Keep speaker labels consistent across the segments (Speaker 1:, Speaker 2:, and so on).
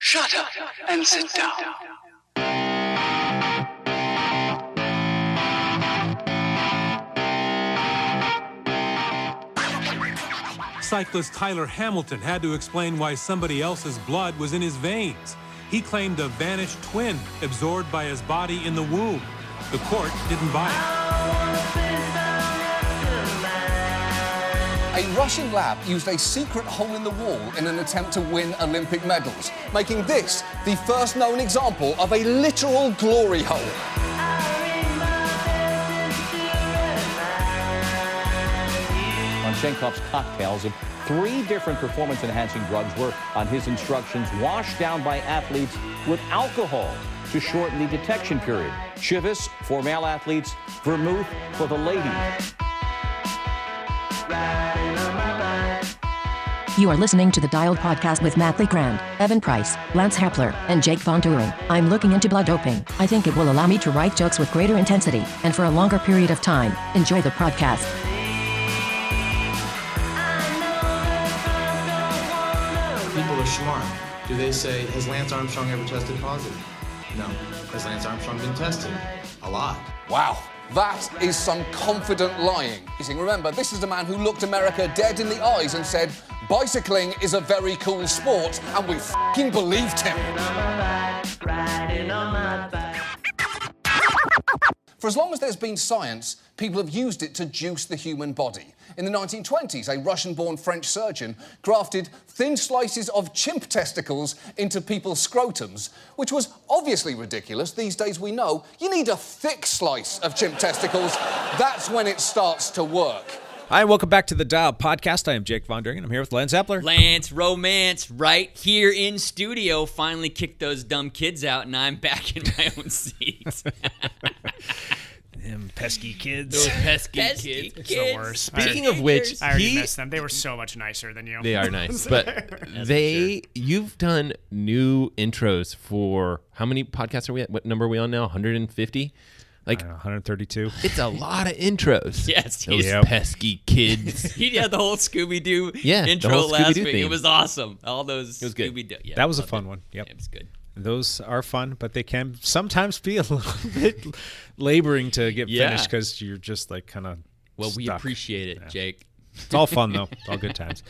Speaker 1: Shut up and sit down.
Speaker 2: Cyclist Tyler Hamilton had to explain why somebody else's blood was in his veins. He claimed a vanished twin absorbed by his body in the womb. The court didn't buy it.
Speaker 3: A Russian lab used a secret hole in the wall in an attempt to win Olympic medals, making this the first known example of a literal glory hole.
Speaker 4: on Shenkov's cocktails and three different performance-enhancing drugs were, on his instructions, washed down by athletes with alcohol to shorten the detection period. Chivas for male athletes, vermouth for the ladies.
Speaker 5: You are listening to the Dialed Podcast with Matt Lee Grand, Evan Price, Lance Hapler, and Jake Von Turing. I'm looking into blood doping. I think it will allow me to write jokes with greater intensity and for a longer period of time. Enjoy the podcast.
Speaker 6: People are smart. Do they say, has Lance Armstrong ever tested positive? No. Has Lance Armstrong been tested? A lot.
Speaker 3: Wow, that is some confident lying. Remember, this is the man who looked America dead in the eyes and said, bicycling is a very cool sport, and we fing believed him. For as long as there's been science, people have used it to juice the human body. In the 1920s, a Russian born French surgeon grafted thin slices of chimp testicles into people's scrotums, which was obviously ridiculous. These days we know you need a thick slice of chimp testicles. That's when it starts to work.
Speaker 7: Hi, and welcome back to the Dial Podcast. I am Jake Von Dringen. I'm here with Lance Epler.
Speaker 8: Lance Romance right here in studio finally kicked those dumb kids out and I'm back in my own seat.
Speaker 9: Them pesky kids.
Speaker 8: those pesky,
Speaker 9: Pesky
Speaker 8: kids.
Speaker 9: It's the worst.
Speaker 7: Speaking
Speaker 9: I,
Speaker 7: of which,
Speaker 9: I already
Speaker 7: he
Speaker 9: missed them. They were so much nicer than you.
Speaker 10: They are nice, but they you've done new intros for how many podcasts are we at? What number are we on now? 150. Like
Speaker 7: Uh, 132.
Speaker 10: it's a lot of intros.
Speaker 8: Yes,
Speaker 10: those
Speaker 8: yes.
Speaker 10: pesky kids.
Speaker 8: He had the whole Scooby Doo
Speaker 10: Yeah, the
Speaker 8: intro
Speaker 10: whole
Speaker 8: last
Speaker 10: Scooby-Doo
Speaker 8: week. It
Speaker 10: theme.
Speaker 8: was awesome. All those
Speaker 10: was good.
Speaker 8: Scooby Doo. Yeah,
Speaker 7: That was a
Speaker 8: loved
Speaker 7: fun
Speaker 8: it.
Speaker 7: one. Yep.
Speaker 8: Yeah, it was good.
Speaker 7: Those are fun, but they can sometimes be a little bit laboring to get
Speaker 8: Yeah.
Speaker 7: finished because you're just like kind of.
Speaker 8: Well, we appreciate it, Jake.
Speaker 7: It's all fun though. It's all good times.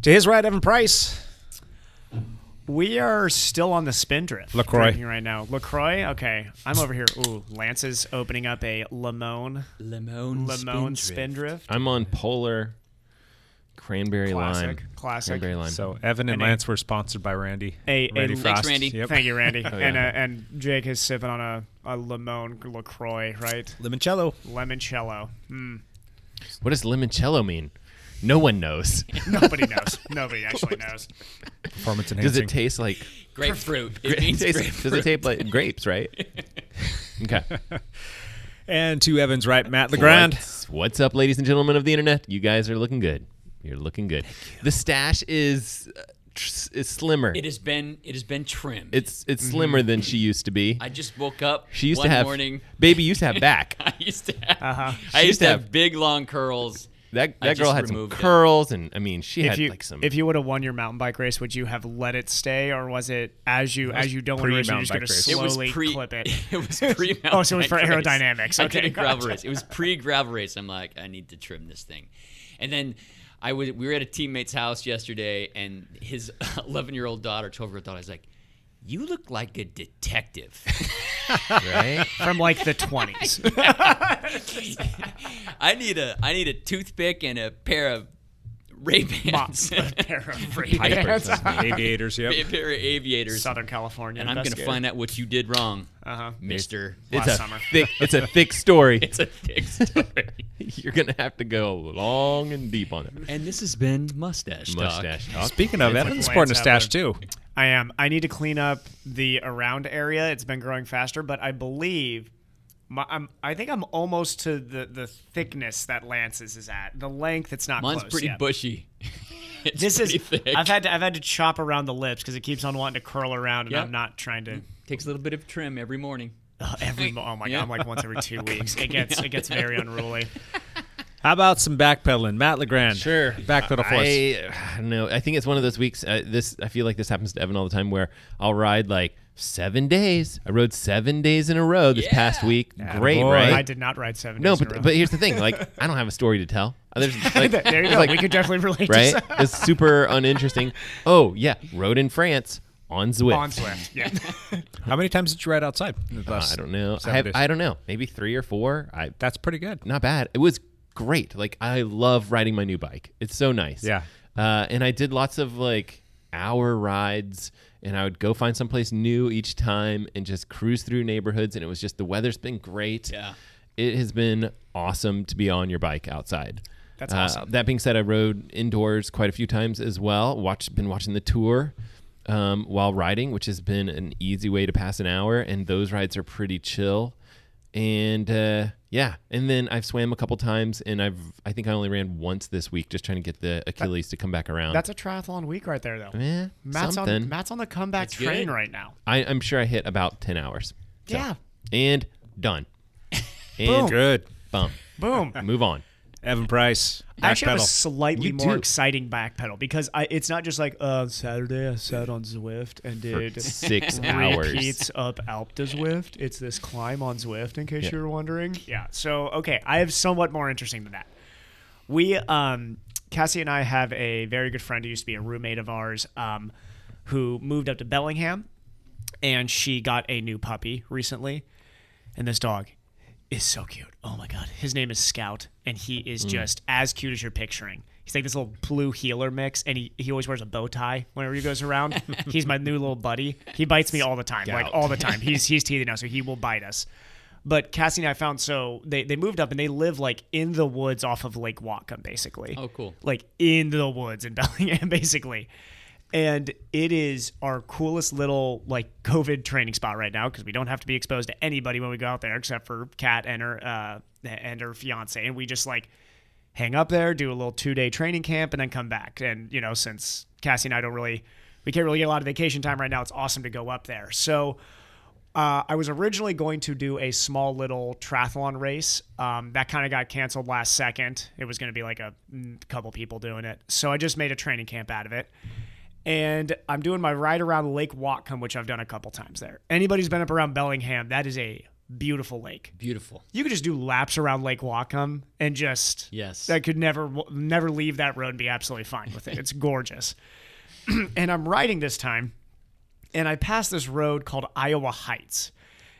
Speaker 7: to his right, Evan Price.
Speaker 9: We are still on the spindrift.
Speaker 7: LaCroix.
Speaker 9: drinking Right now. LaCroix? Okay. I'm over here. Ooh, Lance is opening up a Limone,
Speaker 8: Lemon.
Speaker 9: Limone spindrift.
Speaker 10: I'm on polar cranberry
Speaker 9: Classic.
Speaker 10: lime.
Speaker 9: Classic.
Speaker 10: Cranberry lime.
Speaker 7: So Evan and
Speaker 9: And a-
Speaker 7: Lance were sponsored by Randy.
Speaker 9: A- a-
Speaker 7: Randy
Speaker 9: Thanks,
Speaker 7: Frost.
Speaker 8: Randy.
Speaker 7: Yep.
Speaker 9: Thank you, Randy.
Speaker 10: Oh,
Speaker 9: and, uh, and Jake is sipping on a, a Limone LaCroix, right?
Speaker 7: Limoncello.
Speaker 9: Lemoncello. Mm,
Speaker 10: What does limoncello mean? No one knows.
Speaker 9: nobody knows. Nobody actually knows.
Speaker 7: Performance enhancing.
Speaker 10: Does it taste like
Speaker 8: Grapefruit. It means
Speaker 10: tastes- Does it
Speaker 8: grapefruit.
Speaker 10: taste like grapes, right? okay.
Speaker 7: and to Evan's right, Matt Legrand.
Speaker 10: What's, what's up, ladies and gentlemen of the internet? You guys are looking good. You're looking good. The stash is uh, tr- is slimmer.
Speaker 8: It has been. It has been trimmed.
Speaker 10: It's
Speaker 9: Mm-hmm.
Speaker 10: it's slimmer than she used to be.
Speaker 8: I just woke up.
Speaker 10: she used
Speaker 8: one
Speaker 10: to have
Speaker 8: morning.
Speaker 10: baby used to have back.
Speaker 8: I used to have.
Speaker 7: Uh-huh.
Speaker 8: I
Speaker 10: She
Speaker 8: used to have,
Speaker 10: have-
Speaker 8: big long curls.
Speaker 10: That
Speaker 8: I
Speaker 10: that girl
Speaker 8: just
Speaker 10: had some
Speaker 8: removed it.
Speaker 10: curls, and I mean she
Speaker 9: if
Speaker 10: had
Speaker 9: you
Speaker 10: like some.
Speaker 9: if you would have won your mountain bike race, would you have let it stay, or was it as you as you don't win the race, you're
Speaker 7: pre-mountain
Speaker 9: just
Speaker 7: bike race.
Speaker 9: going to
Speaker 8: It was
Speaker 9: slowly
Speaker 8: pre.
Speaker 9: clip it?
Speaker 8: It was pre.
Speaker 9: Oh, so it was for
Speaker 8: mountain bike race.
Speaker 9: aerodynamics.
Speaker 8: I
Speaker 9: Okay,
Speaker 8: did a gravel
Speaker 9: gotcha.
Speaker 8: race. It was pre gravel race. I'm like, I need to trim this thing, and then I was. We were at a teammate's house yesterday, and his 11 year old daughter, 12 year old daughter, is like, "You look like a detective."
Speaker 10: right?
Speaker 9: From like the twenties.
Speaker 8: I need a. I need a toothpick and a pair of Ray Bans,
Speaker 7: Pipers. Aviators. Yep.
Speaker 8: a pair of aviators,
Speaker 9: Southern California.
Speaker 8: and I'm going to find out what you did wrong, uh-huh. Mister.
Speaker 10: It's
Speaker 9: Last
Speaker 10: a
Speaker 9: summer.
Speaker 10: thick. It's a thick story.
Speaker 8: It's a thick story.
Speaker 10: You're gonna have to go long and deep on it.
Speaker 8: and this has been mustache,
Speaker 10: Mustache. Talk.
Speaker 7: Speaking of,
Speaker 9: like
Speaker 7: Evan's
Speaker 9: Lance
Speaker 7: sporting a
Speaker 9: out
Speaker 7: stash
Speaker 9: there.
Speaker 7: too.
Speaker 9: I am. I need to clean up the around area. It's been growing faster, but I believe. My, I'm, I think I'm almost to the, the thickness that Lance's is at. The length, it's not
Speaker 8: Mine's
Speaker 9: close
Speaker 8: pretty
Speaker 9: yet.
Speaker 8: bushy. It's
Speaker 9: This is.
Speaker 8: pretty thick.
Speaker 9: I've had to I've had to chop around the lips because it keeps on wanting to curl around, and
Speaker 8: Yeah.
Speaker 9: I'm not trying to
Speaker 8: takes a little bit of trim every morning.
Speaker 9: Every mo- oh my god, I'm like once every two weeks. It gets it gets very unruly.
Speaker 7: How about some backpedaling, Matt Legrand?
Speaker 8: Sure,
Speaker 7: backpedal force.
Speaker 8: I, I don't know. I think it's one of those weeks. Uh, this I feel like this happens to Evan all the time, where I'll ride like seven days. I rode seven days in a row this past week. Great,
Speaker 9: boy.
Speaker 8: right?
Speaker 9: I did not ride seven
Speaker 8: No,
Speaker 9: days in a
Speaker 8: but
Speaker 9: row.
Speaker 8: but here's the thing. Like I don't have a story to tell. There's, like,
Speaker 9: There you
Speaker 8: it's
Speaker 9: go.
Speaker 8: like-
Speaker 9: we could definitely relate. To
Speaker 8: right?
Speaker 9: some-
Speaker 8: it's super uninteresting. Oh yeah, rode in France on Zwift.
Speaker 9: on Swift. Yeah.
Speaker 7: How many times did you ride outside? in the last
Speaker 8: Uh, I don't know. I,
Speaker 7: seven
Speaker 8: have,
Speaker 7: days?
Speaker 8: I don't know. Maybe three or four. I
Speaker 7: That's pretty good.
Speaker 8: not bad. It was great. Like I love riding my new bike. It's so nice.
Speaker 7: Yeah.
Speaker 8: Uh, and I did lots of like hour rides, and I would go find someplace new each time and just cruise through neighborhoods. And it was just the weather's been great.
Speaker 6: Yeah.
Speaker 8: It has been awesome to be on your bike outside.
Speaker 9: That's
Speaker 8: Uh,
Speaker 9: awesome.
Speaker 8: that being said, I rode indoors quite a few times as well. Watched, been watching the tour um, while riding, which has been an easy way to pass an hour. And those rides are pretty chill. And uh, yeah, and then I've swam a couple times, and I've I think I only ran once this week, just trying to get the Achilles to come back around.
Speaker 9: That's a triathlon week right there, though.
Speaker 8: Eh,
Speaker 9: Matt's
Speaker 8: something.
Speaker 9: on Matt's on the comeback train
Speaker 6: good.
Speaker 9: right now.
Speaker 8: I, I'm sure I hit about ten hours. So-
Speaker 9: Yeah.
Speaker 8: and done. And
Speaker 7: Good.
Speaker 8: bum.
Speaker 9: Boom.
Speaker 8: Move on.
Speaker 7: Evan Price.
Speaker 9: I actually have a
Speaker 7: Backpedal.
Speaker 9: slightly
Speaker 8: You
Speaker 9: more
Speaker 8: do.
Speaker 9: exciting back pedal because I, it's not just like uh, Saturday I sat on Zwift and did
Speaker 8: six
Speaker 9: three
Speaker 8: hours.
Speaker 9: peats up Alp to Zwift. It's this climb on Zwift, in case you were wondering. Yeah. So okay, I have somewhat more interesting than that. We, um, Cassie and I have a very good friend who used to be a roommate of ours, um, who moved up to Bellingham, and she got a new puppy recently, and this dog is so cute. Oh my god, his name is Scout, and he is just as cute as you're picturing. He's like this little blue healer mix, and he, he always wears a bow tie whenever he goes around. he's my new little buddy. He bites me all the time, like all the time. He's he's teething now, so he will bite us. But Cassie and I found so they, they moved up and they live like in the woods off of Lake Whatcom, basically.
Speaker 6: Oh, cool.
Speaker 9: Like in the woods in Bellingham, basically. And it is our coolest little like COVID training spot right now because we don't have to be exposed to anybody when we go out there except for Kat and her uh, and her fiance, and we just like hang up there, do a little two day training camp, and then come back. And you know, since Cassie and I don't really, we can't really get a lot of vacation time right now. It's awesome to go up there. So uh, I was originally going to do a small little triathlon race. Um, that kind of got canceled last second. It was going to be like a mm, couple people doing it. So I just made a training camp out of it. And I'm doing my ride around Lake Whatcom, which I've done a couple times there. Anybody's been up around Bellingham, that is a beautiful lake.
Speaker 6: Beautiful.
Speaker 9: You could just do laps around Lake Whatcom and just
Speaker 6: Yes.
Speaker 9: I could never never leave that road and be absolutely fine with it. It's gorgeous. and I'm riding this time, and I pass this road called Iowa Heights.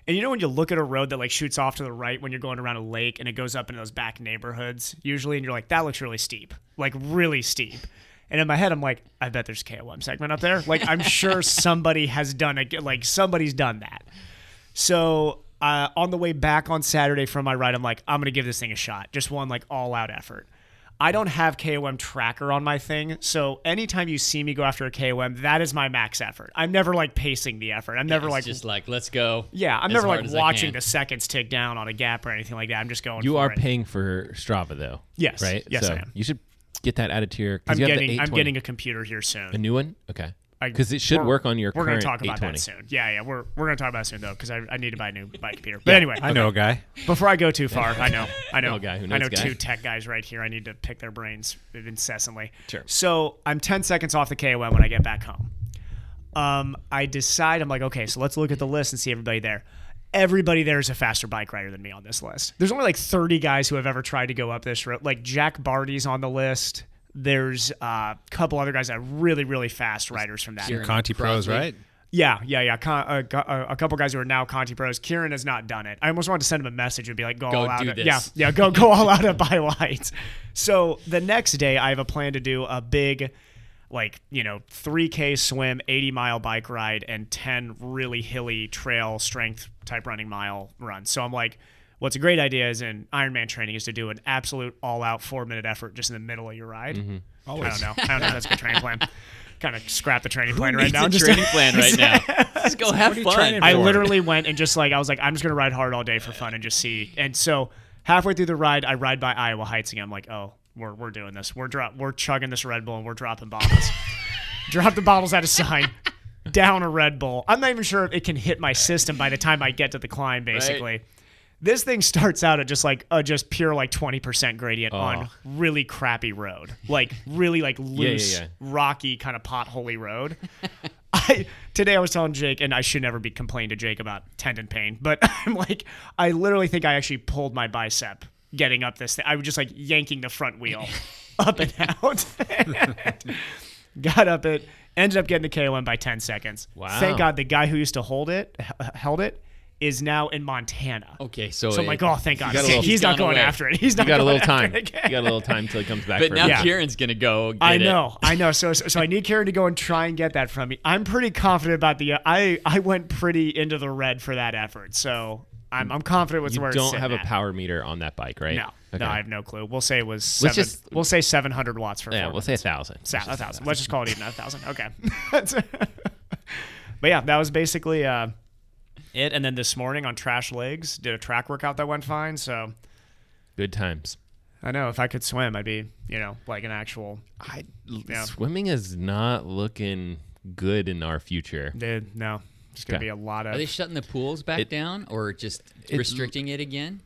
Speaker 9: And you know when you look at a road that like shoots off to the right when you're going around a lake and it goes up into those back neighborhoods usually, and you're like, that looks really steep, like really steep. And in my head, I'm like, I bet there's a KOM segment up there. Like I'm sure somebody has done it. Like somebody's done that. So uh, on the way back on Saturday from my ride, I'm like, I'm gonna give this thing a shot. Just one like all out effort. I don't have KOM tracker on my thing, so anytime you see me go after a KOM, that is my max effort. I'm never like pacing the effort. I'm never
Speaker 6: It's
Speaker 9: like
Speaker 6: just like let's go.
Speaker 9: yeah, I'm
Speaker 6: as
Speaker 9: never
Speaker 6: hard
Speaker 9: like
Speaker 6: as I
Speaker 9: watching
Speaker 6: can.
Speaker 9: the seconds tick down on a gap or anything like that. I'm just going.
Speaker 8: You
Speaker 9: for
Speaker 8: are
Speaker 9: it.
Speaker 8: paying for Strava though.
Speaker 9: Yes.
Speaker 8: Right.
Speaker 9: Yes,
Speaker 8: so
Speaker 9: I am.
Speaker 8: You should get that added to your. 'cause
Speaker 9: I'm
Speaker 8: you have the
Speaker 9: getting. I'm
Speaker 8: 820.
Speaker 9: getting a computer here soon.
Speaker 8: A new one? Okay.
Speaker 9: I-
Speaker 8: Because it should
Speaker 9: we're-
Speaker 8: work on your
Speaker 9: We're
Speaker 8: current
Speaker 9: gonna talk about that
Speaker 8: 820.
Speaker 9: soon. Yeah, yeah. We're we're gonna talk about it soon though, because I, I need to buy a new bike computer. But anyway,
Speaker 7: I know a guy.
Speaker 9: Before I go too far, I know, I know,
Speaker 8: No Oh, guy who
Speaker 9: I
Speaker 8: knows
Speaker 9: know
Speaker 8: guy.
Speaker 9: two tech guys right here. I need to pick their brains incessantly. Sure. So I'm 10 seconds off the KOM when I get back home. Um, I decide I'm like, okay, so let's look at the list and see everybody there. Everybody there is a faster bike rider than me on this list. There's only like 30 guys who have ever tried to go up this road. Like Jack Barty's on the list. There's uh, a couple other guys that are really, really fast riders from that.
Speaker 6: Kieran
Speaker 7: Conti Pros,
Speaker 6: Crosby.
Speaker 7: right?
Speaker 9: Yeah, yeah, yeah. Con- a, gu- a, a couple guys who are now Conti pros. Kieran has not done it. I almost wanted to send him a message and be like, "Go,
Speaker 6: Go
Speaker 9: all out."
Speaker 6: do
Speaker 9: at-
Speaker 6: this.
Speaker 9: Yeah, yeah. Go, go all out at Bio Heights. So the next day, I have a plan to do a big, like you know, three k swim, eighty mile bike ride, and ten really hilly trail strength type running mile runs. So I'm like, what's a great idea is in Ironman training is to do an absolute all out four minute effort just in the middle of your ride.
Speaker 6: Mm-hmm.
Speaker 9: I don't know. I don't know if that's a good training plan. Kind of scrap the training plan right
Speaker 6: It's
Speaker 9: now.
Speaker 6: a
Speaker 9: Just-
Speaker 6: training plan right now. Let's go have fun.
Speaker 9: I literally went and just like I was like, I'm just gonna ride hard all day for fun and just see. And so halfway through the ride, I ride by Iowa Heights again. I'm like, oh, we're we're doing this. We're drop we're chugging this Red Bull and we're dropping bottles. Drop the bottles at a sign. Down a Red Bull. I'm not even sure if it can hit my system by the time I get to the climb, basically. This thing starts out at just like a just pure like 20% gradient
Speaker 8: Oh.
Speaker 9: on really crappy road. Like really like
Speaker 8: yeah,
Speaker 9: loose,
Speaker 8: yeah.
Speaker 9: rocky kind of potholy road. I today I was telling Jake and I should never be complaining to Jake about tendon pain, but I'm like I literally think I actually pulled my bicep getting up this thing. I was just like yanking the front wheel up and out. got up it, ended up getting the KOM by 10 seconds.
Speaker 8: Wow.
Speaker 9: Thank God the guy who used to hold it, h- held it, is now in Montana.
Speaker 6: Okay, so
Speaker 9: So I'm
Speaker 6: it-
Speaker 9: like, oh, thank
Speaker 8: You
Speaker 9: God.
Speaker 8: got a little-
Speaker 9: He's not
Speaker 6: gone
Speaker 9: going
Speaker 6: away.
Speaker 9: after it. He's
Speaker 8: You
Speaker 9: not
Speaker 8: got a
Speaker 9: going
Speaker 8: little time.
Speaker 9: after it
Speaker 8: You
Speaker 9: again.
Speaker 8: got a little time till he comes back.
Speaker 6: But
Speaker 8: for
Speaker 6: now
Speaker 8: it.
Speaker 6: Kieran's gonna go. Get
Speaker 9: I
Speaker 6: it.
Speaker 9: know, I know. So, so, so I need Karen to go and try and get that from me. I'm pretty confident about the. I I went pretty into the red for that effort, so I'm I'm confident with
Speaker 8: you
Speaker 9: where it's
Speaker 8: don't
Speaker 9: sitting
Speaker 8: have a
Speaker 9: at.
Speaker 8: power meter on that bike, right?
Speaker 9: No,
Speaker 8: Okay.
Speaker 9: no, I have no clue. We'll say it was. Seven,
Speaker 8: just-
Speaker 9: we'll say 700 watts for.
Speaker 8: yeah,
Speaker 9: four
Speaker 8: we'll say a thousand.
Speaker 9: Sa- a thousand. Let's just call it even a thousand. Okay. but yeah, that was basically uh, it. And then this morning on Trash Legs, did a track workout that went fine. So
Speaker 8: Good times.
Speaker 9: I know if I could swim, I'd be you know like an actual
Speaker 8: I,
Speaker 9: Yeah.
Speaker 8: Swimming is not looking good in our future.
Speaker 9: dude. No, it's gonna
Speaker 8: Okay.
Speaker 9: be a lot
Speaker 6: Are they
Speaker 9: of.
Speaker 6: shutting the pools back down or just restricting it again?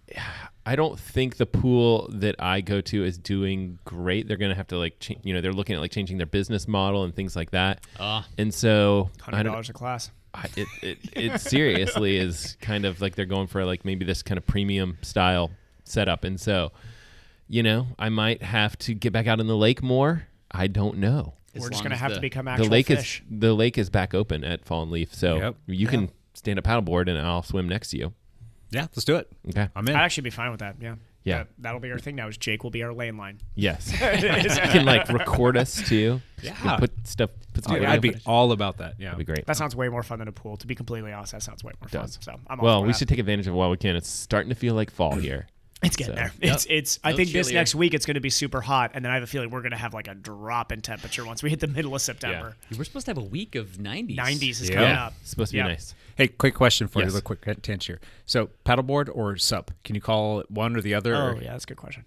Speaker 8: I don't think the pool that I go to is doing great. They're going to have to like, cha- you know, they're looking at like changing their business model and things like that.
Speaker 6: Ah.
Speaker 8: and so I
Speaker 9: Hundred
Speaker 8: don't,
Speaker 9: dollars a class.
Speaker 8: I, it, it, it seriously is kind of like they're going for like maybe this kind of premium style setup. And so, you know, I might have to get back out in the lake more. I don't know.
Speaker 6: As
Speaker 9: We're just
Speaker 6: long
Speaker 9: gonna
Speaker 6: as
Speaker 9: have
Speaker 6: the-
Speaker 9: to become actual
Speaker 8: the lake
Speaker 9: fish.
Speaker 8: is the lake is back open at Fallen Leaf, so
Speaker 4: Yep.
Speaker 8: you can stand up paddleboard and I'll swim next to you.
Speaker 4: Yeah, let's do it.
Speaker 8: Okay.
Speaker 4: I'm in.
Speaker 9: I'd actually be fine with that. Yeah.
Speaker 8: Yeah.
Speaker 9: That- That'll be our thing now. Is Jake will be our lane line.
Speaker 8: Yes. you can like record us too. You can
Speaker 4: Yeah.
Speaker 8: Put stuff. Put some
Speaker 4: Dude,
Speaker 8: audio
Speaker 4: I'd be
Speaker 8: footage.
Speaker 4: all about that. Yeah.
Speaker 8: That'd be great.
Speaker 9: That sounds way more fun than a pool. To be completely honest, that sounds way more fun.
Speaker 8: Does.
Speaker 9: So I'm all
Speaker 8: well,
Speaker 9: for
Speaker 8: we
Speaker 9: that.
Speaker 8: should take advantage of it while we can. It's starting to feel like fall here.
Speaker 9: It's getting there. It's it's. I
Speaker 6: No
Speaker 9: think this
Speaker 6: chillier.
Speaker 9: next week it's going to be super hot, and then I have a feeling we're going to have like a drop in temperature once we hit the middle of September.
Speaker 6: We're supposed to have a week of 90s.
Speaker 9: 90s is
Speaker 4: Yeah.
Speaker 9: coming up.
Speaker 8: It's supposed to be
Speaker 9: Yeah.
Speaker 8: nice.
Speaker 4: Hey, quick question for
Speaker 8: Yes.
Speaker 4: you. A quick tangent here. So, paddleboard or sup? Can you call it one or the other?
Speaker 9: Oh
Speaker 4: or-
Speaker 9: yeah, that's a good question.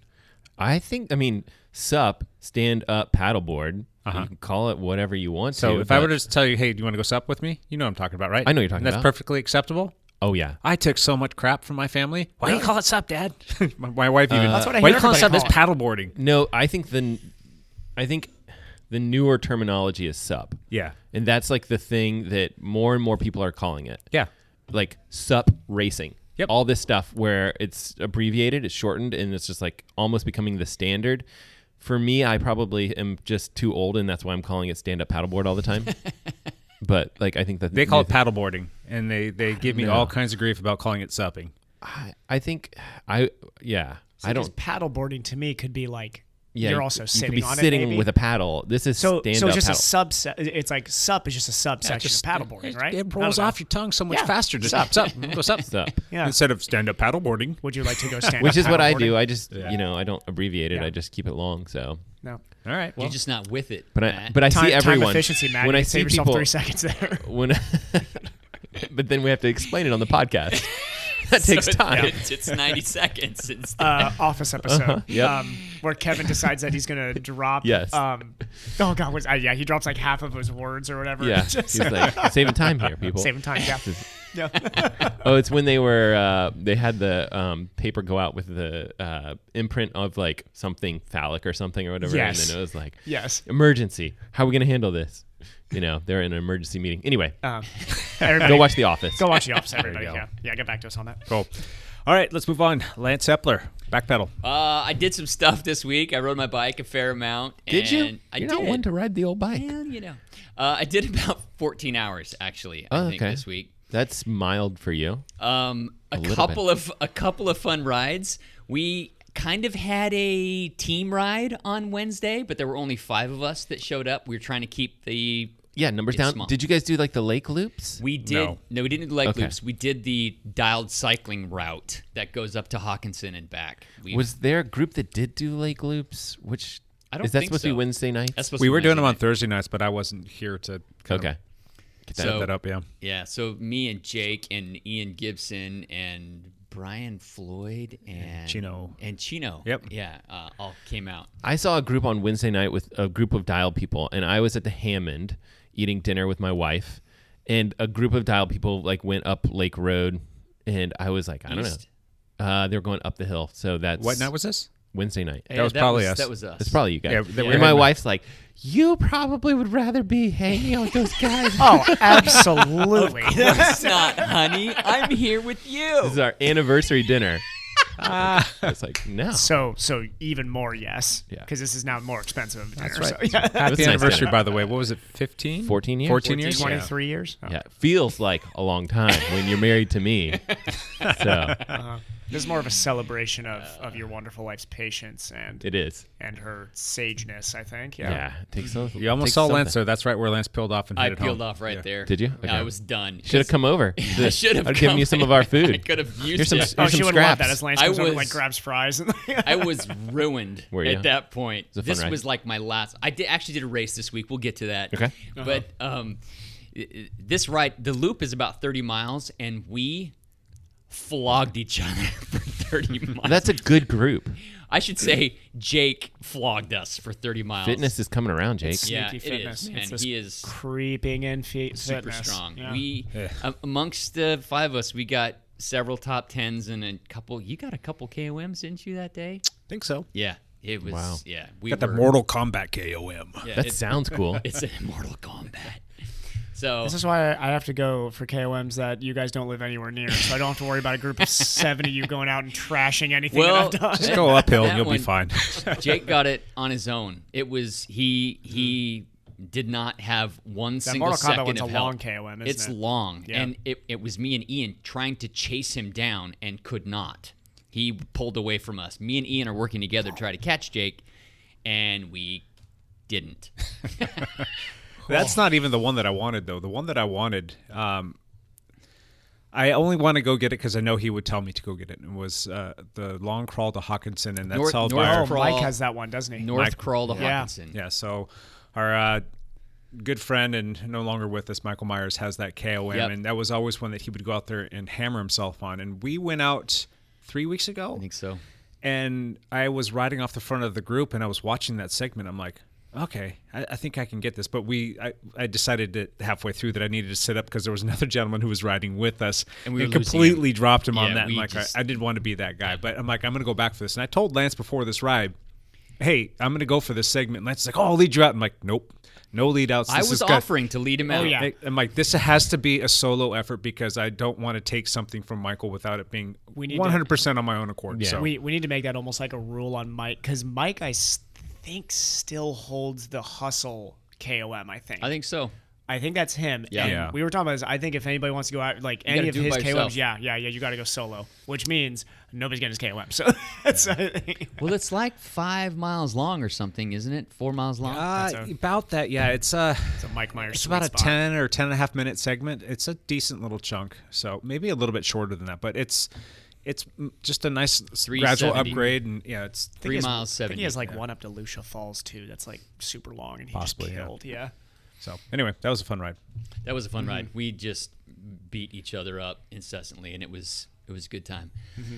Speaker 8: I think. I mean, sup, stand up paddleboard. You can call it whatever you want.
Speaker 4: Uh-huh. So,
Speaker 8: to,
Speaker 4: if I
Speaker 8: but-
Speaker 4: were to just tell you, hey, do you want to go sup with me? You know what I'm talking about, right?
Speaker 8: I know what you're talking
Speaker 4: and that's
Speaker 8: about.
Speaker 4: That's perfectly acceptable.
Speaker 8: oh yeah,
Speaker 4: I took so much crap from my family. Why do you call it sup, Dad? my, my wife even.
Speaker 9: Uh, That's what I
Speaker 4: Why do
Speaker 9: hear
Speaker 4: you call it sup?
Speaker 9: everybody
Speaker 4: It's paddleboarding.
Speaker 8: no, I think the, I think, the newer terminology is sup.
Speaker 4: Yeah.
Speaker 8: and that's like the thing that more and more people are calling it.
Speaker 4: Yeah.
Speaker 8: like sup racing.
Speaker 4: Yep.
Speaker 8: All this stuff where it's abbreviated, it's shortened, and it's just like almost becoming the standard. For me, I probably am just too old, and that's why I'm calling it stand up paddleboard all the time. but like, I think that
Speaker 4: They call it paddleboarding, and they they give me all kinds of grief about calling it supping.
Speaker 8: I, I think I yeah. I don't.
Speaker 9: Paddleboarding to me could be like
Speaker 8: Yeah,
Speaker 9: you're also
Speaker 8: you could
Speaker 9: sitting
Speaker 8: be
Speaker 9: on
Speaker 8: sitting
Speaker 9: it, maybe.
Speaker 8: with a paddle. This is
Speaker 9: so
Speaker 8: stand
Speaker 9: so
Speaker 8: up
Speaker 9: it's just
Speaker 8: paddle.
Speaker 9: a subset. It's like sup is just a subsection of paddleboarding, right? I
Speaker 4: It
Speaker 9: don't
Speaker 4: rolls
Speaker 9: know.
Speaker 4: off your tongue so much
Speaker 9: Yeah.
Speaker 4: faster. Just sup, sup, go sup,
Speaker 8: Sup.
Speaker 9: Yeah.
Speaker 4: Instead of stand up paddleboarding.
Speaker 9: Would you like to go stand?
Speaker 8: which
Speaker 9: up
Speaker 8: is what I do.
Speaker 9: paddleboarding?
Speaker 8: I just you know I don't abbreviate it. I just keep it long. So,
Speaker 9: no.
Speaker 4: All right. Well,
Speaker 6: You're just not with it.
Speaker 8: but I
Speaker 6: Matt.
Speaker 8: but I
Speaker 9: Time,
Speaker 8: see everyone
Speaker 9: time efficiency, Matt.
Speaker 8: when
Speaker 9: you
Speaker 8: I
Speaker 9: can save
Speaker 8: see
Speaker 9: yourself
Speaker 8: people
Speaker 9: three seconds there.
Speaker 8: when but then we have to explain it on the podcast that takes
Speaker 6: So
Speaker 8: time
Speaker 6: It's, it's 90 seconds. It's
Speaker 9: uh, office episode
Speaker 4: Uh-huh.
Speaker 8: yep.
Speaker 9: um, where Kevin decides that he's gonna drop.
Speaker 8: Yes.
Speaker 9: Um, oh God, was, uh, yeah, he drops like half of his words or whatever.
Speaker 8: yeah
Speaker 9: Just-
Speaker 8: he's like saving time here people
Speaker 9: saving time. Yeah. yeah.
Speaker 8: oh it's when they were uh, they had the um, paper go out with the uh, imprint of like something phallic or something or whatever
Speaker 9: Yes.
Speaker 8: and then it was like
Speaker 9: yes.
Speaker 8: emergency how are we gonna handle this you know they're in an emergency meeting anyway
Speaker 9: Um,
Speaker 8: go
Speaker 9: everybody-
Speaker 8: watch the office
Speaker 9: Go watch the office, everybody.
Speaker 8: go.
Speaker 9: Yeah. Yeah. Get back to us on that.
Speaker 4: cool. All right. Let's move on. Lance Epler, backpedal.
Speaker 6: Uh, I did some stuff this week. I rode my bike a fair amount.
Speaker 8: did you
Speaker 6: and I
Speaker 8: you're
Speaker 6: did.
Speaker 8: not one to ride the old bike
Speaker 6: Well, you know, uh, I did about 14 hours actually. I
Speaker 8: Oh,
Speaker 6: think
Speaker 8: okay.
Speaker 6: this week.
Speaker 8: that's mild for you
Speaker 6: Um, a,
Speaker 8: little
Speaker 6: couple of a couple of fun rides. We kind of had a team ride on Wednesday, but there were only five of us that showed up. We were trying to keep the
Speaker 8: yeah numbers
Speaker 6: It's
Speaker 8: down
Speaker 6: small.
Speaker 8: did you guys do like the lake loops
Speaker 6: we did no, we didn't do leg
Speaker 8: Okay.
Speaker 6: loops. We did the dialed cycling route that goes up to Hawkinson and back. We,
Speaker 8: Was there a group that did do lake loops? Which
Speaker 6: I don't
Speaker 8: is that
Speaker 6: think
Speaker 8: supposed to
Speaker 6: so.
Speaker 8: be Wednesday night?
Speaker 6: that's supposed
Speaker 4: We
Speaker 6: to be
Speaker 4: were doing
Speaker 6: Wednesday
Speaker 4: them on
Speaker 6: night.
Speaker 4: Thursday nights, but I wasn't here to kind
Speaker 8: okay.
Speaker 4: of set
Speaker 6: So-
Speaker 4: that up. Yeah.
Speaker 6: Yeah, so me and Jake and Ian Gibson and Brian Floyd and
Speaker 4: Chino.
Speaker 6: and Chino.
Speaker 4: Yep.
Speaker 6: Yeah, uh, all came out.
Speaker 8: I saw a group on Wednesday night with a group of Dial people, and I was at the Hammond eating dinner with my wife, and a group of Dial people like went up Lake Road, and I was like, I don't know.
Speaker 6: Uh, they were going up the hill, so that's
Speaker 4: What night was this?
Speaker 6: Wednesday night.
Speaker 4: That Yeah, was that probably
Speaker 8: was- us. that was us.
Speaker 6: It's probably you guys.
Speaker 4: Yeah, that we
Speaker 6: And
Speaker 4: had-
Speaker 6: my wife's like, "You probably would rather be hanging out with those guys."
Speaker 9: Oh, absolutely.
Speaker 8: Of course not, honey. I'm here with you.
Speaker 6: This is our anniversary dinner.
Speaker 9: Ah.
Speaker 6: it's like no.
Speaker 9: So so even more yes.
Speaker 6: Yeah.
Speaker 9: Because this is now more expensive of a dinner.
Speaker 4: That's right.
Speaker 9: So, yeah.
Speaker 6: That's
Speaker 4: Happy
Speaker 6: nice
Speaker 4: anniversary,
Speaker 6: dinner.
Speaker 4: by the way. What was it? 15?
Speaker 6: 14 years.
Speaker 4: 14 years.
Speaker 9: 23 years. Oh.
Speaker 6: Yeah, it feels like a long time when you're married to me. So
Speaker 9: Uh-huh. This is more of a celebration of, of your wonderful wife's patience and
Speaker 6: it is.
Speaker 9: and her sageness, I think.
Speaker 6: Yeah,
Speaker 9: Yeah.
Speaker 6: it takes so.
Speaker 4: You almost
Speaker 6: takes
Speaker 4: saw
Speaker 6: something.
Speaker 4: Lance there. That's right where Lance peeled off and
Speaker 8: I
Speaker 4: headed home.
Speaker 8: peeled off right there.
Speaker 6: Did you?
Speaker 8: Yeah, I was done.
Speaker 6: Should have come over.
Speaker 8: I should have
Speaker 6: I'd given you
Speaker 8: come.
Speaker 6: some of our food.
Speaker 8: I could have
Speaker 6: Here's
Speaker 8: used
Speaker 6: some,
Speaker 8: it.
Speaker 9: Oh,
Speaker 6: Here's
Speaker 9: she
Speaker 6: some
Speaker 9: would love that.
Speaker 6: scraps.
Speaker 9: As Lance
Speaker 8: I
Speaker 9: comes over,
Speaker 8: was-
Speaker 9: like grabs fries. And
Speaker 8: I was ruined
Speaker 6: Were you?
Speaker 8: at that point.
Speaker 6: was a fun
Speaker 8: This
Speaker 6: ride.
Speaker 8: was like my last. I did, actually did a race this week. We'll get to that.
Speaker 6: Okay.
Speaker 9: Uh-huh.
Speaker 8: But um, i- i- this ride, the loop is about 30 miles, and we flogged each other for 30 miles.
Speaker 6: That's a good group.
Speaker 8: I should say Jake flogged us for 30 miles.
Speaker 6: Fitness is coming around, Jake.
Speaker 8: Yeah,
Speaker 9: Sneaky
Speaker 8: it
Speaker 9: fitness.
Speaker 8: is,
Speaker 9: It's
Speaker 8: man.
Speaker 9: this
Speaker 8: He is
Speaker 9: creeping in feet.
Speaker 8: super
Speaker 9: fitness.
Speaker 8: strong.
Speaker 9: Yeah.
Speaker 8: We um, a- amongst the five of us, we got several top tens and a couple. You got a couple KOMs, didn't you that day?
Speaker 4: think so.
Speaker 8: Yeah, it was.
Speaker 6: Wow.
Speaker 8: Yeah, we
Speaker 4: Got the
Speaker 8: were-
Speaker 4: Mortal Kombat KOM.
Speaker 8: yeah,
Speaker 6: That
Speaker 8: it-
Speaker 6: sounds cool.
Speaker 8: It's an Mortal Kombat. So
Speaker 9: This is why I have to go for KOMs that you guys don't live anywhere near, so I don't have to worry about a group of 70 of you going out and trashing anything
Speaker 8: well,
Speaker 9: that I've done.
Speaker 4: Just go uphill
Speaker 8: that
Speaker 4: and you'll
Speaker 8: one-
Speaker 4: be fine.
Speaker 8: Jake got it on his own. It was he he did not have one single
Speaker 9: Mortal Kombat
Speaker 8: second
Speaker 9: one's
Speaker 8: of
Speaker 9: a
Speaker 8: help.
Speaker 9: long KOM, isn't
Speaker 8: it's
Speaker 9: it?
Speaker 8: long,
Speaker 9: Yeah.
Speaker 8: and it, it was me and Ian trying to chase him down and could not. He pulled away from us. Me and Ian are working together to try to catch Jake, and we didn't.
Speaker 4: That's not even the one that I wanted though. The one that I wanted, um, I only want to go get it because I know he would tell me to go get it. And was uh, the long crawl to Hawkinson, and that's
Speaker 8: North-
Speaker 4: held
Speaker 8: North
Speaker 4: by our-
Speaker 9: Oh,
Speaker 8: Crawl.
Speaker 9: Mike has that one, doesn't he?
Speaker 8: North
Speaker 4: Mike-
Speaker 8: crawl to
Speaker 9: Yeah.
Speaker 8: Hawkinson.
Speaker 4: yeah. So our uh, good friend and no longer with us, Michael Myers, has that KOM,
Speaker 8: Yep.
Speaker 4: and that was always one that he would go out there and hammer himself on. And we went out three weeks ago.
Speaker 8: I think so.
Speaker 4: and I was riding off the front of the group and I was watching that segment. I'm like, okay, I, I think I can get this. But we, I, I decided that halfway through that I needed to sit up because there was another gentleman who was riding with us
Speaker 8: And we were losing
Speaker 4: completely dropped him on
Speaker 8: Yeah,
Speaker 4: that. I'm
Speaker 8: we
Speaker 4: like,
Speaker 8: just-
Speaker 4: I, I did want to be that guy, but I'm like, I'm going to go back for this. And I told Lance before this ride, hey, I'm going to go for this segment. And Lance's like, oh, I'll lead you out. I'm like, nope, no lead outs.
Speaker 8: I
Speaker 4: This
Speaker 8: was
Speaker 4: has got-
Speaker 8: offering to lead him out.
Speaker 9: Oh, yeah.
Speaker 4: I- I'm like, this has to be a solo effort because I don't want to take something from Michael without it being
Speaker 9: We need to-
Speaker 4: 100% on my own accord. so.
Speaker 9: We, we need to make that almost like a rule on Mike, because Mike, I s- think, still holds the hustle KOM, I think.
Speaker 8: I think so.
Speaker 9: I think that's him.
Speaker 8: Yeah.
Speaker 9: And
Speaker 4: Yeah.
Speaker 9: We were talking about this. I think if anybody wants to go out, like
Speaker 8: gotta
Speaker 9: any of
Speaker 8: do it
Speaker 9: his
Speaker 8: by
Speaker 9: KOMs,
Speaker 8: yourself.
Speaker 9: yeah, yeah, yeah, you got to go solo, which means nobody's getting his KOM. So that's,
Speaker 8: Well, it's like five miles long or something, isn't it? Four miles long.
Speaker 4: Uh, about that, yeah. It's uh,
Speaker 9: a Mike Myers
Speaker 4: It's
Speaker 9: sweet
Speaker 4: about a
Speaker 9: spot.
Speaker 4: ten or ten and a half minute segment. It's a decent little chunk, so maybe a little bit shorter than that, but it's it's mm, just a nice gradual
Speaker 8: 370.
Speaker 4: upgrade, and yeah, it's
Speaker 8: Three
Speaker 9: He has-
Speaker 8: miles,
Speaker 9: I think
Speaker 8: seventy.
Speaker 9: he has like one up to Lucia Falls too. That's like super long, and he
Speaker 4: Possibly,
Speaker 9: just
Speaker 4: yeah.
Speaker 9: killed. Yeah.
Speaker 4: So anyway, that was a fun ride.
Speaker 8: That was a fun ride. We just beat each other up incessantly, and it was it was a good time.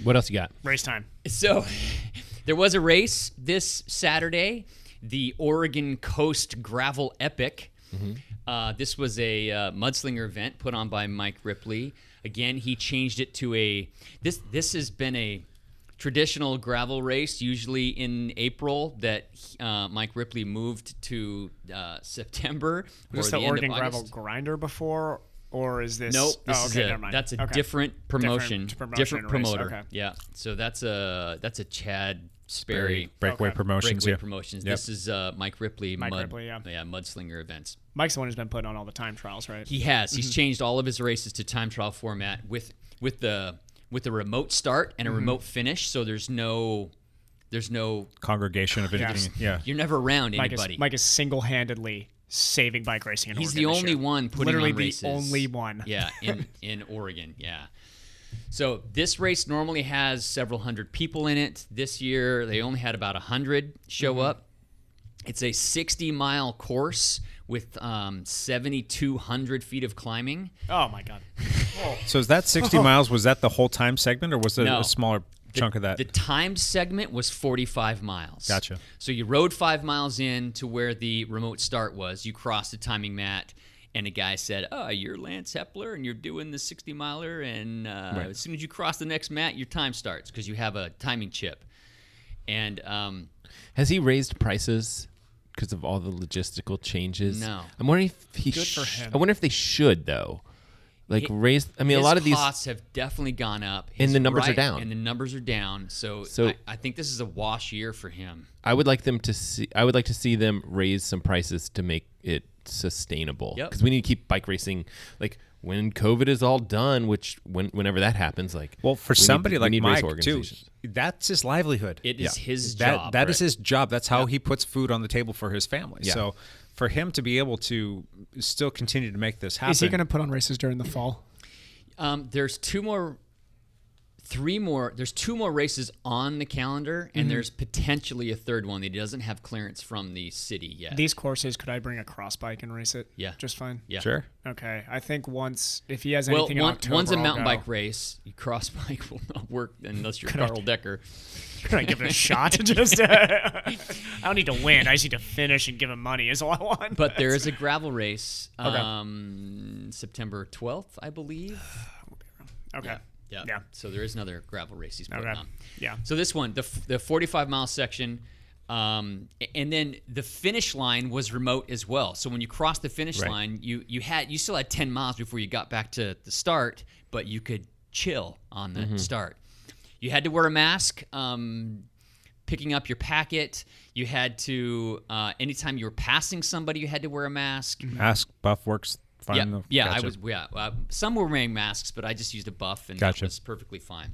Speaker 6: What else you got?
Speaker 9: race time.
Speaker 8: So, there was a race this Saturday, the Oregon Coast Gravel Epic.
Speaker 6: Mm-hmm.
Speaker 8: Uh, this was a uh, mudslinger event put on by Mike Ripley. Again, he changed it to a this this has been a traditional gravel race usually in April that uh, Mike Ripley moved to uh, September or
Speaker 9: Was this the,
Speaker 8: end of
Speaker 9: Oregon Gravel
Speaker 8: August.
Speaker 9: Grinder before, or is this?
Speaker 8: Nope. This
Speaker 9: oh,
Speaker 8: is
Speaker 9: okay,
Speaker 8: a,
Speaker 9: never mind.
Speaker 8: That's a
Speaker 9: Okay.
Speaker 8: different promotion.
Speaker 9: Different
Speaker 8: Different,
Speaker 9: promotion race,
Speaker 8: promoter.
Speaker 9: okay.
Speaker 8: Yeah. So that's a that's a Chad Sperry
Speaker 4: Breakaway promotions,
Speaker 8: Breakaway
Speaker 4: yeah.
Speaker 8: promotions.
Speaker 4: Yep.
Speaker 8: This is uh, Mike Ripley.
Speaker 9: Mike
Speaker 8: Mud,
Speaker 9: Ripley, yeah.
Speaker 8: mudslinger events.
Speaker 9: Mike's the one who's been putting on all the time trials, right?
Speaker 8: He has.
Speaker 9: Mm-hmm.
Speaker 8: He's changed all of his races to time trial format with with the with a remote start
Speaker 9: Mm-hmm.
Speaker 8: and a remote finish. So there's no there's no
Speaker 4: congregation of anything. Yeah,
Speaker 8: you're never around
Speaker 9: Mike
Speaker 8: anybody.
Speaker 9: is, Mike is single-handedly saving bike racing in
Speaker 8: He's
Speaker 9: Oregon
Speaker 8: the
Speaker 9: this
Speaker 8: only
Speaker 9: year.
Speaker 8: one putting
Speaker 9: Literally
Speaker 8: on
Speaker 9: the
Speaker 8: races.
Speaker 9: only one.
Speaker 8: Yeah, in in Oregon. Yeah. So this race normally has several hundred people in it. This year they only had about hundred show
Speaker 9: Mm-hmm.
Speaker 8: up. It's a 60 mile course with um, 7,200 feet of climbing.
Speaker 9: Oh my god. Oh.
Speaker 4: So is that sixty miles? Was that the whole time segment, or was there
Speaker 8: No.
Speaker 4: a smaller chunk of that?
Speaker 8: The time segment was 45 miles.
Speaker 4: Gotcha.
Speaker 8: So you rode five miles in to where the remote start was. You crossed the timing mat,
Speaker 6: and the guy said, "Oh, you're Lance Hepler, and you're doing the 60 miler, and uh,
Speaker 8: Right.
Speaker 6: as soon as you cross the next mat, your time starts because you have a timing chip." And um,
Speaker 8: Has he raised prices because of all the logistical changes?
Speaker 6: No.
Speaker 8: I'm wondering if he.
Speaker 6: Good for
Speaker 8: sh-
Speaker 6: him.
Speaker 8: I wonder if they should though. Like
Speaker 6: It-
Speaker 8: raise. I mean, a
Speaker 6: his
Speaker 8: lot of these.
Speaker 6: costs have definitely gone up,
Speaker 8: And the numbers are
Speaker 6: right-
Speaker 8: down.
Speaker 6: and the numbers are down. So,
Speaker 8: So-
Speaker 6: I, I think this is a wash year for him.
Speaker 8: I would like them to see. I would like to see them raise some prices to make it sustainable.
Speaker 6: Yep.
Speaker 8: Because we need to keep bike racing like. When COVID is all done, which when, whenever that happens, like well,
Speaker 4: for somebody like Mike too. That's his livelihood.
Speaker 8: It is his
Speaker 4: that,
Speaker 8: job,
Speaker 4: That is
Speaker 8: right.
Speaker 4: his job. That's how he puts food on the table for his family.
Speaker 8: Yeah.
Speaker 4: So for him to be able to still continue to make this happen,
Speaker 11: Is he going to put on races during the fall?
Speaker 6: Um, there's two more, three more. There's two more races on the calendar, and
Speaker 9: Mm-hmm.
Speaker 11: Mhm.
Speaker 6: there's potentially a third one that he doesn't have clearance from the city yet.
Speaker 9: These courses, could I bring a cross bike and race it?
Speaker 6: Yeah.
Speaker 9: just fine.
Speaker 6: Yeah. Sure.
Speaker 9: Okay, I think once if he has
Speaker 6: well,
Speaker 9: anything
Speaker 6: one-
Speaker 9: in October,
Speaker 6: one's a
Speaker 9: I'll
Speaker 6: mountain
Speaker 9: go.
Speaker 6: bike race. Your cross bike will not work unless you're
Speaker 9: Could I-
Speaker 6: Carl Decker.
Speaker 9: Could I give it a shot? Just uh, I don't need to win. I just need to finish and give him money. Is all I want.
Speaker 6: But there is a gravel race
Speaker 9: Okay.
Speaker 6: um, September 12th, I believe.
Speaker 9: Okay.
Speaker 6: Yeah.
Speaker 9: Uh,
Speaker 6: Yeah. So there is another gravel race he's putting
Speaker 9: Okay.
Speaker 6: on.
Speaker 9: Yeah.
Speaker 6: So this one, the, f- the 45 mile section, um, a- and then the finish line was remote as well. So when you crossed the finish
Speaker 8: Right.
Speaker 6: line, you you had you still had 10 miles before you got back to the start, but you could chill on the
Speaker 8: Mhm.
Speaker 6: start. You had to wear a mask. Um, picking up your packet, you had to. Uh, anytime you were passing somebody, you had to wear a mask.
Speaker 4: ask Buff Works? Find
Speaker 6: yeah,
Speaker 4: the,
Speaker 6: yeah,
Speaker 4: Gotcha.
Speaker 6: I was. Yeah, uh, some were wearing masks, but I just used a buff, and
Speaker 4: Gotcha.
Speaker 6: that was perfectly fine.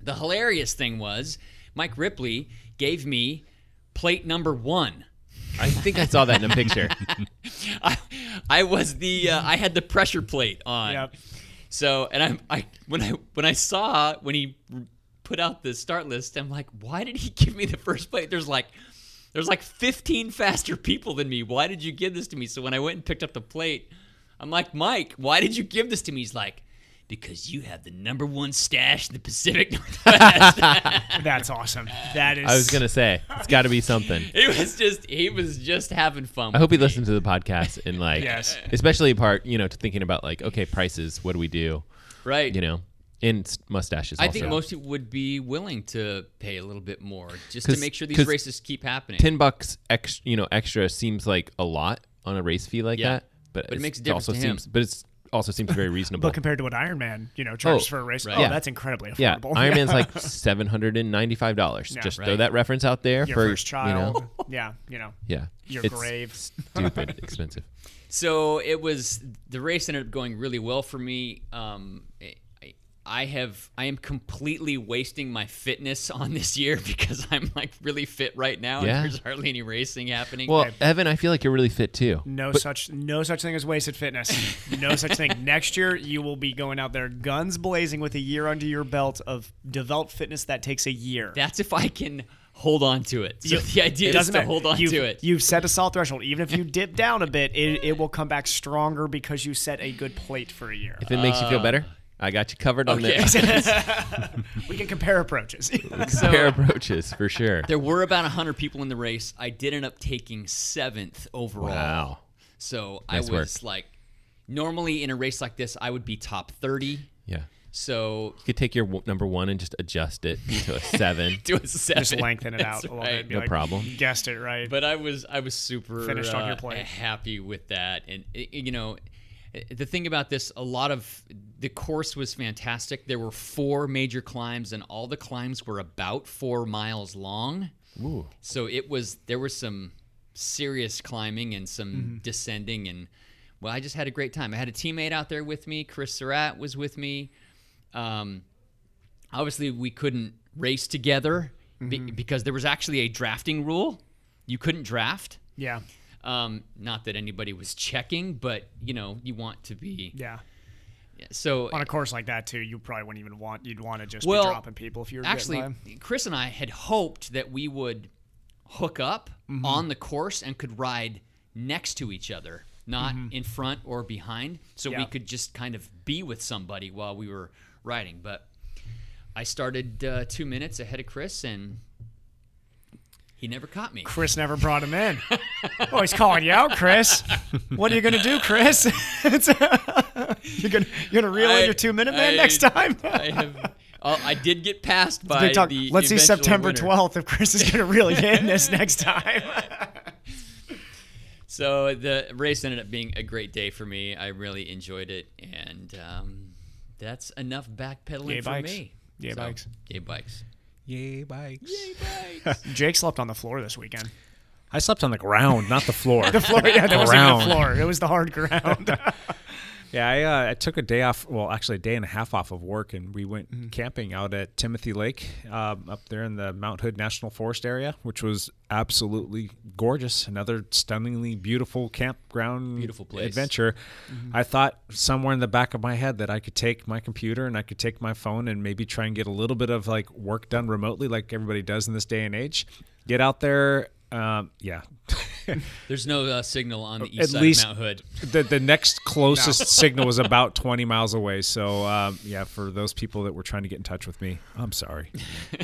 Speaker 6: The hilarious thing was Mike Ripley gave me plate number one.
Speaker 8: I think I saw that in a picture.
Speaker 6: I, I was the uh, I had the pressure plate on. So and I, I when I when I saw when he put out the start list, I'm like, why did he give me the first plate? There's like there's like 15 faster people than me. Why did you give this to me? So when I went and picked up the plate, I'm like, Mike, why did you give this to me? He's like, because you have the number one stash in the Pacific Northwest.
Speaker 9: That's awesome. That is.
Speaker 8: I was gonna say it's got to be something.
Speaker 6: It was just he was just having fun.
Speaker 8: I hope he
Speaker 6: with me.
Speaker 8: listened to the podcast and like,
Speaker 6: Yes.
Speaker 8: especially part you know to thinking about like, okay, prices, what do we do,
Speaker 6: Right.
Speaker 8: You know, and s- mustaches.
Speaker 6: I
Speaker 8: also.
Speaker 6: think most people would be willing to pay a little bit more just to
Speaker 8: 'Cause-
Speaker 6: make sure these
Speaker 8: 'cause
Speaker 6: races keep happening.
Speaker 8: Ten bucks extra, you know, extra seems like a lot on a race fee like
Speaker 6: Yeah.
Speaker 8: that, but,
Speaker 6: But it
Speaker 8: it's-
Speaker 6: makes a difference
Speaker 8: also
Speaker 6: to him.
Speaker 8: seems, but it's also seems very reasonable.
Speaker 9: But compared to what Iron Man, you know, charges for a race, oh, that's incredibly affordable.
Speaker 8: Yeah, Iron Man's like seven hundred and ninety-five dollars.
Speaker 9: Yeah.
Speaker 8: Just throw
Speaker 9: Right.
Speaker 8: that reference out there
Speaker 9: Your
Speaker 8: for
Speaker 9: first
Speaker 8: You know,
Speaker 9: child. Yeah, you know.
Speaker 8: yeah,
Speaker 9: Your
Speaker 8: It's
Speaker 9: grave.
Speaker 8: stupid expensive.
Speaker 6: So it was the race ended up going really well for me. Um, I, I have I am completely wasting my fitness on this year because I'm like really fit right now
Speaker 8: Yeah.
Speaker 6: and there's hardly any racing happening.
Speaker 8: Well, Evan, I feel like you're really fit too.
Speaker 9: No
Speaker 8: But-
Speaker 9: such no such thing as wasted fitness. No such thing. Next year you will be going out there guns blazing with a year under your belt of developed fitness that takes a year.
Speaker 6: That's if I can hold on to it. So the idea is to hold on
Speaker 9: you've,
Speaker 6: to it.
Speaker 9: You've set a solid threshold. Even if you dip down a bit, it, it will come back stronger because you set a good plate for a year.
Speaker 8: If it makes you
Speaker 6: Uh,
Speaker 8: feel better, I got you covered on
Speaker 9: Okay.
Speaker 8: that.
Speaker 9: we can compare approaches.
Speaker 8: Compare approaches for sure.
Speaker 6: There were about 100 people in the race. I did end up taking seventh overall.
Speaker 8: Wow.
Speaker 6: So
Speaker 8: Nice
Speaker 6: I
Speaker 8: work.
Speaker 6: was like, normally in a race like this, I would be top 30.
Speaker 8: Yeah.
Speaker 6: So
Speaker 8: You could take your w- number one and just adjust it to a seven.
Speaker 6: do a seven.
Speaker 9: Just lengthen it out
Speaker 6: That's
Speaker 9: a little bit.
Speaker 6: right.
Speaker 9: Be
Speaker 8: No
Speaker 9: like,
Speaker 8: problem.
Speaker 9: "You Guessed it right.
Speaker 6: But I was I was super
Speaker 9: Finished on your
Speaker 6: uh,
Speaker 9: plate.
Speaker 6: happy with that, and i- you know, the thing about this, a lot of the course was fantastic. There were four major climbs, and all the climbs were about four miles long.
Speaker 8: Ooh.
Speaker 6: So it was there was some serious climbing and some
Speaker 9: Mm-hmm.
Speaker 8: Mhm.
Speaker 6: descending, and well, I just had a great time. I had a teammate out there with me. Chris Surratt was with me. Um, obviously we couldn't race together be-
Speaker 4: Mm-hmm.
Speaker 6: because there was actually a drafting rule. You couldn't draft.
Speaker 9: Yeah.
Speaker 6: Um, not that anybody was checking, but you know you want to be.
Speaker 9: Yeah.
Speaker 6: Yeah, So
Speaker 9: on a course like that too, you probably wouldn't even want you'd want to just
Speaker 6: well,
Speaker 9: be dropping people if you're getting
Speaker 6: actually,
Speaker 9: by 'em.
Speaker 6: Chris and I had hoped that we would hook up
Speaker 9: Mhm.
Speaker 6: on the course and could ride next to each other, not
Speaker 9: Mhm.
Speaker 6: in front or behind, so
Speaker 9: Yeah.
Speaker 6: we could just kind of be with somebody while we were riding. But I started uh, two minutes ahead of Chris, and
Speaker 8: He never caught me.
Speaker 4: Chris never brought him in. oh, he's calling you out, Chris. What are you gonna do, Chris? It's- you're gonna you're gonna reel
Speaker 8: I-
Speaker 4: in your two minute man
Speaker 8: I-
Speaker 4: next time.
Speaker 8: I have. Oh, I did get passed
Speaker 4: It's
Speaker 8: by
Speaker 4: big talk.
Speaker 8: the.
Speaker 4: Let's see
Speaker 8: eventual
Speaker 4: September
Speaker 8: winner.
Speaker 4: 12th if Chris is gonna reel you in this next time.
Speaker 8: So the race ended up being a great day for me. I really enjoyed it, and um, that's enough backpedaling
Speaker 4: Yay,
Speaker 8: for
Speaker 4: bikes.
Speaker 8: me.
Speaker 4: Yay,
Speaker 8: So,
Speaker 4: bikes.
Speaker 8: Yay bikes.
Speaker 9: Yay, bikes.
Speaker 4: Jake slept on the floor this weekend.
Speaker 9: I slept on the ground, not the floor.
Speaker 4: The floor, yeah, there wasn't even a
Speaker 6: Oh.
Speaker 9: ground.
Speaker 4: floor. It was the hard ground.
Speaker 9: Yeah, I, uh, I took a day off. Well, actually, a day and a half off of work, and we went
Speaker 4: Mm-hmm.
Speaker 9: camping out at Timothy Lake um, up there in the Mount Hood National Forest area, which was absolutely gorgeous. Another stunningly beautiful campground,
Speaker 8: Beautiful place. Mm-hmm.
Speaker 9: adventure. I thought somewhere in the back of my head that I could take my computer and I could take my phone and maybe try and get a little bit of like work done remotely, like everybody does in this day and age. Get out there. Um, yeah,
Speaker 8: There's no uh, signal on the east
Speaker 9: at
Speaker 8: side
Speaker 9: least
Speaker 8: of Mount Hood.
Speaker 9: The, the next closest
Speaker 8: No.
Speaker 9: signal was about 20 miles away. So, um, yeah, for those people that were trying to get in touch with me, I'm sorry.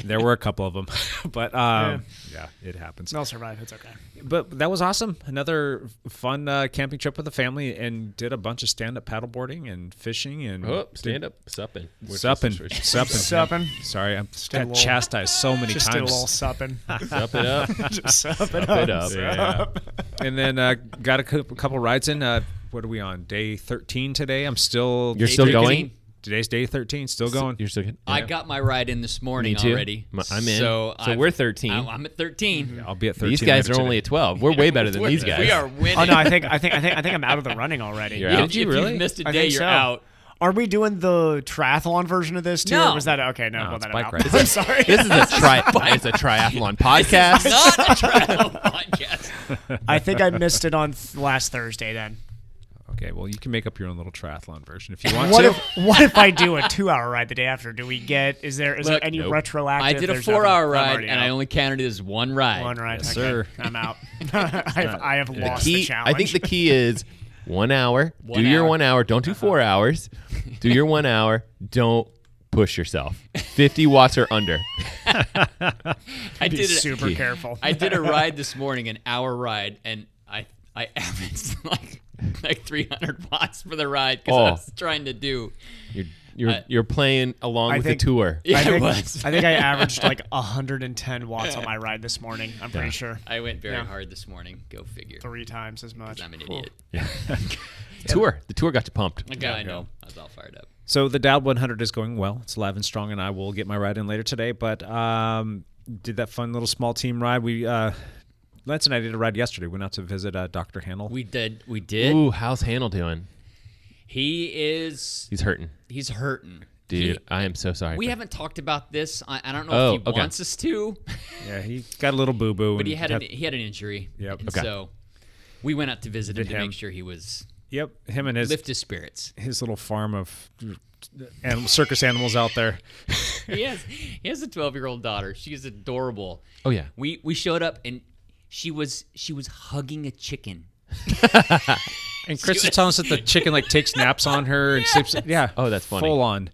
Speaker 9: there were a couple of them, but um, yeah. it happens.
Speaker 4: They'll survive. It's okay.
Speaker 9: But that was awesome. Another fun uh, camping trip with the family and did a bunch of stand up paddleboarding and fishing and
Speaker 6: Oh, stand-up supping. Which is
Speaker 9: Supping.
Speaker 6: the
Speaker 9: Supping.
Speaker 6: situation.
Speaker 4: Supping.
Speaker 9: Sorry, I'm
Speaker 4: did a
Speaker 9: got
Speaker 4: little-
Speaker 9: chastised so many
Speaker 4: just did a
Speaker 9: times.
Speaker 4: little supping.
Speaker 6: Sup it up.
Speaker 4: Just sup it
Speaker 6: Sup
Speaker 4: up.
Speaker 6: it up.
Speaker 9: Yeah. and then uh, got a cou- couple rides in. Uh, what are we on? Day 13 today. I'm still.
Speaker 6: You're still
Speaker 9: 13.
Speaker 6: going?
Speaker 9: Today's day 13. Still
Speaker 6: So-
Speaker 9: going.
Speaker 6: you're still good?
Speaker 8: I got my ride in this morning
Speaker 6: Me too.
Speaker 8: already.
Speaker 6: My- I'm in.
Speaker 8: So,
Speaker 6: So
Speaker 8: I've-
Speaker 6: we're 13.
Speaker 8: I- I'm at 13.
Speaker 9: I'll be at 13.
Speaker 6: These guys
Speaker 9: later
Speaker 6: are
Speaker 9: today.
Speaker 6: only at 12. We're way better than
Speaker 8: We're-
Speaker 6: these guys.
Speaker 8: We are winning.
Speaker 4: Oh no, I think I think I think I think I'm out of the running already.
Speaker 6: You're If- out?
Speaker 8: if you really? missed a
Speaker 4: I
Speaker 8: day,
Speaker 4: think
Speaker 8: you're out.
Speaker 4: Are we doing the triathlon version of this too?
Speaker 8: No.
Speaker 4: Or was that okay? No,
Speaker 6: No,
Speaker 4: well,
Speaker 6: it's
Speaker 4: then I'm
Speaker 6: bike
Speaker 4: out.
Speaker 6: ride.
Speaker 4: I'm sorry.
Speaker 6: This is a tri- it's a triathlon podcast.
Speaker 8: Not a triathlon podcast.
Speaker 4: I think I missed it on th- last Thursday. Then
Speaker 9: Okay, well, you can make up your own little triathlon version if you want
Speaker 4: what
Speaker 9: to.
Speaker 4: if what if I do a two-hour ride the day after? Do we get? Is there is
Speaker 8: Look,
Speaker 4: there any
Speaker 8: nope.
Speaker 4: retroactive?
Speaker 8: I did a
Speaker 4: There's
Speaker 8: four-hour
Speaker 4: nothing. I'm
Speaker 8: ride,
Speaker 4: already
Speaker 8: and I
Speaker 4: out.
Speaker 8: only counted it as one ride.
Speaker 4: one ride.
Speaker 9: Yes,
Speaker 4: okay.
Speaker 9: sir.
Speaker 4: I'm out. I've, I have
Speaker 6: The
Speaker 4: lost the,
Speaker 6: key,
Speaker 4: challenge.
Speaker 6: I think the key is one hour.
Speaker 8: One
Speaker 6: do your
Speaker 8: hour.
Speaker 6: one hour. Don't do four hours. Do your one hour. Don't push yourself. 50 watts or under.
Speaker 8: I
Speaker 4: be
Speaker 8: did it.
Speaker 4: super careful.
Speaker 8: I did a ride this morning, an hour ride, and I I averaged like like 300 watts for the ride because I
Speaker 6: Oh.
Speaker 8: was trying to do. uh,
Speaker 6: You're you're,
Speaker 8: I-
Speaker 6: you're playing along
Speaker 4: I
Speaker 6: with
Speaker 4: think-
Speaker 6: the tour.
Speaker 8: Yeah,
Speaker 4: I
Speaker 8: it
Speaker 4: think,
Speaker 8: was.
Speaker 4: I think I averaged like 110 watts on my ride this morning. I'm pretty sure.
Speaker 8: I went very
Speaker 4: Yeah.
Speaker 8: hard this morning. Go figure.
Speaker 4: Three times as much.
Speaker 8: I'm an idiot.
Speaker 6: Tour. The tour got you pumped.
Speaker 8: Okay, I know. I was all fired up.
Speaker 9: So the Dowd 100 is going well. It's live and strong, and I will get my ride in later today. But um, did that fun little small team ride. We uh, Lance and I did a ride yesterday. Went out to visit uh, Dr. Hannell.
Speaker 8: We did. We did.
Speaker 6: Ooh, how's Hannel doing?
Speaker 8: He is.
Speaker 6: He's hurting.
Speaker 8: He's hurting,
Speaker 6: Dude,
Speaker 8: He-
Speaker 6: I am so sorry.
Speaker 8: we
Speaker 6: for-
Speaker 8: haven't talked about this. I, I don't know
Speaker 6: Oh,
Speaker 8: if he
Speaker 6: okay.
Speaker 8: wants us to,
Speaker 9: yeah, he got a little boo boo.
Speaker 8: but he had an, he had an injury.
Speaker 9: Yep.
Speaker 8: And
Speaker 6: Okay.
Speaker 8: So we went out to visit him
Speaker 9: Did
Speaker 8: to
Speaker 9: him.
Speaker 8: make sure he was
Speaker 9: Yep, him and his
Speaker 8: lift his spirits.
Speaker 9: his little farm of animal, circus animals out there.
Speaker 8: he has he has a 12 year old daughter she's adorable
Speaker 6: Oh, yeah.
Speaker 8: we we showed up and she was she was hugging a chicken
Speaker 9: And Chris was telling us that the chicken like takes naps on her and sleeps. Yeah.
Speaker 6: Oh, that's funny.
Speaker 9: Full on.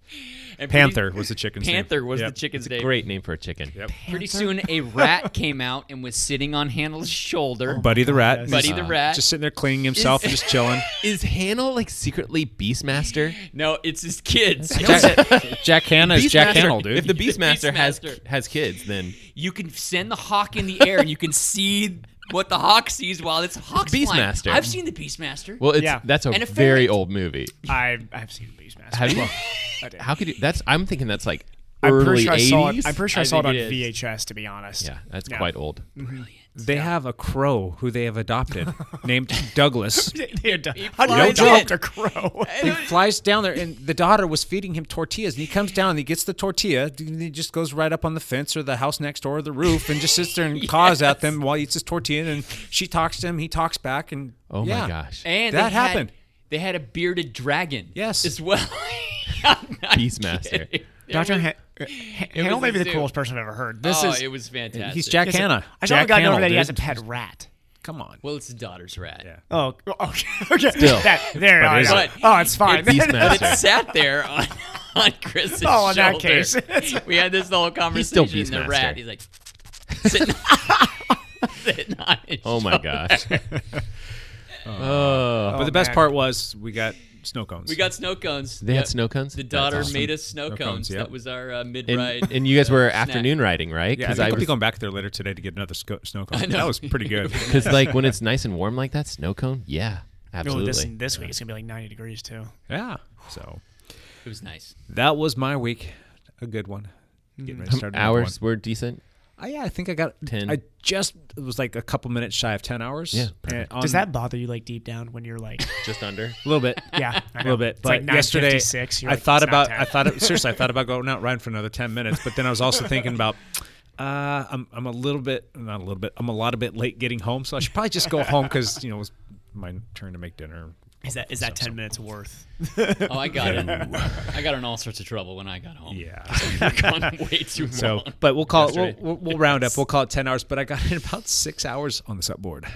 Speaker 8: And pretty-
Speaker 9: Panther was the chicken's name.
Speaker 8: panther was
Speaker 9: Yep.
Speaker 8: the chicken's name
Speaker 6: Great name for a chicken.
Speaker 8: pretty soon a rat came out and was sitting on handel's shoulder
Speaker 9: Buddy the rat.
Speaker 8: Buddy
Speaker 9: He's
Speaker 8: the rat.
Speaker 9: Just sitting there cleaning himself and just chilling.
Speaker 6: Is Hannel like secretly Beastmaster?
Speaker 8: no it's his kids
Speaker 9: Jack, Jack Hanna is Jack
Speaker 6: Beastmaster-
Speaker 9: Hannell, dude.
Speaker 6: If the Beastmaster, has
Speaker 8: Beastmaster.
Speaker 6: has kids, then
Speaker 8: you can send the hawk in the air and you can see what the hawk sees while it's hawk's flying.
Speaker 6: Beastmaster.
Speaker 8: i've seen the beastmaster
Speaker 6: well, it's
Speaker 4: Yeah.
Speaker 6: that's a,
Speaker 8: And a
Speaker 6: very
Speaker 8: ferret.
Speaker 6: old movie.
Speaker 4: I, I've seen Beastmaster.
Speaker 6: Have you?
Speaker 4: I did.
Speaker 6: How could you? That's I'm thinking that's like
Speaker 4: I'm pretty
Speaker 6: early
Speaker 4: sure I
Speaker 6: 80s.
Speaker 4: saw it. I'm pretty sure I,
Speaker 8: I
Speaker 4: saw it
Speaker 8: think
Speaker 4: on
Speaker 8: it is.
Speaker 4: VHS, to be honest.
Speaker 6: yeah, that's quite old. Oh
Speaker 9: They have a crow who they have adopted named Douglas.
Speaker 4: They're done. How do
Speaker 8: flies
Speaker 4: you adopt
Speaker 8: in.
Speaker 4: a crow?
Speaker 9: He flies down there, and the daughter was feeding him tortillas. And he comes down and he gets the tortilla. And he just goes right up on the fence or the house next door or the roof and just sits there and caws at them while he eats his tortilla. And she talks to him. He talks back. And
Speaker 6: Oh my
Speaker 9: yeah.
Speaker 6: gosh,
Speaker 8: and
Speaker 9: That
Speaker 8: they had-
Speaker 9: happened.
Speaker 8: they had a bearded dragon
Speaker 9: Yes.
Speaker 8: as well
Speaker 6: Beastmaster.
Speaker 4: Dr. Ha- Hannell
Speaker 8: was
Speaker 4: may be
Speaker 8: a
Speaker 4: the
Speaker 8: zoo.
Speaker 4: coolest person I've ever heard. This
Speaker 8: oh,
Speaker 4: is.
Speaker 8: it was fantastic.
Speaker 9: He's Jack Hanna.
Speaker 4: I still haven't
Speaker 9: Jack
Speaker 4: gotten
Speaker 9: Hannell,
Speaker 4: over that he
Speaker 9: dude.
Speaker 4: has a pet rat.
Speaker 9: Come on.
Speaker 8: Well, it's his daughter's rat.
Speaker 9: Yeah.
Speaker 4: Oh, okay. okay.
Speaker 6: Still.
Speaker 4: That, there, I
Speaker 9: is
Speaker 4: know.
Speaker 8: it?
Speaker 4: Oh, it's fine.
Speaker 6: It's Beastmaster.
Speaker 8: But it sat there on, on Chris's
Speaker 4: Oh, in that
Speaker 8: shoulder.
Speaker 4: case.
Speaker 8: we had this whole conversation.
Speaker 6: still
Speaker 8: and the rat.
Speaker 6: Beastmaster.
Speaker 8: He's like,
Speaker 4: sitting, sitting on his
Speaker 8: Oh my gosh.
Speaker 4: shoulder.
Speaker 9: but the best part was we got snow
Speaker 4: Oh,
Speaker 9: cones.
Speaker 4: We got snow cones.
Speaker 8: They had snow cones?
Speaker 4: The
Speaker 8: That's
Speaker 4: daughter
Speaker 8: awesome.
Speaker 4: made us snow,
Speaker 9: Snow
Speaker 4: cones.
Speaker 9: cones, yep.
Speaker 4: That was our uh, mid
Speaker 8: And-
Speaker 4: ride.
Speaker 8: and you guys were
Speaker 4: snack.
Speaker 8: afternoon riding, right?
Speaker 9: Yeah, I
Speaker 8: 'Cause
Speaker 9: think
Speaker 8: I
Speaker 9: I'll be
Speaker 8: was-
Speaker 9: going back there later today to get another sco- snow cone.
Speaker 4: I know.
Speaker 9: That was pretty good.
Speaker 8: Because like when it's nice and warm like that, snow cone, yeah,
Speaker 1: Oh, this,
Speaker 8: absolutely.
Speaker 1: this week it's gonna be like 90 degrees too.
Speaker 9: yeah, so
Speaker 4: It was nice.
Speaker 9: that was my week. A good one. Getting ready to start another one.
Speaker 8: Mm. Hours were decent.
Speaker 9: Uh, yeah, I think I got
Speaker 8: 10.
Speaker 9: I just it was like a couple minutes shy of ten hours.
Speaker 8: Yeah,
Speaker 9: And on-
Speaker 1: Does that bother you like deep down when you're like
Speaker 8: Just under.
Speaker 9: a little bit?
Speaker 1: Yeah, I
Speaker 9: a little
Speaker 1: know.
Speaker 9: bit.
Speaker 1: It's
Speaker 9: but
Speaker 1: like
Speaker 9: yesterday,
Speaker 1: 9:56,
Speaker 9: I
Speaker 1: you're like,
Speaker 9: thought
Speaker 1: it's
Speaker 9: about
Speaker 1: not
Speaker 9: I thought it, seriously I thought about going out riding for another ten minutes, but then I was also thinking about. Uh, I'm I'm a little bit not a little bit I'm a lot of bit late getting home, so I should probably just go home because you know it was my turn to make dinner.
Speaker 1: is that is that 10 minutes worth?
Speaker 4: Oh, I got in. I got in all sorts of trouble when I got home.
Speaker 9: Yeah.
Speaker 4: I've gone way too long.
Speaker 9: So, but we'll call it
Speaker 8: Yesterday.
Speaker 9: we'll, we'll, we'll round up. We'll call it ten hours. But I got in about six hours on the subboard.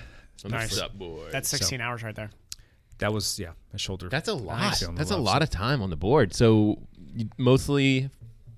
Speaker 1: Nice.
Speaker 8: Up, boy.
Speaker 1: That's 16 hours right there.
Speaker 9: That was yeah, my shoulder.
Speaker 8: That's a lot.
Speaker 9: Nice. On the
Speaker 8: That's a
Speaker 9: left
Speaker 8: lot of time on the board. So you- mostly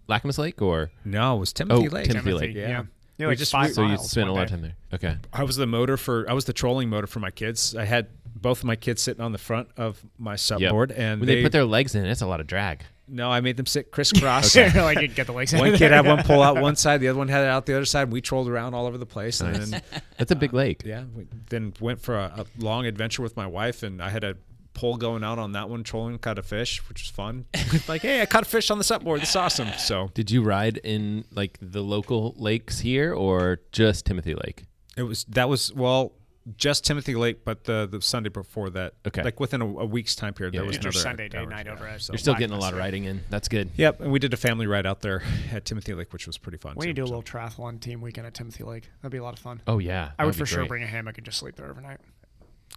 Speaker 8: Lacamas Lake or
Speaker 9: No, it was Timothy
Speaker 8: Oh,
Speaker 9: Lake.
Speaker 8: Timothy Lake.
Speaker 9: Yeah.
Speaker 1: Yeah. Yeah,
Speaker 9: We
Speaker 1: like
Speaker 9: just-
Speaker 1: five
Speaker 8: so you
Speaker 1: miles
Speaker 8: spent a
Speaker 1: one
Speaker 8: lot of
Speaker 1: day.
Speaker 8: time there. Okay.
Speaker 9: I was the motor for I was the trolling motor for my kids. I had both of my kids sitting on the front of my
Speaker 8: Yep.
Speaker 9: subboard, and
Speaker 8: when they, put their legs in, it's a lot of drag.
Speaker 9: no, I made them sit crisscross.
Speaker 1: like you get the legs. out
Speaker 9: one
Speaker 1: of
Speaker 9: kid
Speaker 1: there.
Speaker 9: had one pull out one side, the other one had it out the other side. And we trolled around all over the place, and then
Speaker 8: That's a big
Speaker 1: Uh,
Speaker 8: lake.
Speaker 9: yeah, we then went for a, a long adventure with my wife, and I had a pole going out on that one trolling, caught a fish, which was fun. like, hey, I caught a fish on the subboard. It's awesome. So
Speaker 8: Did you ride in like the local lakes here or just Timothy Lake?
Speaker 9: It was that was well just Timothy Lake, but the the Sunday before that,
Speaker 8: Okay.
Speaker 9: like within a, a week's time period,
Speaker 8: Yeah,
Speaker 9: there was
Speaker 8: yeah.
Speaker 1: Your
Speaker 9: another
Speaker 1: Sunday day
Speaker 9: hour,
Speaker 1: night
Speaker 9: yeah,
Speaker 1: over at
Speaker 9: so-
Speaker 8: You're still
Speaker 1: Black
Speaker 8: getting a lot of
Speaker 1: Mesa.
Speaker 8: riding in. That's good.
Speaker 9: Yep, and we did a family ride out there at Timothy Lake, which was pretty fun.
Speaker 1: We
Speaker 9: too,
Speaker 1: need to do a
Speaker 9: so.
Speaker 1: little triathlon team weekend at Timothy Lake. That'd be a lot of fun.
Speaker 8: Oh yeah.
Speaker 1: I
Speaker 8: That
Speaker 1: would
Speaker 8: be
Speaker 1: for sure
Speaker 8: great.
Speaker 1: bring a hammock and just sleep there overnight.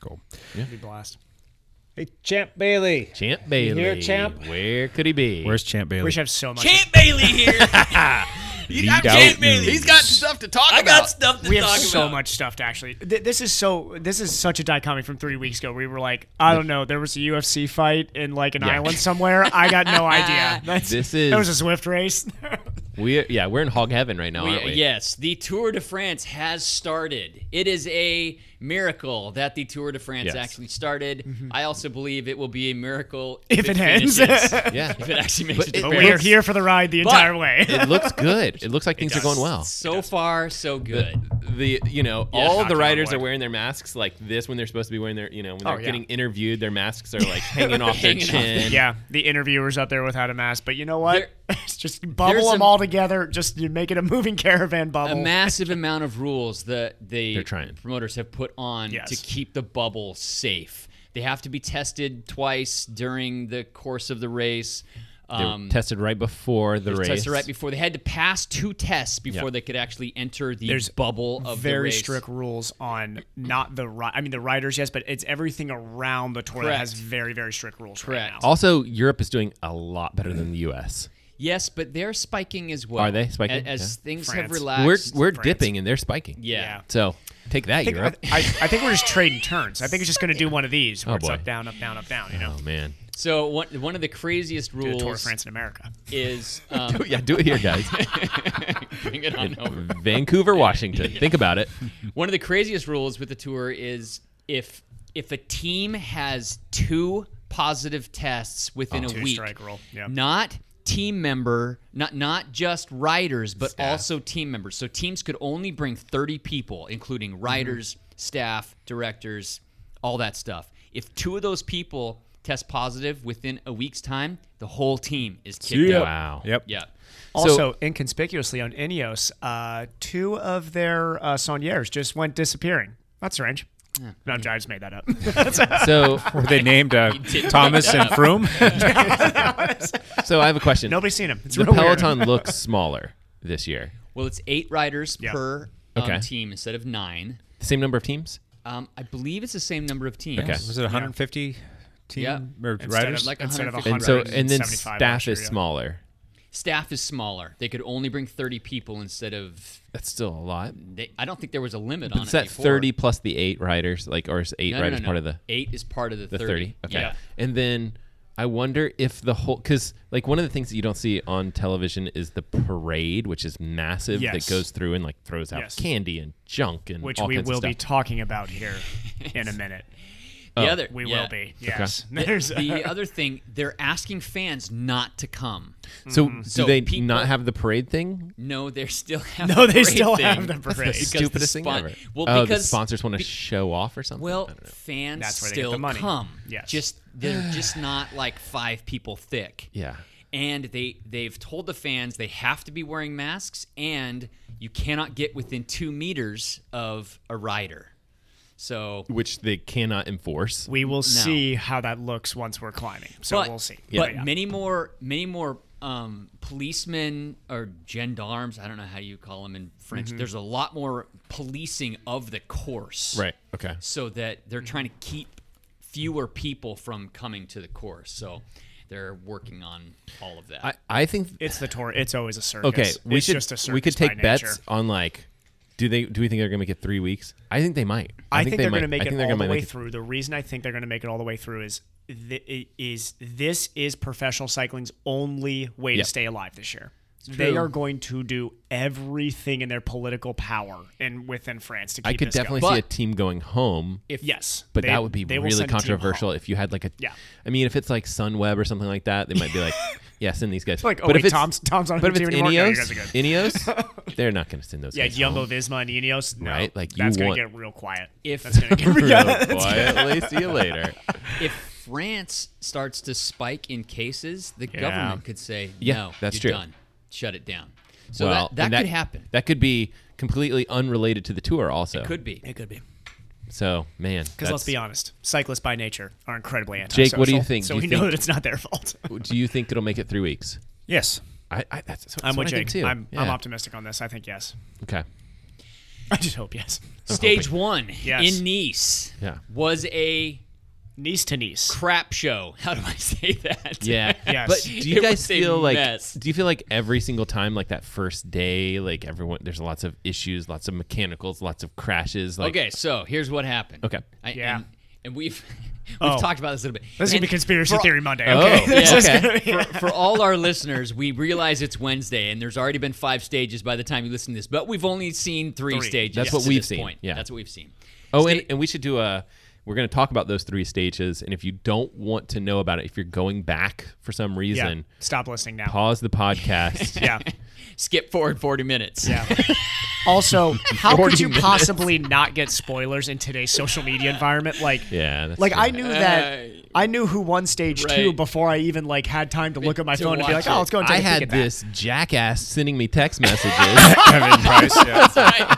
Speaker 9: Cool.
Speaker 1: It'd be a blast.
Speaker 9: Hey, Champ Bailey,
Speaker 8: Champ Bailey.
Speaker 9: here, champ?
Speaker 8: Where could he be?
Speaker 9: where's Champ Bailey?
Speaker 1: We should have so much.
Speaker 4: Champ Bailey here. You- I'm
Speaker 9: Lead out
Speaker 4: Champ Bailey.
Speaker 9: news.
Speaker 4: He's got stuff to talk I got
Speaker 1: about.
Speaker 4: stuff to
Speaker 1: we have
Speaker 4: talk
Speaker 1: so
Speaker 4: about.
Speaker 1: much stuff to actually. Th- this is so. This is such a dichotomy from three weeks ago. We were like, I don't know, there was a UFC fight in like an
Speaker 8: Yeah.
Speaker 1: island somewhere. I got no idea. That's,
Speaker 8: This
Speaker 1: there was a
Speaker 8: is-
Speaker 1: Swift race.
Speaker 8: We yeah, we're in hog heaven right now,
Speaker 4: We-
Speaker 8: aren't we?
Speaker 4: Yes, the Tour de France has started. It is a miracle that the Tour de France
Speaker 8: Yes.
Speaker 4: actually started. I also believe it will be a miracle
Speaker 1: If it ends.
Speaker 4: finishes.
Speaker 8: Yeah.
Speaker 4: if it actually makes
Speaker 8: But
Speaker 4: it.
Speaker 8: it-
Speaker 4: to
Speaker 8: but
Speaker 4: France.
Speaker 1: we are here for the ride the entire way.
Speaker 8: It looks good. It looks like things are going well.
Speaker 4: So far, so good.
Speaker 8: the you know all
Speaker 1: knock
Speaker 8: the
Speaker 1: on
Speaker 8: riders
Speaker 1: wood. Oh,
Speaker 8: are wearing their masks like this when they're supposed to be wearing their you know when they're
Speaker 1: yeah.
Speaker 8: getting interviewed their masks are like hanging off their
Speaker 4: Hanging off.
Speaker 8: chin.
Speaker 1: yeah, the interviewers out there without a mask. But you know what?
Speaker 4: There-
Speaker 1: It's just bubble
Speaker 4: there's
Speaker 1: them
Speaker 4: a-
Speaker 1: all together. Just you make it a moving caravan
Speaker 4: A
Speaker 1: bubble.
Speaker 4: massive amount of rules that the
Speaker 8: They're trying.
Speaker 4: promoters have put on
Speaker 1: Yes.
Speaker 4: to keep the bubble safe. They have to be tested twice during the course of the race.
Speaker 8: They were
Speaker 4: Um,
Speaker 8: tested right before the race.
Speaker 4: tested right before they had to pass two tests before
Speaker 8: Yeah.
Speaker 4: they could actually enter the
Speaker 1: There's
Speaker 4: bubble of the
Speaker 1: very
Speaker 4: race.
Speaker 1: strict rules on not the ri- I mean the riders yes, but it's everything around the tour that has
Speaker 4: Correct.
Speaker 1: very very strict rules
Speaker 4: Correct.
Speaker 1: right now.
Speaker 8: Also, Europe is doing a lot better than the U.S.
Speaker 4: Yes, but they're spiking as well.
Speaker 8: Are they spiking?
Speaker 4: A- As,
Speaker 8: Yeah.
Speaker 4: things have
Speaker 1: France.
Speaker 8: We're
Speaker 4: relaxed.
Speaker 8: we're
Speaker 1: France.
Speaker 8: dipping and they're spiking.
Speaker 4: yeah.
Speaker 8: So take that,
Speaker 1: I think,
Speaker 8: Europe.
Speaker 1: I, I think we're just trading turns. I think it's just going to do one of these where
Speaker 8: Oh,
Speaker 1: it's
Speaker 8: boy.
Speaker 1: up down up down up down. You know,
Speaker 8: oh man.
Speaker 4: So one one of the craziest
Speaker 1: do the Tour of
Speaker 4: rules
Speaker 1: France in America.
Speaker 4: is um,
Speaker 8: yeah, do it here, guys.
Speaker 4: bring it on over.
Speaker 8: Vancouver, Washington. Think about it.
Speaker 4: One of the craziest rules with the tour is if if a team has two positive tests
Speaker 9: Oh,
Speaker 4: within a
Speaker 1: Two
Speaker 4: week,
Speaker 1: strike rule, yeah.
Speaker 4: not team member, not not just riders, but also team members. So teams could only bring 30 people, including
Speaker 9: Mm-hmm.
Speaker 4: riders, staff, directors, all that stuff. If two of those people test positive within a week's time, the whole team is kicked out.
Speaker 8: Wow.
Speaker 9: Yep.
Speaker 4: Yeah.
Speaker 1: Also, inconspicuously on Ineos, uh, two of their uh, Sauniers just went disappearing. That's strange. No, I just made that up.
Speaker 8: So
Speaker 9: Were they named uh, Thomas and Froome?
Speaker 8: so I have a question.
Speaker 1: Nobody's seen him. It's
Speaker 8: the
Speaker 1: real weird.
Speaker 8: Peloton looks smaller this year.
Speaker 4: Well, it's eight riders
Speaker 1: Yeah.
Speaker 4: per um,
Speaker 8: Okay.
Speaker 4: team instead of nine.
Speaker 8: Same number of teams.
Speaker 4: Um, I believe it's the same number of teams.
Speaker 8: Okay.
Speaker 9: was it 150 team
Speaker 4: Yeah.
Speaker 9: or
Speaker 4: Instead
Speaker 9: riders?
Speaker 4: of like
Speaker 1: Instead of
Speaker 4: 150.
Speaker 8: And so
Speaker 1: Hundred
Speaker 8: and then
Speaker 1: and seventy-five
Speaker 8: staff
Speaker 1: last year,
Speaker 8: is
Speaker 1: yeah.
Speaker 8: smaller.
Speaker 4: staff is smaller. They could only bring 30 people instead of.
Speaker 8: That's still a lot.
Speaker 4: They, I don't think there was a limit on
Speaker 8: But is
Speaker 4: it.
Speaker 8: that
Speaker 4: before.
Speaker 8: thirty plus the eight riders? Like, or is eight
Speaker 4: No, no, no,
Speaker 8: riders
Speaker 4: no.
Speaker 8: part of the
Speaker 4: eight is part of the,
Speaker 8: the
Speaker 4: 30.
Speaker 8: thirty? Okay.
Speaker 4: Yeah.
Speaker 8: And then I wonder if the whole because like one of the things that you don't see on television is the parade, which is massive
Speaker 9: Yes.
Speaker 8: that goes through and like throws out
Speaker 9: Yes.
Speaker 8: candy and junk and
Speaker 9: which
Speaker 8: all
Speaker 9: we
Speaker 8: kinds
Speaker 9: will
Speaker 8: of
Speaker 9: be
Speaker 8: stuff.
Speaker 9: talking about here in a minute.
Speaker 8: The other-
Speaker 9: we
Speaker 6: yeah.
Speaker 9: will be.
Speaker 8: Okay.
Speaker 9: Yes,
Speaker 6: The-
Speaker 9: there's
Speaker 6: the other thing, they're asking fans not to come.
Speaker 8: So
Speaker 9: Mm-hmm.
Speaker 8: do they
Speaker 6: people-
Speaker 8: not have the parade thing?
Speaker 6: No, they still have.
Speaker 9: No,
Speaker 6: the
Speaker 9: they
Speaker 6: parade
Speaker 9: still
Speaker 6: thing.
Speaker 9: have the That's the
Speaker 8: That's
Speaker 9: parade.
Speaker 8: the
Speaker 6: Because
Speaker 8: stupidest thing
Speaker 6: spon-
Speaker 8: ever.
Speaker 6: Well,
Speaker 8: oh, the
Speaker 6: because
Speaker 8: sponsors want to show off or something.
Speaker 6: Well, fans
Speaker 9: That's where they get
Speaker 6: still
Speaker 9: the money.
Speaker 6: come.
Speaker 9: Yes.
Speaker 6: Just they're just not like five people thick.
Speaker 8: Yeah.
Speaker 6: And they they've told the fans they have to be wearing masks and you cannot get within two meters of a rider. So
Speaker 8: which they cannot enforce.
Speaker 9: we will see how that looks once we're climbing. So
Speaker 6: but,
Speaker 9: we'll see.
Speaker 6: But many more, many more um, policemen or gendarmes. I don't know how you call them in French.
Speaker 8: Mhm.
Speaker 6: There's a lot more policing of the course.
Speaker 8: Right, okay.
Speaker 6: So that they're trying to keep fewer people from coming to the course. So they're working on all of that.
Speaker 8: I, I think
Speaker 9: it's the tour. It's always a circus.
Speaker 8: okay, we
Speaker 9: It's
Speaker 8: should
Speaker 9: just a circus
Speaker 8: we could
Speaker 9: by
Speaker 8: take bets
Speaker 9: nature.
Speaker 8: on like do they do we think they're gonna make it three weeks? I think they might.
Speaker 9: I, think,
Speaker 8: they
Speaker 9: they're
Speaker 8: might.
Speaker 9: going to make
Speaker 8: I
Speaker 9: it
Speaker 8: think
Speaker 9: all
Speaker 8: they're
Speaker 9: the
Speaker 8: gonna
Speaker 9: way
Speaker 8: make it-
Speaker 9: through. The reason I think they're going to make it all the way through is th- is this is professional cycling's only way
Speaker 8: Yep.
Speaker 9: to stay alive this year.
Speaker 8: It's
Speaker 9: They
Speaker 8: true.
Speaker 9: are going to do everything in their political power and within France to keep
Speaker 8: I could
Speaker 9: this going.
Speaker 8: definitely see a team going home.
Speaker 9: If- Yes.
Speaker 8: but
Speaker 9: They-
Speaker 8: that would be
Speaker 9: they will
Speaker 8: really
Speaker 9: send a team
Speaker 8: controversial if you had like a.
Speaker 9: Yeah.
Speaker 8: I mean, if it's like Sunweb or something like that, they might be like, "Yeah, send these guys."
Speaker 9: It's like, oh,
Speaker 8: but
Speaker 9: wait,
Speaker 8: if it's,
Speaker 9: Tom's- Tom's not on
Speaker 8: but
Speaker 9: the
Speaker 8: if it's
Speaker 9: team anymore? No, you guys are
Speaker 8: Ineos, Ineos, they're not going to send those.
Speaker 9: Yeah,
Speaker 8: guys
Speaker 9: Jumbo
Speaker 8: home.
Speaker 9: Visma and Ineos. No,
Speaker 8: Right, like, you
Speaker 9: that's
Speaker 8: want-
Speaker 9: gonna get real quiet.
Speaker 6: If-
Speaker 9: that's gonna get
Speaker 8: Real
Speaker 9: yeah, that's gonna-
Speaker 8: quietly, see you later.
Speaker 6: if France starts to spike in cases, the
Speaker 8: Yeah.
Speaker 6: government could say,
Speaker 8: Yeah,
Speaker 6: "No,
Speaker 8: that's
Speaker 6: you're
Speaker 8: true.
Speaker 6: done. Shut it down." So
Speaker 8: Well,
Speaker 6: that, that
Speaker 8: and
Speaker 6: could happen.
Speaker 8: That could be completely unrelated to the tour, also.
Speaker 6: Could be. It could be.
Speaker 8: So, man,
Speaker 9: Because let's
Speaker 8: that's-
Speaker 9: be honest, cyclists by nature are incredibly antisocial.
Speaker 8: Jake, what do you think?
Speaker 9: So
Speaker 8: Do you
Speaker 9: we know
Speaker 8: think-
Speaker 9: that it's not their fault.
Speaker 8: do you think it'll make it three weeks?
Speaker 9: Yes.
Speaker 8: I, I, that's, that's
Speaker 9: I'm
Speaker 8: what
Speaker 9: with
Speaker 8: I think
Speaker 9: Jake.
Speaker 8: too.
Speaker 9: I'm, I'm
Speaker 8: Yeah.
Speaker 9: optimistic on this. I think yes.
Speaker 8: Okay.
Speaker 9: I just hope yes.
Speaker 8: I'm
Speaker 6: Stage
Speaker 8: hoping.
Speaker 6: one
Speaker 9: Yes.
Speaker 6: in Nice
Speaker 8: Yeah.
Speaker 6: was a
Speaker 9: niece to niece
Speaker 6: crap show. How do I say that?
Speaker 8: Yeah. But do you
Speaker 6: It
Speaker 8: guys
Speaker 6: was a
Speaker 8: feel like
Speaker 6: mess.
Speaker 8: do you feel like every single time like that first day like everyone there's lots of issues, lots of mechanicals, lots of crashes like
Speaker 6: okay, so here's what happened.
Speaker 8: Okay.
Speaker 6: I,
Speaker 9: Yeah.
Speaker 6: And, and we've we've
Speaker 9: Oh.
Speaker 6: talked about this a little bit.
Speaker 9: This is gonna
Speaker 6: And
Speaker 9: be conspiracy
Speaker 6: for-
Speaker 9: theory
Speaker 8: Oh,
Speaker 9: Monday. Okay.
Speaker 6: Yeah.
Speaker 9: This is gonna be-
Speaker 6: for, for all our listeners, we realize it's Wednesday, and there's already been five stages by the time you listen to this. But we've only seen three,
Speaker 8: Three.
Speaker 6: stages.
Speaker 8: That's what
Speaker 6: to
Speaker 8: we've
Speaker 6: this
Speaker 8: seen.
Speaker 6: Point.
Speaker 8: Yeah.
Speaker 6: that's what we've seen.
Speaker 8: Oh, and, and we should do a. We're going to talk about those three stages, and if you don't want to know about it, if you're going back for some reason,
Speaker 9: Stop listening now.
Speaker 8: Pause the podcast.
Speaker 9: Yeah.
Speaker 6: Skip forward 40 minutes.
Speaker 9: Yeah. Also, how
Speaker 8: 40
Speaker 9: could you
Speaker 8: minutes.
Speaker 9: possibly not get spoilers in today's social media environment? Like,
Speaker 8: Yeah, that's
Speaker 9: like
Speaker 8: true.
Speaker 9: I knew that
Speaker 6: Uh,
Speaker 9: I knew who won stage two
Speaker 6: right.
Speaker 9: before I even like had time to look at my
Speaker 6: To
Speaker 9: phone and be
Speaker 6: watch
Speaker 9: like, oh,
Speaker 6: it.
Speaker 9: let's go and take
Speaker 8: I
Speaker 9: a peek
Speaker 8: had
Speaker 9: at that.
Speaker 8: this jackass sending me text messages.
Speaker 4: Evan Price, yeah.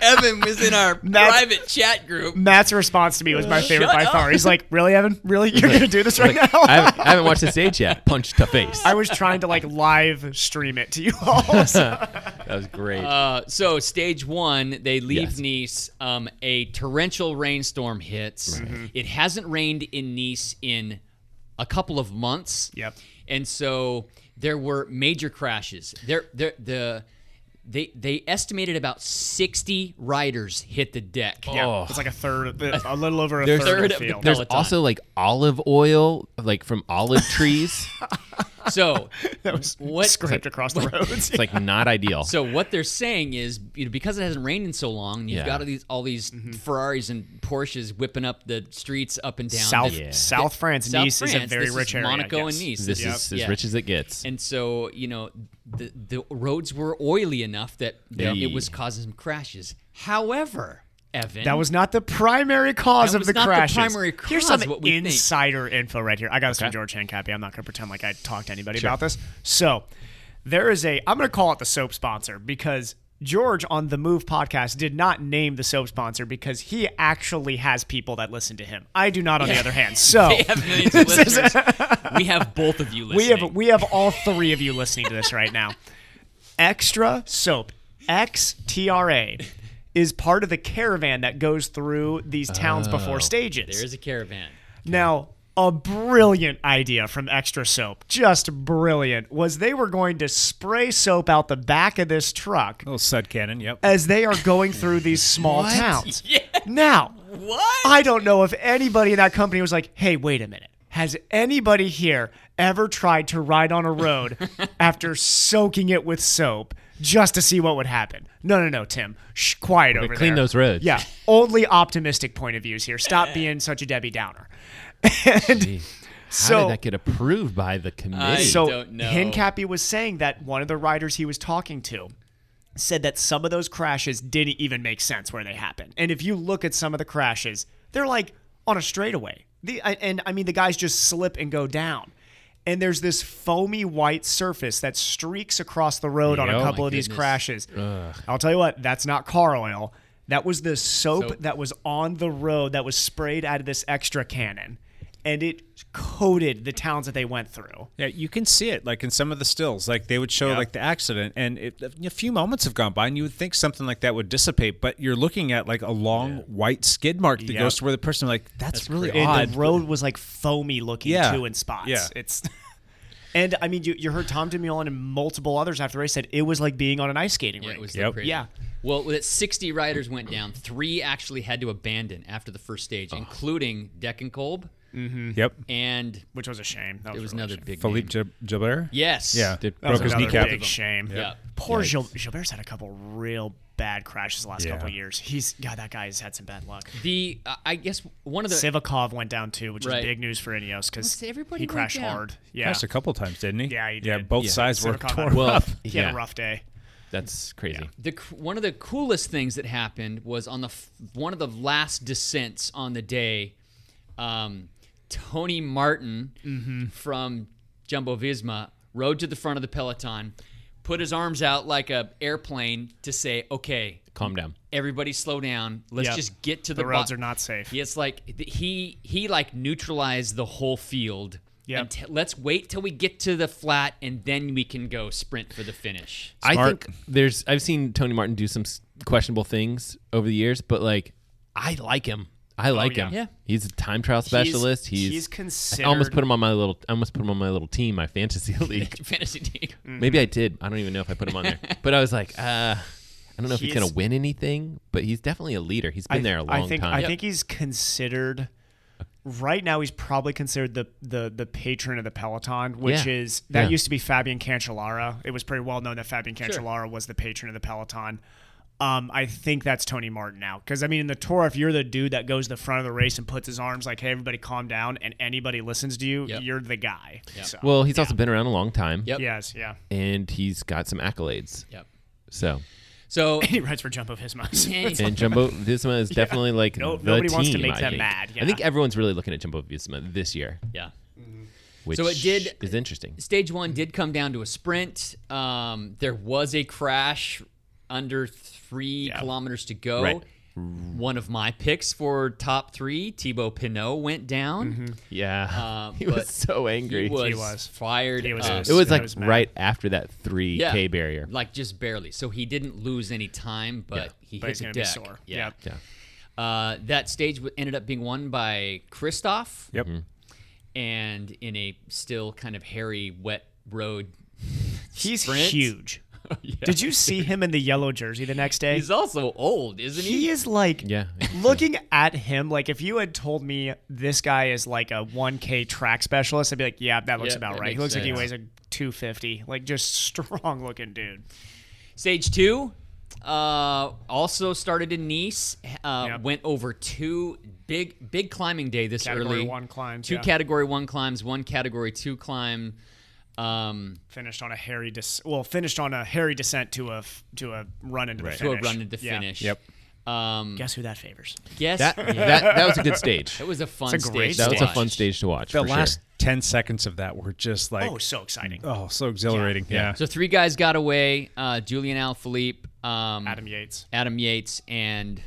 Speaker 6: Evan was in our
Speaker 9: Matt-
Speaker 6: private chat group.
Speaker 9: Matt's response to me was my favorite by
Speaker 6: up.
Speaker 9: far. He's like, "Really, Evan? Really, you're gonna do this right
Speaker 8: Like,
Speaker 9: now?"
Speaker 8: I, haven't, I haven't watched the stage yet. Punch to face.
Speaker 9: I was trying to like live stream it to you all. So-
Speaker 8: That was great.
Speaker 6: Uh, so stage one, they leave
Speaker 8: Yes.
Speaker 6: Nice. Um, a torrential rainstorm hits.
Speaker 9: Mm-hmm.
Speaker 6: It hasn't rained in Nice in a couple of months.
Speaker 9: Yep.
Speaker 6: And so there were major crashes. There, there, the. They, they estimated about 60 riders hit the deck.
Speaker 9: yeah,
Speaker 8: Oh.
Speaker 9: it's like a third, of the- a little over a
Speaker 8: There's-
Speaker 6: third
Speaker 9: third, of
Speaker 6: of
Speaker 9: the
Speaker 6: the
Speaker 9: field.
Speaker 8: There's
Speaker 6: Peloton.
Speaker 8: also like olive oil, like from olive trees.
Speaker 6: So
Speaker 9: that was
Speaker 6: what-
Speaker 9: scraped across the roads.
Speaker 8: it's like not ideal.
Speaker 6: So what they're saying is, you know, because it hasn't rained in so long, and you've
Speaker 8: Yeah.
Speaker 6: got all these all these Ferraris and Porsches whipping up the streets up and down.
Speaker 9: South
Speaker 6: the-
Speaker 9: South France,
Speaker 6: South
Speaker 9: Nice is a
Speaker 6: France,
Speaker 9: very
Speaker 6: this
Speaker 9: rich area.
Speaker 6: Monaco
Speaker 9: yes.
Speaker 6: and Nice.
Speaker 8: this is as
Speaker 6: yeah.
Speaker 8: rich as it gets.
Speaker 6: And so you know, the the roads were oily enough that, that
Speaker 8: Yeah.
Speaker 6: it was causing some crashes. However, Evan,
Speaker 9: That was not the primary cause
Speaker 6: That
Speaker 9: of
Speaker 6: was
Speaker 9: the
Speaker 6: not the
Speaker 9: crashes.
Speaker 6: primary
Speaker 9: Here's
Speaker 6: cause,
Speaker 9: some
Speaker 6: what we think.
Speaker 9: insider info right here. I got this from George Hancappy. I'm not going to pretend like I talked to anybody
Speaker 8: Sure.
Speaker 9: about this. So there is a. I'm going to call it the soap sponsor because George on the Move podcast did not name the soap sponsor because he actually has people that listen to him. I do not, on the other hand. So
Speaker 6: They have millions of listeners. we have both of you
Speaker 9: we
Speaker 6: listening.
Speaker 9: have we have all three of you listening to this right now. Extra soap, XTRA, is part of the caravan that goes through these towns before
Speaker 8: Oh.
Speaker 9: stages.
Speaker 6: there is a caravan.
Speaker 9: Now, a brilliant idea from Extra Soap, just brilliant, was they were going to spray soap out the back of this truck
Speaker 4: little sud cannon. Yep.
Speaker 9: as they are going through these small towns. Now,
Speaker 6: What?
Speaker 9: I don't know if anybody in that company was like, hey, wait a minute. Has anybody here ever tried to ride on a road after soaking it with soap just to see what would happen? No, no, no, Tim. Shh, quiet over
Speaker 8: clean
Speaker 9: there.
Speaker 8: those roads.
Speaker 9: Yeah, only optimistic point of views here. Stop being such a Debbie Downer. and
Speaker 8: How
Speaker 9: so
Speaker 8: did that get approved by the committee?
Speaker 9: so Hincappy was saying that one of the riders he was talking to said that some of those crashes didn't even make sense where they happened. And if you look at some of the crashes, they're like on a straightaway. The I- and I mean the guys just slip and go down. And there's this foamy white surface that streaks across the road on
Speaker 8: Yeah,
Speaker 9: a
Speaker 8: oh
Speaker 9: couple
Speaker 8: my
Speaker 9: of these
Speaker 8: goodness.
Speaker 9: crashes.
Speaker 8: Ugh.
Speaker 9: I'll tell you what, that's not car oil. That was the soap,
Speaker 8: Soap.
Speaker 9: that was on the road that was sprayed out of this extra cannon. And it coated the towns that they went through.
Speaker 4: Yeah, you can see it like in some of the stills. Like they would show
Speaker 9: Yeah.
Speaker 4: like the accident, and it, a few moments have gone by, and you would think something like that would dissipate, but you're looking at like a long white skid mark that
Speaker 9: Yep.
Speaker 4: goes to where the person like that's, really
Speaker 9: And
Speaker 4: odd.
Speaker 9: the road was like foamy looking
Speaker 4: Yeah.
Speaker 9: too in spots.
Speaker 4: Yeah.
Speaker 9: It's and I mean you, you heard Tom Dumoulin and multiple others after the race said it was like being on an ice skating rink.
Speaker 6: It was like crazy.
Speaker 9: Yeah.
Speaker 6: Well, with it, 60 riders went down. Three actually had to abandon after the first stage, including Deck and Kolb.
Speaker 4: Mm-hmm. Yep.
Speaker 6: And
Speaker 9: which was a shame. That
Speaker 6: it was, another big
Speaker 4: Philippe
Speaker 6: name.
Speaker 4: Gil- Gilbert.
Speaker 6: Yes.
Speaker 4: Yeah,
Speaker 6: That
Speaker 4: broke
Speaker 6: was
Speaker 4: his
Speaker 6: another
Speaker 4: kneecap.
Speaker 6: big
Speaker 9: Shame.
Speaker 6: Yeah.
Speaker 9: Poor
Speaker 6: Yikes.
Speaker 9: Gil- Gilbert's had a couple real bad crashes the last
Speaker 6: Yeah.
Speaker 9: couple years. He's God, that guy's had some bad luck.
Speaker 6: The uh, I guess one of the
Speaker 9: Sivakov went down too, which
Speaker 6: Right.
Speaker 9: is big news for Ineos because
Speaker 6: Almost everybody
Speaker 9: he
Speaker 6: went
Speaker 9: crashed
Speaker 6: down.
Speaker 9: hard. Yeah.
Speaker 4: Crashed a couple times, didn't he?
Speaker 9: Yeah, he
Speaker 4: Yeah,
Speaker 9: did.
Speaker 4: both sides were
Speaker 9: Sivakov had
Speaker 4: torn
Speaker 9: a rough-
Speaker 4: up.
Speaker 9: He had
Speaker 6: Yeah.
Speaker 9: a rough day.
Speaker 8: That's crazy.
Speaker 6: The c- one of the coolest things that happened was on the f- one of the last descents on the day. Um, Tony Martin
Speaker 8: Mm-hmm.
Speaker 6: from Jumbo Visma rode to the front of the peloton, put his arms out like a airplane to say, "Okay,
Speaker 8: Calm down."
Speaker 6: Everybody, slow down. Let's
Speaker 9: Yep.
Speaker 6: just get to
Speaker 9: The
Speaker 6: the,
Speaker 9: roads
Speaker 6: bo-
Speaker 9: are not safe.
Speaker 6: Yeah, It's like th- he he like neutralized the whole field.
Speaker 9: Yep.
Speaker 6: And t- let's wait till we get to the flat, and then we can go sprint for the finish.
Speaker 8: I think there's I've seen Tony Martin do some s- questionable things over the years, but like I like him. I
Speaker 9: Oh,
Speaker 8: like
Speaker 6: yeah.
Speaker 8: him.
Speaker 6: Yeah.
Speaker 8: He's a time trial specialist. He's,
Speaker 9: he's
Speaker 8: I almost
Speaker 9: considered-
Speaker 8: put him on my little. I almost put him on my little team, my fantasy league.
Speaker 6: fantasy team.
Speaker 8: Maybe I did. I don't even know if I put him on there. But I was like, uh, I don't know if he's
Speaker 9: He's-
Speaker 8: gonna win anything. But he's definitely a leader. He's been
Speaker 9: I-
Speaker 8: there a long
Speaker 9: I think,
Speaker 8: time.
Speaker 9: I think he's considered right now. He's probably considered the the the patron of the peloton, which
Speaker 8: Yeah.
Speaker 9: is that
Speaker 8: Yeah.
Speaker 9: used to be Fabian Cancellara. It was pretty well known that Fabian Cancellara was the patron of the peloton. Um, I think that's Tony Martin now, because I mean, in the tour, if you're the dude that goes to the front of the race and puts his arms like, "Hey, everybody, calm down," and anybody listens to you, you're the guy. So,
Speaker 8: well, he's also been around a long time.
Speaker 6: Yep.
Speaker 9: Yes, yeah.
Speaker 8: And he's got some accolades.
Speaker 6: Yep.
Speaker 8: So
Speaker 6: So
Speaker 9: he rides for Jumbo Visma. so it's
Speaker 8: and Jumbo Visma is definitely like
Speaker 9: No-
Speaker 8: the
Speaker 9: nobody
Speaker 8: team.
Speaker 9: wants to make
Speaker 8: I
Speaker 9: them
Speaker 8: think.
Speaker 9: mad,
Speaker 8: I think
Speaker 9: yeah.
Speaker 8: everyone's really looking at Jumbo Visma this year.
Speaker 6: Yeah.
Speaker 8: Which
Speaker 6: So it did-
Speaker 8: is interesting.
Speaker 6: Stage one did come down to a sprint. Um, there was a crash under three kilometers to go.
Speaker 8: Right.
Speaker 6: One of my picks for top three, Thibaut Pinot, went down.
Speaker 8: Mm-hmm. Yeah,
Speaker 6: Uh,
Speaker 8: he
Speaker 6: but
Speaker 8: was so angry.
Speaker 6: He was, fired.
Speaker 9: He was
Speaker 6: up.
Speaker 9: pissed.
Speaker 8: it was
Speaker 9: Yeah,
Speaker 8: like
Speaker 9: he was mad.
Speaker 8: right after that three
Speaker 6: Yeah.
Speaker 8: K barrier.
Speaker 6: like just barely. So he didn't lose any time, but he
Speaker 9: But
Speaker 6: hit
Speaker 9: he's
Speaker 6: the
Speaker 9: gonna be
Speaker 6: deck.
Speaker 9: sore.
Speaker 6: Yeah.
Speaker 9: Yeah.
Speaker 6: Uh, that stage w- ended up being won by Kristoff.
Speaker 4: Yep.
Speaker 6: And in a still kind of hairy, wet road.
Speaker 9: He's
Speaker 6: sprint.
Speaker 9: huge.
Speaker 6: Yeah.
Speaker 9: Did you see him in the yellow jersey the next day?
Speaker 6: He's also old, isn't he?
Speaker 9: He is like
Speaker 8: Yeah.
Speaker 9: looking at him like if you had told me this guy is like a 1k track specialist I'd be like yeah that looks
Speaker 6: Yeah,
Speaker 9: about
Speaker 6: that
Speaker 9: right. He
Speaker 6: makes
Speaker 9: looks like he
Speaker 6: sense.
Speaker 9: weighs a 250. Like just strong looking dude.
Speaker 6: Stage two uh, also started in Nice. Uh, Went over two big big climbing day this
Speaker 9: Category
Speaker 6: early.
Speaker 9: one climbs,
Speaker 6: Two
Speaker 9: yeah.
Speaker 6: category one climbs. One category two climb. Um,
Speaker 9: Finished on a hairy des- well finished on a hairy descent to a f- to a run into the
Speaker 6: to a
Speaker 9: finish.
Speaker 6: run into
Speaker 9: Yeah.
Speaker 6: finish. Yep. Um,
Speaker 9: Guess who that favors?
Speaker 6: Guess
Speaker 8: That,
Speaker 6: yeah.
Speaker 8: that that was a good stage.
Speaker 6: It was a fun
Speaker 9: It's a great
Speaker 6: stage.
Speaker 8: that was
Speaker 6: to
Speaker 8: a
Speaker 6: watch.
Speaker 8: fun stage to watch.
Speaker 4: The
Speaker 8: for
Speaker 4: last
Speaker 8: sure.
Speaker 4: ten seconds of that were just like
Speaker 9: oh, so exciting.
Speaker 4: oh, so exhilarating. Yeah.
Speaker 6: So three guys got away: uh, Julian Alaphilippe, um,
Speaker 9: Adam Yates.
Speaker 6: Adam Yates, and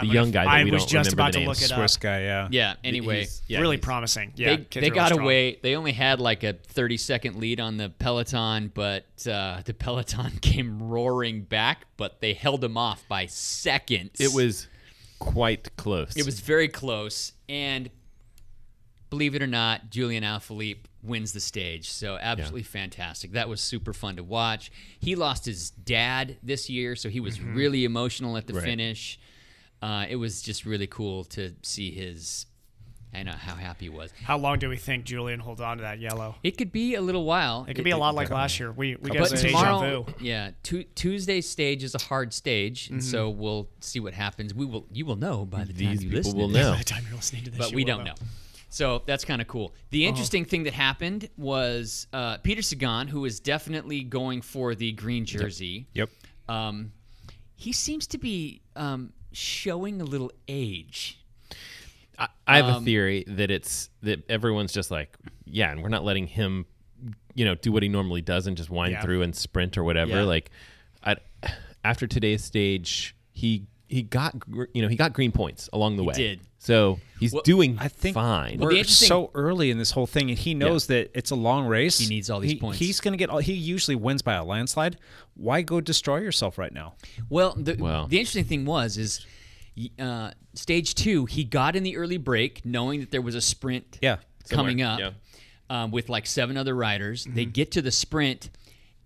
Speaker 8: the young guy. That
Speaker 9: I
Speaker 8: we
Speaker 9: was
Speaker 8: don't
Speaker 9: just
Speaker 8: remember
Speaker 9: about
Speaker 8: the
Speaker 9: to
Speaker 8: name.
Speaker 9: look it up.
Speaker 4: Swiss guy. Yeah.
Speaker 6: yeah. Anyway,
Speaker 8: He's- yeah,
Speaker 9: really
Speaker 8: he's-
Speaker 9: promising. Yeah.
Speaker 6: they,
Speaker 9: kids
Speaker 6: they
Speaker 9: are really
Speaker 6: got
Speaker 9: strong.
Speaker 6: away. They only had like a 30 second lead on the peloton, but uh, the peloton came roaring back, but they held them off by seconds.
Speaker 8: It was quite close.
Speaker 6: It was very close, and believe it or not, Julian Alaphilippe wins the stage. So absolutely fantastic. That was super fun to watch. He lost his dad this year, so he was really emotional at the finish. Uh, it was just really cool to see his I know how happy he was.
Speaker 9: How long do we think Julian holds on to that yellow?
Speaker 6: It could be a little while.
Speaker 9: It could be a lot like last year. We we
Speaker 6: But
Speaker 9: got some deja
Speaker 6: tomorrow-
Speaker 9: vu.
Speaker 6: Yeah, Tu- Tuesday stage is a hard stage, and so we'll see what happens. We will, you will know by the time
Speaker 8: These
Speaker 6: you
Speaker 8: people
Speaker 6: listen.
Speaker 8: will
Speaker 6: to this.
Speaker 8: know. By the
Speaker 9: time you're listening to this,
Speaker 6: but
Speaker 9: you
Speaker 6: we
Speaker 9: will
Speaker 6: don't
Speaker 9: know.
Speaker 6: know. So that's kind of cool. The
Speaker 9: Uh-huh.
Speaker 6: interesting thing that happened was uh, Peter Sagan, who is definitely going for the green jersey.
Speaker 4: Yep.
Speaker 6: Um, he seems to be um, showing a little age.
Speaker 8: I have a
Speaker 6: Um,
Speaker 8: theory that it's that everyone's just like, yeah, and we're not letting him, you know, do what he normally does and just wind
Speaker 6: Yeah.
Speaker 8: through and sprint or whatever.
Speaker 6: Yeah.
Speaker 8: Like, I, after today's stage, he he got gr- you know he got green points along the
Speaker 6: He
Speaker 8: way.
Speaker 6: did.
Speaker 8: So he's
Speaker 6: Well,
Speaker 8: doing
Speaker 6: I
Speaker 4: think
Speaker 8: fine.
Speaker 4: We're so early in this whole thing, and he knows that it's a long race.
Speaker 6: He needs all these points.
Speaker 4: He's going to get all. He usually wins by a landslide. Why go destroy yourself right now?
Speaker 6: Well, the,
Speaker 4: Wow.
Speaker 6: the interesting thing was is y- uh, stage two. He got in the early break, knowing that there was a sprint
Speaker 4: Yeah.
Speaker 6: coming
Speaker 4: Somewhere,
Speaker 6: up
Speaker 4: yeah. Mm-hmm.
Speaker 6: um, with like seven other riders. They get to the sprint,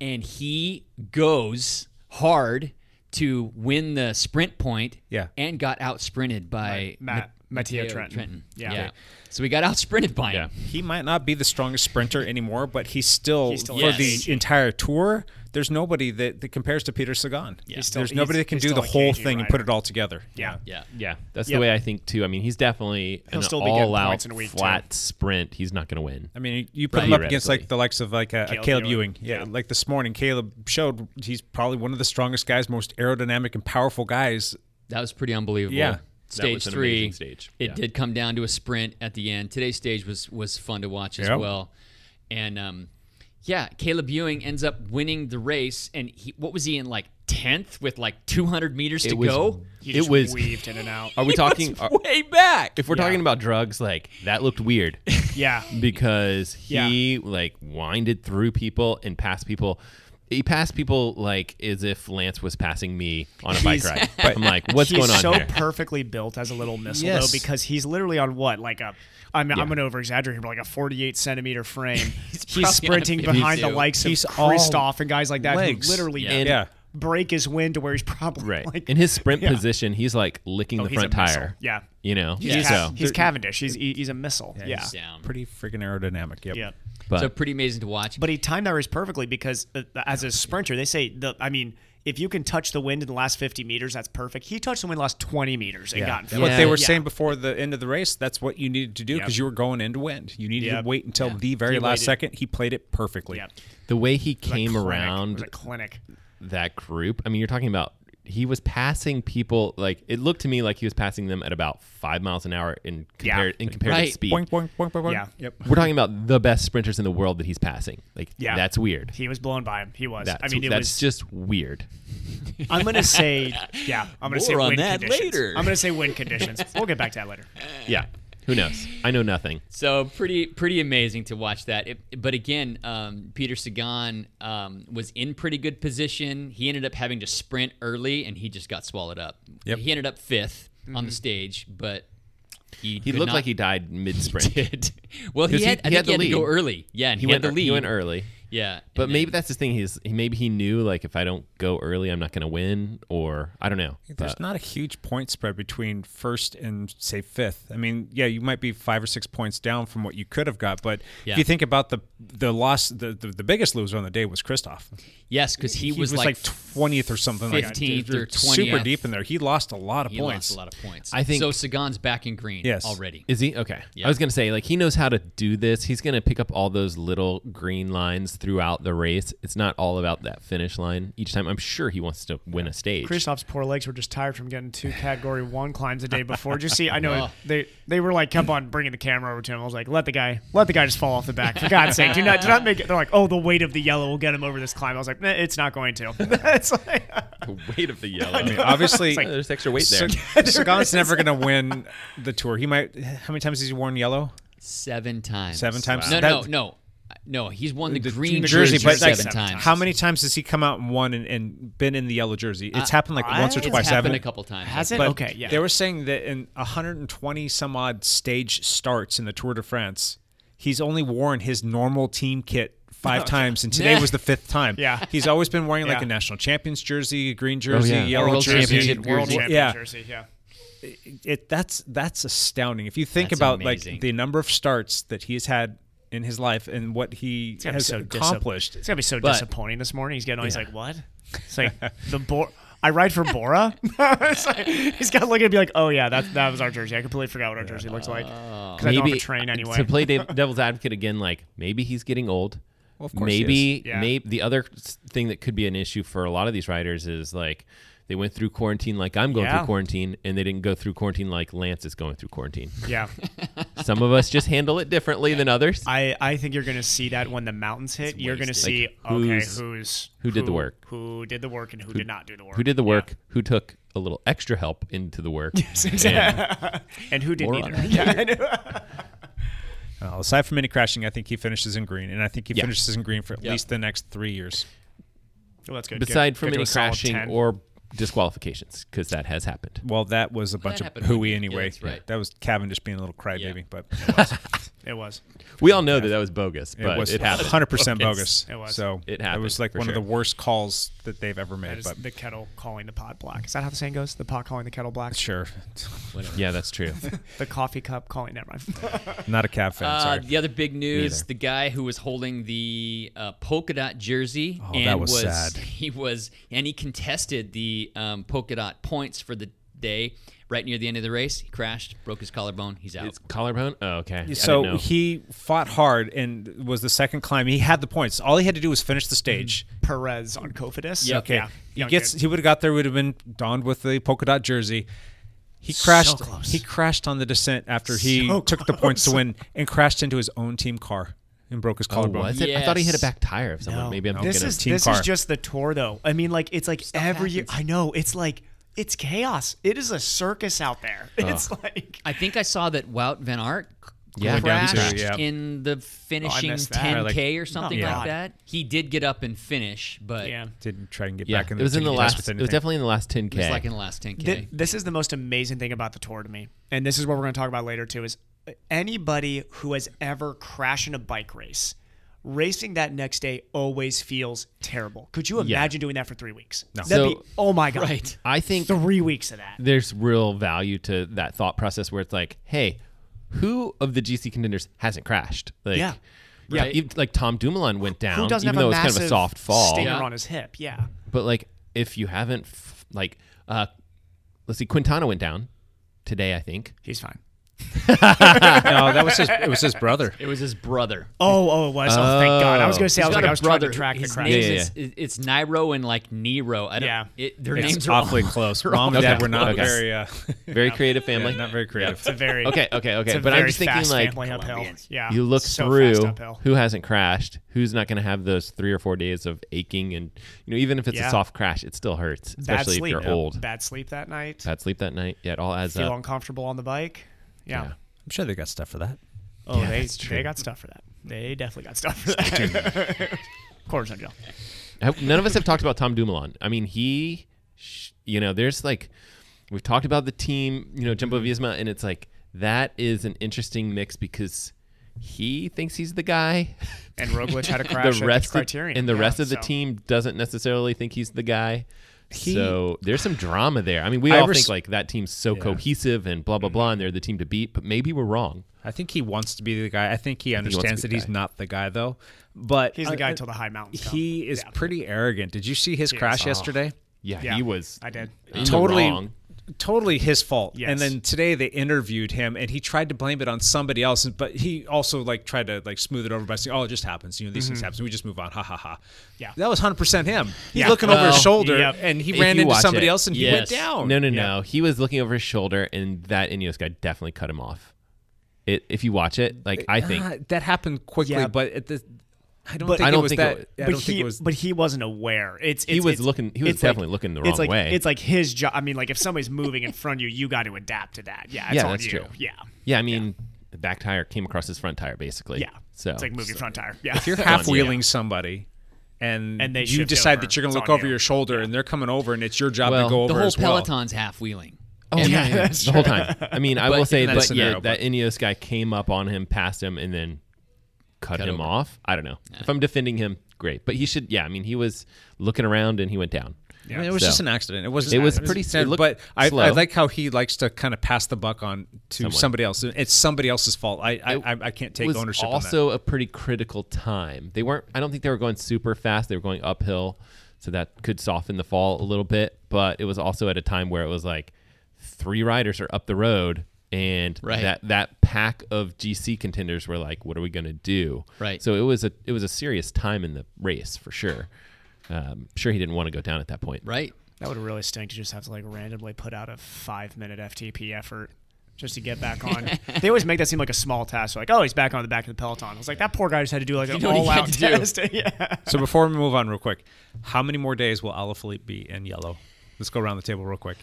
Speaker 6: and he goes hard to win the sprint point.
Speaker 4: Yeah.
Speaker 6: and got out sprinted by
Speaker 9: Ma- Matteo Trentin. Yeah.
Speaker 6: Yeah. so we got out sprinted by him.
Speaker 4: He might not be the strongest sprinter anymore, but he's still,
Speaker 6: He's still
Speaker 4: for
Speaker 6: at age.
Speaker 4: the entire tour. There's nobody that, that compares to Peter Sagan.
Speaker 6: He's still-
Speaker 4: there's nobody
Speaker 6: he's-
Speaker 4: that can
Speaker 6: he's
Speaker 4: do
Speaker 6: still
Speaker 4: the
Speaker 6: a
Speaker 4: whole
Speaker 6: KG
Speaker 4: thing and
Speaker 6: rider.
Speaker 4: put it all together.
Speaker 9: Yeah.
Speaker 6: Yeah.
Speaker 8: Yeah, that's
Speaker 4: Yep.
Speaker 8: the way I think too. I mean, he's definitely
Speaker 4: He'll
Speaker 8: an
Speaker 4: still be getting
Speaker 8: all-out
Speaker 4: points in a week, too.
Speaker 8: flat sprint. He's not going to win.
Speaker 4: I mean, you put him up against like the likes of like a, a Caleb,
Speaker 8: Caleb
Speaker 4: Ewing.
Speaker 8: Ewing.
Speaker 4: Yeah, like this morning, Caleb showed he's probably one of the strongest guys, most aerodynamic and powerful guys.
Speaker 6: That was pretty unbelievable.
Speaker 4: Yeah,
Speaker 6: Stage three. It
Speaker 4: Yeah.
Speaker 6: did come down to a sprint at the end. Today's stage was was fun to watch as
Speaker 4: Yep.
Speaker 6: well, and um, yeah, Caleb Ewing ends up winning the race. And he, what was he in like tenth with like 200 meters to
Speaker 8: was,
Speaker 6: go?
Speaker 8: it was Are we
Speaker 6: He was
Speaker 8: talking are-
Speaker 6: way back?
Speaker 8: If we're talking about drugs, like that looked weird.
Speaker 9: Yeah.
Speaker 8: because he like winded through people and passed people. He passed people like as if Lance was passing me on a bike
Speaker 9: He's-
Speaker 8: ride. I'm like, what's
Speaker 9: he's
Speaker 8: going on
Speaker 9: so
Speaker 8: here?
Speaker 9: perfectly built as a little missile
Speaker 8: Yes.
Speaker 9: though, because he's literally on what like a. I'm, I'm going to over exaggerate here, but like a 48 centimeter frame. he's
Speaker 4: probably
Speaker 9: sprinting
Speaker 4: on a
Speaker 9: behind
Speaker 4: 52.
Speaker 9: the likes of
Speaker 4: He's all
Speaker 9: Kristoff and guys like that
Speaker 4: legs.
Speaker 9: who literally
Speaker 8: Yeah.
Speaker 9: can break his wind to where he's probably
Speaker 8: right.
Speaker 9: like
Speaker 8: In his sprint
Speaker 9: Yeah.
Speaker 8: position, he's like licking
Speaker 9: Oh,
Speaker 8: the
Speaker 9: he's
Speaker 8: front
Speaker 9: a missile.
Speaker 8: tire.
Speaker 9: Yeah.
Speaker 8: You know?
Speaker 9: He's, Ca-
Speaker 8: So
Speaker 9: he's Cavendish. He's he- he's a missile. Yeah.
Speaker 4: he's pretty freaking aerodynamic. Yep.
Speaker 9: Yeah.
Speaker 8: But- So
Speaker 6: pretty amazing to watch.
Speaker 9: But he timed that race perfectly because uh, as a sprinter, they say the I mean, if you can touch the wind in the last 50 meters, that's perfect. He touched the wind last 20 meters and
Speaker 4: Yeah.
Speaker 9: got in
Speaker 4: What
Speaker 9: front.
Speaker 4: they were
Speaker 9: Yeah.
Speaker 4: saying before the end of the race, that's what you needed to do
Speaker 9: Yep.
Speaker 4: because you were going into wind. You needed
Speaker 9: Yep.
Speaker 4: to wait until
Speaker 9: Yeah.
Speaker 4: the very
Speaker 9: He
Speaker 4: last
Speaker 9: waited.
Speaker 4: second. He played it perfectly.
Speaker 8: the way he
Speaker 4: was a
Speaker 8: came
Speaker 4: clinic.
Speaker 8: around
Speaker 4: It was a clinic.
Speaker 8: that group. I mean, you're talking about he was passing people like it looked to me like he was passing them at about five miles an hour in
Speaker 4: Yeah.
Speaker 8: compared in comparative
Speaker 4: Right.
Speaker 8: speed.
Speaker 4: Boink, boink, boink, boink, boink. Yeah. Yep.
Speaker 8: We're talking about the best sprinters in the world that he's passing. Like
Speaker 9: Yeah.
Speaker 8: that's weird.
Speaker 9: He was blown by him. He was.
Speaker 8: That's,
Speaker 9: I mean, it
Speaker 8: that's
Speaker 9: was.
Speaker 8: just weird.
Speaker 9: I'm gonna say, yeah. I'm gonna say
Speaker 6: More on
Speaker 9: wind
Speaker 6: that
Speaker 9: conditions.
Speaker 6: later.
Speaker 9: I'm gonna say wind conditions. We'll get back to that later.
Speaker 8: Yeah. Who knows? I know nothing.
Speaker 6: So pretty pretty amazing to watch that. It, but again, um, Peter Sagan um, was in pretty good position. He ended up having to sprint early, and he just got swallowed up.
Speaker 8: Yep.
Speaker 6: He ended up 5th
Speaker 4: Mm-hmm.
Speaker 6: on the stage, but he
Speaker 8: He
Speaker 6: could
Speaker 8: looked
Speaker 6: not-
Speaker 8: like he died mid sprint.
Speaker 6: did. Well, he had- I think he had to go early. Yeah, and he had
Speaker 8: went,
Speaker 6: the
Speaker 8: ear- He went
Speaker 6: lead.
Speaker 8: early.
Speaker 6: Yeah,
Speaker 8: But
Speaker 6: and
Speaker 8: maybe that's the thing. He's he, maybe he knew like if I don't go early, I'm not going to win, or I don't know.
Speaker 4: There's
Speaker 8: But-
Speaker 4: not a huge point spread between first and say fifth. I mean, yeah, you might be five or six points down from what you could have got, but
Speaker 6: Yeah.
Speaker 4: if you think about the the loss, the, the, the biggest loser on the day was Kristoff.
Speaker 6: Yes, 'cause he was like
Speaker 4: like twentieth or something, like that.
Speaker 6: 15th or
Speaker 4: super
Speaker 6: 20th.
Speaker 4: deep in there. He lost a lot of
Speaker 6: He
Speaker 4: points.
Speaker 6: lost a lot of points.
Speaker 8: I think-
Speaker 6: so. Sagan's back in green.
Speaker 8: Yes.
Speaker 6: already.
Speaker 8: Is he okay?
Speaker 6: Yeah.
Speaker 8: I was gonna say like he knows how to do this. He's gonna pick up all those little green lines throughout the race. It's not all about that finish line each time. I'm sure he wants to win a stage.
Speaker 9: Kristoff's poor legs were just tired from getting two category one climbs a day before. Did you see? I know
Speaker 4: Oh.
Speaker 9: they they were like kept on bringing the camera over to him. I was like, let the guy let the guy just fall off the back for God's sake. Do not do not make it. They're like, oh, the weight of the yellow will get him over this climb. I was like, nah, it's not going to. it's like uh,
Speaker 8: the weight of the yellow.
Speaker 4: I mean, obviously,
Speaker 9: It's like-
Speaker 8: There's extra weight there.
Speaker 4: Sa- Sagan's
Speaker 9: is.
Speaker 4: never going to win the tour. He might. How many times has he worn yellow?
Speaker 6: Seven times.
Speaker 4: Seven times.
Speaker 6: No,
Speaker 4: That-
Speaker 6: no, no, no. He's won the, green
Speaker 4: the
Speaker 6: jersey,
Speaker 4: but like,
Speaker 6: seven times.
Speaker 4: How many times has he come out and won and, and been in the yellow jersey? It's
Speaker 6: Uh,
Speaker 4: happened like
Speaker 6: I-
Speaker 4: once or
Speaker 6: It's
Speaker 4: twice.
Speaker 6: happened
Speaker 4: haven't
Speaker 6: a couple times.
Speaker 9: Has it?
Speaker 4: But
Speaker 9: Okay, yeah.
Speaker 4: They were saying that in 120 some odd stage starts in the Tour de France, he's only worn his normal team kit five times, and today was the fifth time.
Speaker 9: Yeah.
Speaker 4: He's always been wearing like
Speaker 9: Yeah.
Speaker 6: Oh,
Speaker 4: a national champions jersey, a green jersey,
Speaker 8: yeah.
Speaker 4: yellow
Speaker 8: World
Speaker 4: jersey,
Speaker 8: championship
Speaker 9: World
Speaker 4: jersey.
Speaker 9: champion
Speaker 4: Yeah.
Speaker 9: jersey. Yeah.
Speaker 4: it that's that's astounding. If you think
Speaker 7: That's
Speaker 4: about
Speaker 7: amazing.
Speaker 4: like the number of starts that he's had in his life and what he
Speaker 9: It's gonna
Speaker 4: has
Speaker 9: be so
Speaker 4: accomplished,
Speaker 9: Disap- it's gonna be so
Speaker 4: But-
Speaker 9: disappointing this morning. He's getting on. He's
Speaker 4: Yeah.
Speaker 9: like, what? It's like the Bor. I ride for Bora. It's like- he's got to look at it and be like, oh yeah, that that was our jersey. I completely forgot what our jersey looks like because I don't have a train anyway.
Speaker 8: To play dev- devil's advocate again, like maybe he's getting old.
Speaker 9: Well, of course he
Speaker 8: maybe
Speaker 9: is. Yeah.
Speaker 8: maybe the other s- thing that could be an issue for a lot of these riders is like they went through quarantine like I'm going
Speaker 9: Yeah.
Speaker 8: through quarantine and they didn't go through quarantine like Lance is going through quarantine.
Speaker 9: Yeah.
Speaker 8: Some of us just handle it differently than others.
Speaker 9: I, I think you're gonna see that when the mountains hit. You're gonna
Speaker 8: wasted.
Speaker 9: see
Speaker 8: Like,
Speaker 9: okay
Speaker 8: who's-
Speaker 9: who's
Speaker 8: who did the work?
Speaker 9: who did the work, and who, did not do the work,
Speaker 8: Who did the work? Who took a little extra help into the work?
Speaker 9: exactly. And who did
Speaker 8: or
Speaker 9: neither.
Speaker 8: on-
Speaker 9: Yeah, I know.
Speaker 4: Uh, aside from any crashing, I think he finishes in green, and I think he
Speaker 8: Yeah.
Speaker 4: finishes in green for at
Speaker 8: Yeah.
Speaker 4: least the next three years.
Speaker 9: Well, that's good.
Speaker 8: Beside
Speaker 9: Get-
Speaker 8: from
Speaker 9: get to
Speaker 8: any
Speaker 9: a solid
Speaker 8: crashing
Speaker 9: 10.
Speaker 8: or disqualifications, because that has happened.
Speaker 4: Well, that was a bunch
Speaker 8: that
Speaker 4: of
Speaker 8: happened
Speaker 4: hooey
Speaker 8: Yeah,
Speaker 4: anyway.
Speaker 8: that's right.
Speaker 4: That was Cavendish being a little crybaby, but
Speaker 9: It was.
Speaker 8: We all know that that was bogus,
Speaker 4: it
Speaker 8: but it,
Speaker 4: was
Speaker 8: happened.
Speaker 4: 100% bogus.
Speaker 9: It was.
Speaker 4: So
Speaker 8: It
Speaker 4: It
Speaker 8: happened,
Speaker 4: was like
Speaker 8: for
Speaker 4: one of
Speaker 8: sure.
Speaker 4: the worst calls that they've ever
Speaker 9: That
Speaker 4: made.
Speaker 9: is
Speaker 4: But
Speaker 9: the kettle calling the pot black. Is that how the saying goes? The pot calling the kettle black.
Speaker 4: sure,
Speaker 8: Yeah, that's true.
Speaker 9: the coffee cup calling. Never mind.
Speaker 4: not a Cav fan.
Speaker 6: Uh,
Speaker 4: sorry.
Speaker 6: the other big news:
Speaker 4: Neither.
Speaker 6: the guy who was holding the uh, polka dot jersey,
Speaker 4: Oh,
Speaker 6: and
Speaker 4: that was sad.
Speaker 6: He was, and he contested the um, polka dot points for the day. Right near the end of the race, he crashed, broke his collarbone. He's out.
Speaker 8: It's collarbone. Oh, okay. I didn't
Speaker 4: So
Speaker 8: know.
Speaker 4: he fought hard and was the second climb. He had the points. All he had to do was finish the stage.
Speaker 6: Mm-hmm.
Speaker 9: Perez on Kofidis.
Speaker 4: Okay.
Speaker 9: Yeah.
Speaker 4: He
Speaker 9: Young
Speaker 4: gets.
Speaker 9: kid.
Speaker 4: He would have got there. Would have been donned with the polka dot jersey. He
Speaker 9: So
Speaker 4: crashed.
Speaker 9: close.
Speaker 4: He crashed on the descent after he
Speaker 9: So
Speaker 4: took the points to
Speaker 9: close.
Speaker 4: win and crashed into his own team car and broke his
Speaker 8: Oh,
Speaker 4: collarbone.
Speaker 8: was it? I thought he hit a
Speaker 6: Yes.
Speaker 8: back tire of someone.
Speaker 9: No.
Speaker 8: Maybe I'm
Speaker 4: No.
Speaker 8: thinking
Speaker 9: This
Speaker 8: of
Speaker 9: is
Speaker 4: team
Speaker 9: this
Speaker 4: car.
Speaker 9: is just the tour, though. I mean, like it's like every year. I know it's like it's chaos. It is a circus out there.
Speaker 8: Oh.
Speaker 9: It's like
Speaker 6: I think I saw that Wout Van Aert c-
Speaker 8: Yeah, down
Speaker 6: crashed
Speaker 8: too,
Speaker 4: yeah.
Speaker 6: in the finishing
Speaker 9: Oh, missed that.
Speaker 6: 10k
Speaker 4: Like-
Speaker 6: or something
Speaker 4: Yeah.
Speaker 6: like that. He did get up and finish, but
Speaker 9: yeah.
Speaker 4: Didn't try and get
Speaker 8: yeah,
Speaker 4: back in.
Speaker 8: it was in the
Speaker 4: contest
Speaker 8: last.
Speaker 4: with
Speaker 8: It was
Speaker 4: anything.
Speaker 8: definitely in the last 10k.
Speaker 6: it was like in the last 10k.
Speaker 9: Th- this is the most amazing thing about the tour to me, and this is what we're going to talk about later too. Is uh, anybody who has ever crashed in a bike race, racing that next day always feels terrible. Could you
Speaker 8: Yeah.
Speaker 9: imagine doing that for three weeks? No.
Speaker 8: So-
Speaker 9: oh my god!
Speaker 6: Right.
Speaker 8: I think
Speaker 9: Three weeks of that.
Speaker 8: there's real value to that thought process where it's like, hey, who of the GC contenders hasn't crashed? Like,
Speaker 9: Yeah.
Speaker 8: Yeah,
Speaker 6: Right.
Speaker 8: even- like Tom Dumoulin went down,
Speaker 9: Who doesn't
Speaker 8: even
Speaker 9: have
Speaker 8: though
Speaker 9: a
Speaker 8: it was
Speaker 9: massive
Speaker 8: kind of a soft fall.
Speaker 9: stinger
Speaker 6: Yeah.
Speaker 9: on his hip? Yeah.
Speaker 8: But like, if you haven't, f- like, uh, let's see, Quintana went down today, I think.
Speaker 9: He's fine.
Speaker 4: no, that was his. It was his brother.
Speaker 6: It was his brother.
Speaker 9: Oh, oh, it was. Oh, thank God. I was going to say, I was
Speaker 6: He's
Speaker 9: like,
Speaker 6: got
Speaker 9: I
Speaker 6: a
Speaker 9: was
Speaker 6: brother.
Speaker 9: trying to track the
Speaker 6: His
Speaker 9: crash.
Speaker 6: name
Speaker 8: Yeah, yeah,
Speaker 6: is, it- it's Niro and like Nero. I don't,
Speaker 9: Yeah.
Speaker 6: It, their
Speaker 4: It's
Speaker 6: names are
Speaker 4: awfully
Speaker 6: all-
Speaker 4: close. Mom and
Speaker 8: Okay.
Speaker 4: dad were not
Speaker 8: Okay.
Speaker 4: very. Uh,
Speaker 8: Very creative
Speaker 4: yeah,
Speaker 8: family.
Speaker 4: not very creative.
Speaker 9: It's a very
Speaker 8: Okay, okay, okay.
Speaker 9: It's a
Speaker 8: But I'm
Speaker 9: very
Speaker 8: just thinking
Speaker 9: fast
Speaker 8: like,
Speaker 9: family uphill. Yeah,
Speaker 8: you look
Speaker 9: so fast
Speaker 8: through
Speaker 9: uphill.
Speaker 8: who hasn't crashed, who's not going to have those three or four days of aching, and you know, even if it's
Speaker 9: Yeah.
Speaker 8: a soft crash, it still hurts,
Speaker 9: bad
Speaker 8: especially if
Speaker 9: sleep.
Speaker 8: you're old. Bad.
Speaker 9: Bad sleep that night.
Speaker 8: sleep that night, yeah, it all adds
Speaker 9: Feel
Speaker 8: up.
Speaker 9: uncomfortable on the bike. Yeah.
Speaker 8: Yeah.
Speaker 4: I'm sure they got stuff for that.
Speaker 9: Oh, they
Speaker 8: that's true.
Speaker 9: they got stuff for that. They definitely got stuff for that. Quarters on Joe.
Speaker 8: Have- None of us have talked about Tom Dumoulin. I mean, he, sh- you know, there's like, we've talked about the team, you know, Jumbo Visma, and it's like that is an interesting mix because he thinks he's the guy.
Speaker 9: And Roglic had a crash
Speaker 8: the
Speaker 9: at
Speaker 8: rest
Speaker 9: Criterion.
Speaker 8: Of, and the
Speaker 9: Yeah,
Speaker 8: rest of the
Speaker 9: so.
Speaker 8: team doesn't necessarily think he's the guy. so there's some drama there. I mean, we
Speaker 4: I
Speaker 8: all
Speaker 4: res- Mm-hmm.
Speaker 8: think like that team's so
Speaker 4: Yeah.
Speaker 8: cohesive and blah blah blah, and they're the team to beat. But maybe we're wrong.
Speaker 4: I think he wants to be the guy. I think he
Speaker 8: he wants
Speaker 4: understands
Speaker 8: to
Speaker 4: that
Speaker 8: be the
Speaker 4: he's
Speaker 8: guy.
Speaker 4: not the guy though. But
Speaker 9: He's the
Speaker 4: uh,
Speaker 9: guy
Speaker 4: uh,
Speaker 9: until the high mountains come.
Speaker 4: He is
Speaker 9: Yeah.
Speaker 4: pretty arrogant. Did you see his
Speaker 9: Yes.
Speaker 4: crash
Speaker 9: Oh.
Speaker 4: yesterday?
Speaker 8: Yeah,
Speaker 9: Yeah,
Speaker 8: he was.
Speaker 9: I did.
Speaker 8: in the
Speaker 4: totally
Speaker 8: wrong.
Speaker 4: totally his fault
Speaker 9: Yes.
Speaker 4: and then today they interviewed him and he tried to blame it on somebody else but he also like tried to like smooth it over by saying oh it just happens you know these things happen we just move on ha ha ha
Speaker 9: Mm-hmm. Yeah.
Speaker 4: that was 100% him he's
Speaker 9: Yeah.
Speaker 4: looking over
Speaker 8: Well,
Speaker 4: his shoulder
Speaker 9: yep.
Speaker 4: and he
Speaker 8: If
Speaker 4: ran
Speaker 8: you
Speaker 4: into
Speaker 8: watch
Speaker 4: somebody
Speaker 8: it-
Speaker 4: else and he went
Speaker 6: yes.
Speaker 4: down
Speaker 8: No, no, no. He was looking over his shoulder, and that Ineos guy definitely cut him off. It, if you watch it, like I think,
Speaker 9: Uh,
Speaker 4: Ah, that happened quickly
Speaker 9: Yeah.
Speaker 4: but at the, I don't
Speaker 9: But-
Speaker 4: think
Speaker 8: I
Speaker 4: it
Speaker 8: don't
Speaker 4: was
Speaker 8: think
Speaker 4: that
Speaker 8: it
Speaker 4: I
Speaker 9: but
Speaker 4: don't
Speaker 9: he,
Speaker 4: think it was
Speaker 9: but he wasn't aware. It's,
Speaker 8: He
Speaker 9: it's-
Speaker 8: was
Speaker 9: it's-
Speaker 8: looking- he was
Speaker 9: it's like-
Speaker 8: definitely looking the wrong
Speaker 9: it's like,
Speaker 8: way.
Speaker 9: It's like his job. I mean, like if somebody's moving in front of you, you got to adapt to that. Yeah, it's
Speaker 8: Yeah,
Speaker 9: on
Speaker 8: that's
Speaker 9: you.
Speaker 8: true.
Speaker 9: Yeah,
Speaker 8: yeah, I mean, the back tire came across his front tire, basically.
Speaker 9: yeah.
Speaker 8: so
Speaker 9: it's like move your front tire. Yeah,
Speaker 4: if you're
Speaker 8: on
Speaker 4: half
Speaker 8: you.
Speaker 4: wheeling somebody and,
Speaker 9: And they
Speaker 4: you
Speaker 9: shift
Speaker 4: decide
Speaker 9: over,
Speaker 4: that you're going
Speaker 9: it's
Speaker 4: to look
Speaker 9: on
Speaker 4: over
Speaker 9: you.
Speaker 4: your shoulder and they're coming over and it's your job
Speaker 8: Well,
Speaker 4: to go over
Speaker 8: the
Speaker 6: the whole
Speaker 4: as well.
Speaker 6: peloton's half wheeling.
Speaker 8: Oh yeah, yeah, yeah. the whole time. I mean, I
Speaker 6: But
Speaker 8: will
Speaker 6: in
Speaker 8: say
Speaker 4: that
Speaker 8: that
Speaker 4: scenario,
Speaker 8: yeah, that
Speaker 4: but-
Speaker 8: Ineos guy came up on him, passed him, and then cut, him
Speaker 6: over.
Speaker 8: off. I don't know. If I'm defending him, great, but he should. Yeah, I mean, he was looking around and he went down.
Speaker 9: I mean, it was
Speaker 8: So-
Speaker 9: just an accident. It wasn't.
Speaker 8: It was
Speaker 9: accident.
Speaker 8: pretty.
Speaker 9: sad,
Speaker 8: it looked
Speaker 9: but I,
Speaker 8: slow.
Speaker 9: I like how he likes to kind of pass the buck on to
Speaker 8: Someone.
Speaker 9: somebody else. It's somebody else's fault. I I, I, I can't take
Speaker 8: was
Speaker 9: ownership. on that.
Speaker 8: Also, a pretty critical time. They weren't. I don't think they were going super fast. They were going uphill, so that could soften the fall a little bit. But it was also at a time where it was like three riders are up the road, and
Speaker 4: Right.
Speaker 8: that that pack of GC contenders were like, "What are we going to do?"
Speaker 4: Right.
Speaker 8: So it was a it was a serious time in the race for sure. Um, sure, he didn't want to go down at that point.
Speaker 4: Right.
Speaker 6: That would really stink to just have to like randomly put out a five minute FTP effort just to get back on. they always make that seem like a small task. Like, oh, he's back on the back of the peloton. It's like that poor guy just had to do like
Speaker 4: You
Speaker 6: an
Speaker 4: know what he
Speaker 6: all out
Speaker 4: had to do.
Speaker 6: test. yeah.
Speaker 9: So before we move on, real quick, how many more days will Alaphilippe be in yellow? Let's go around the table real quick.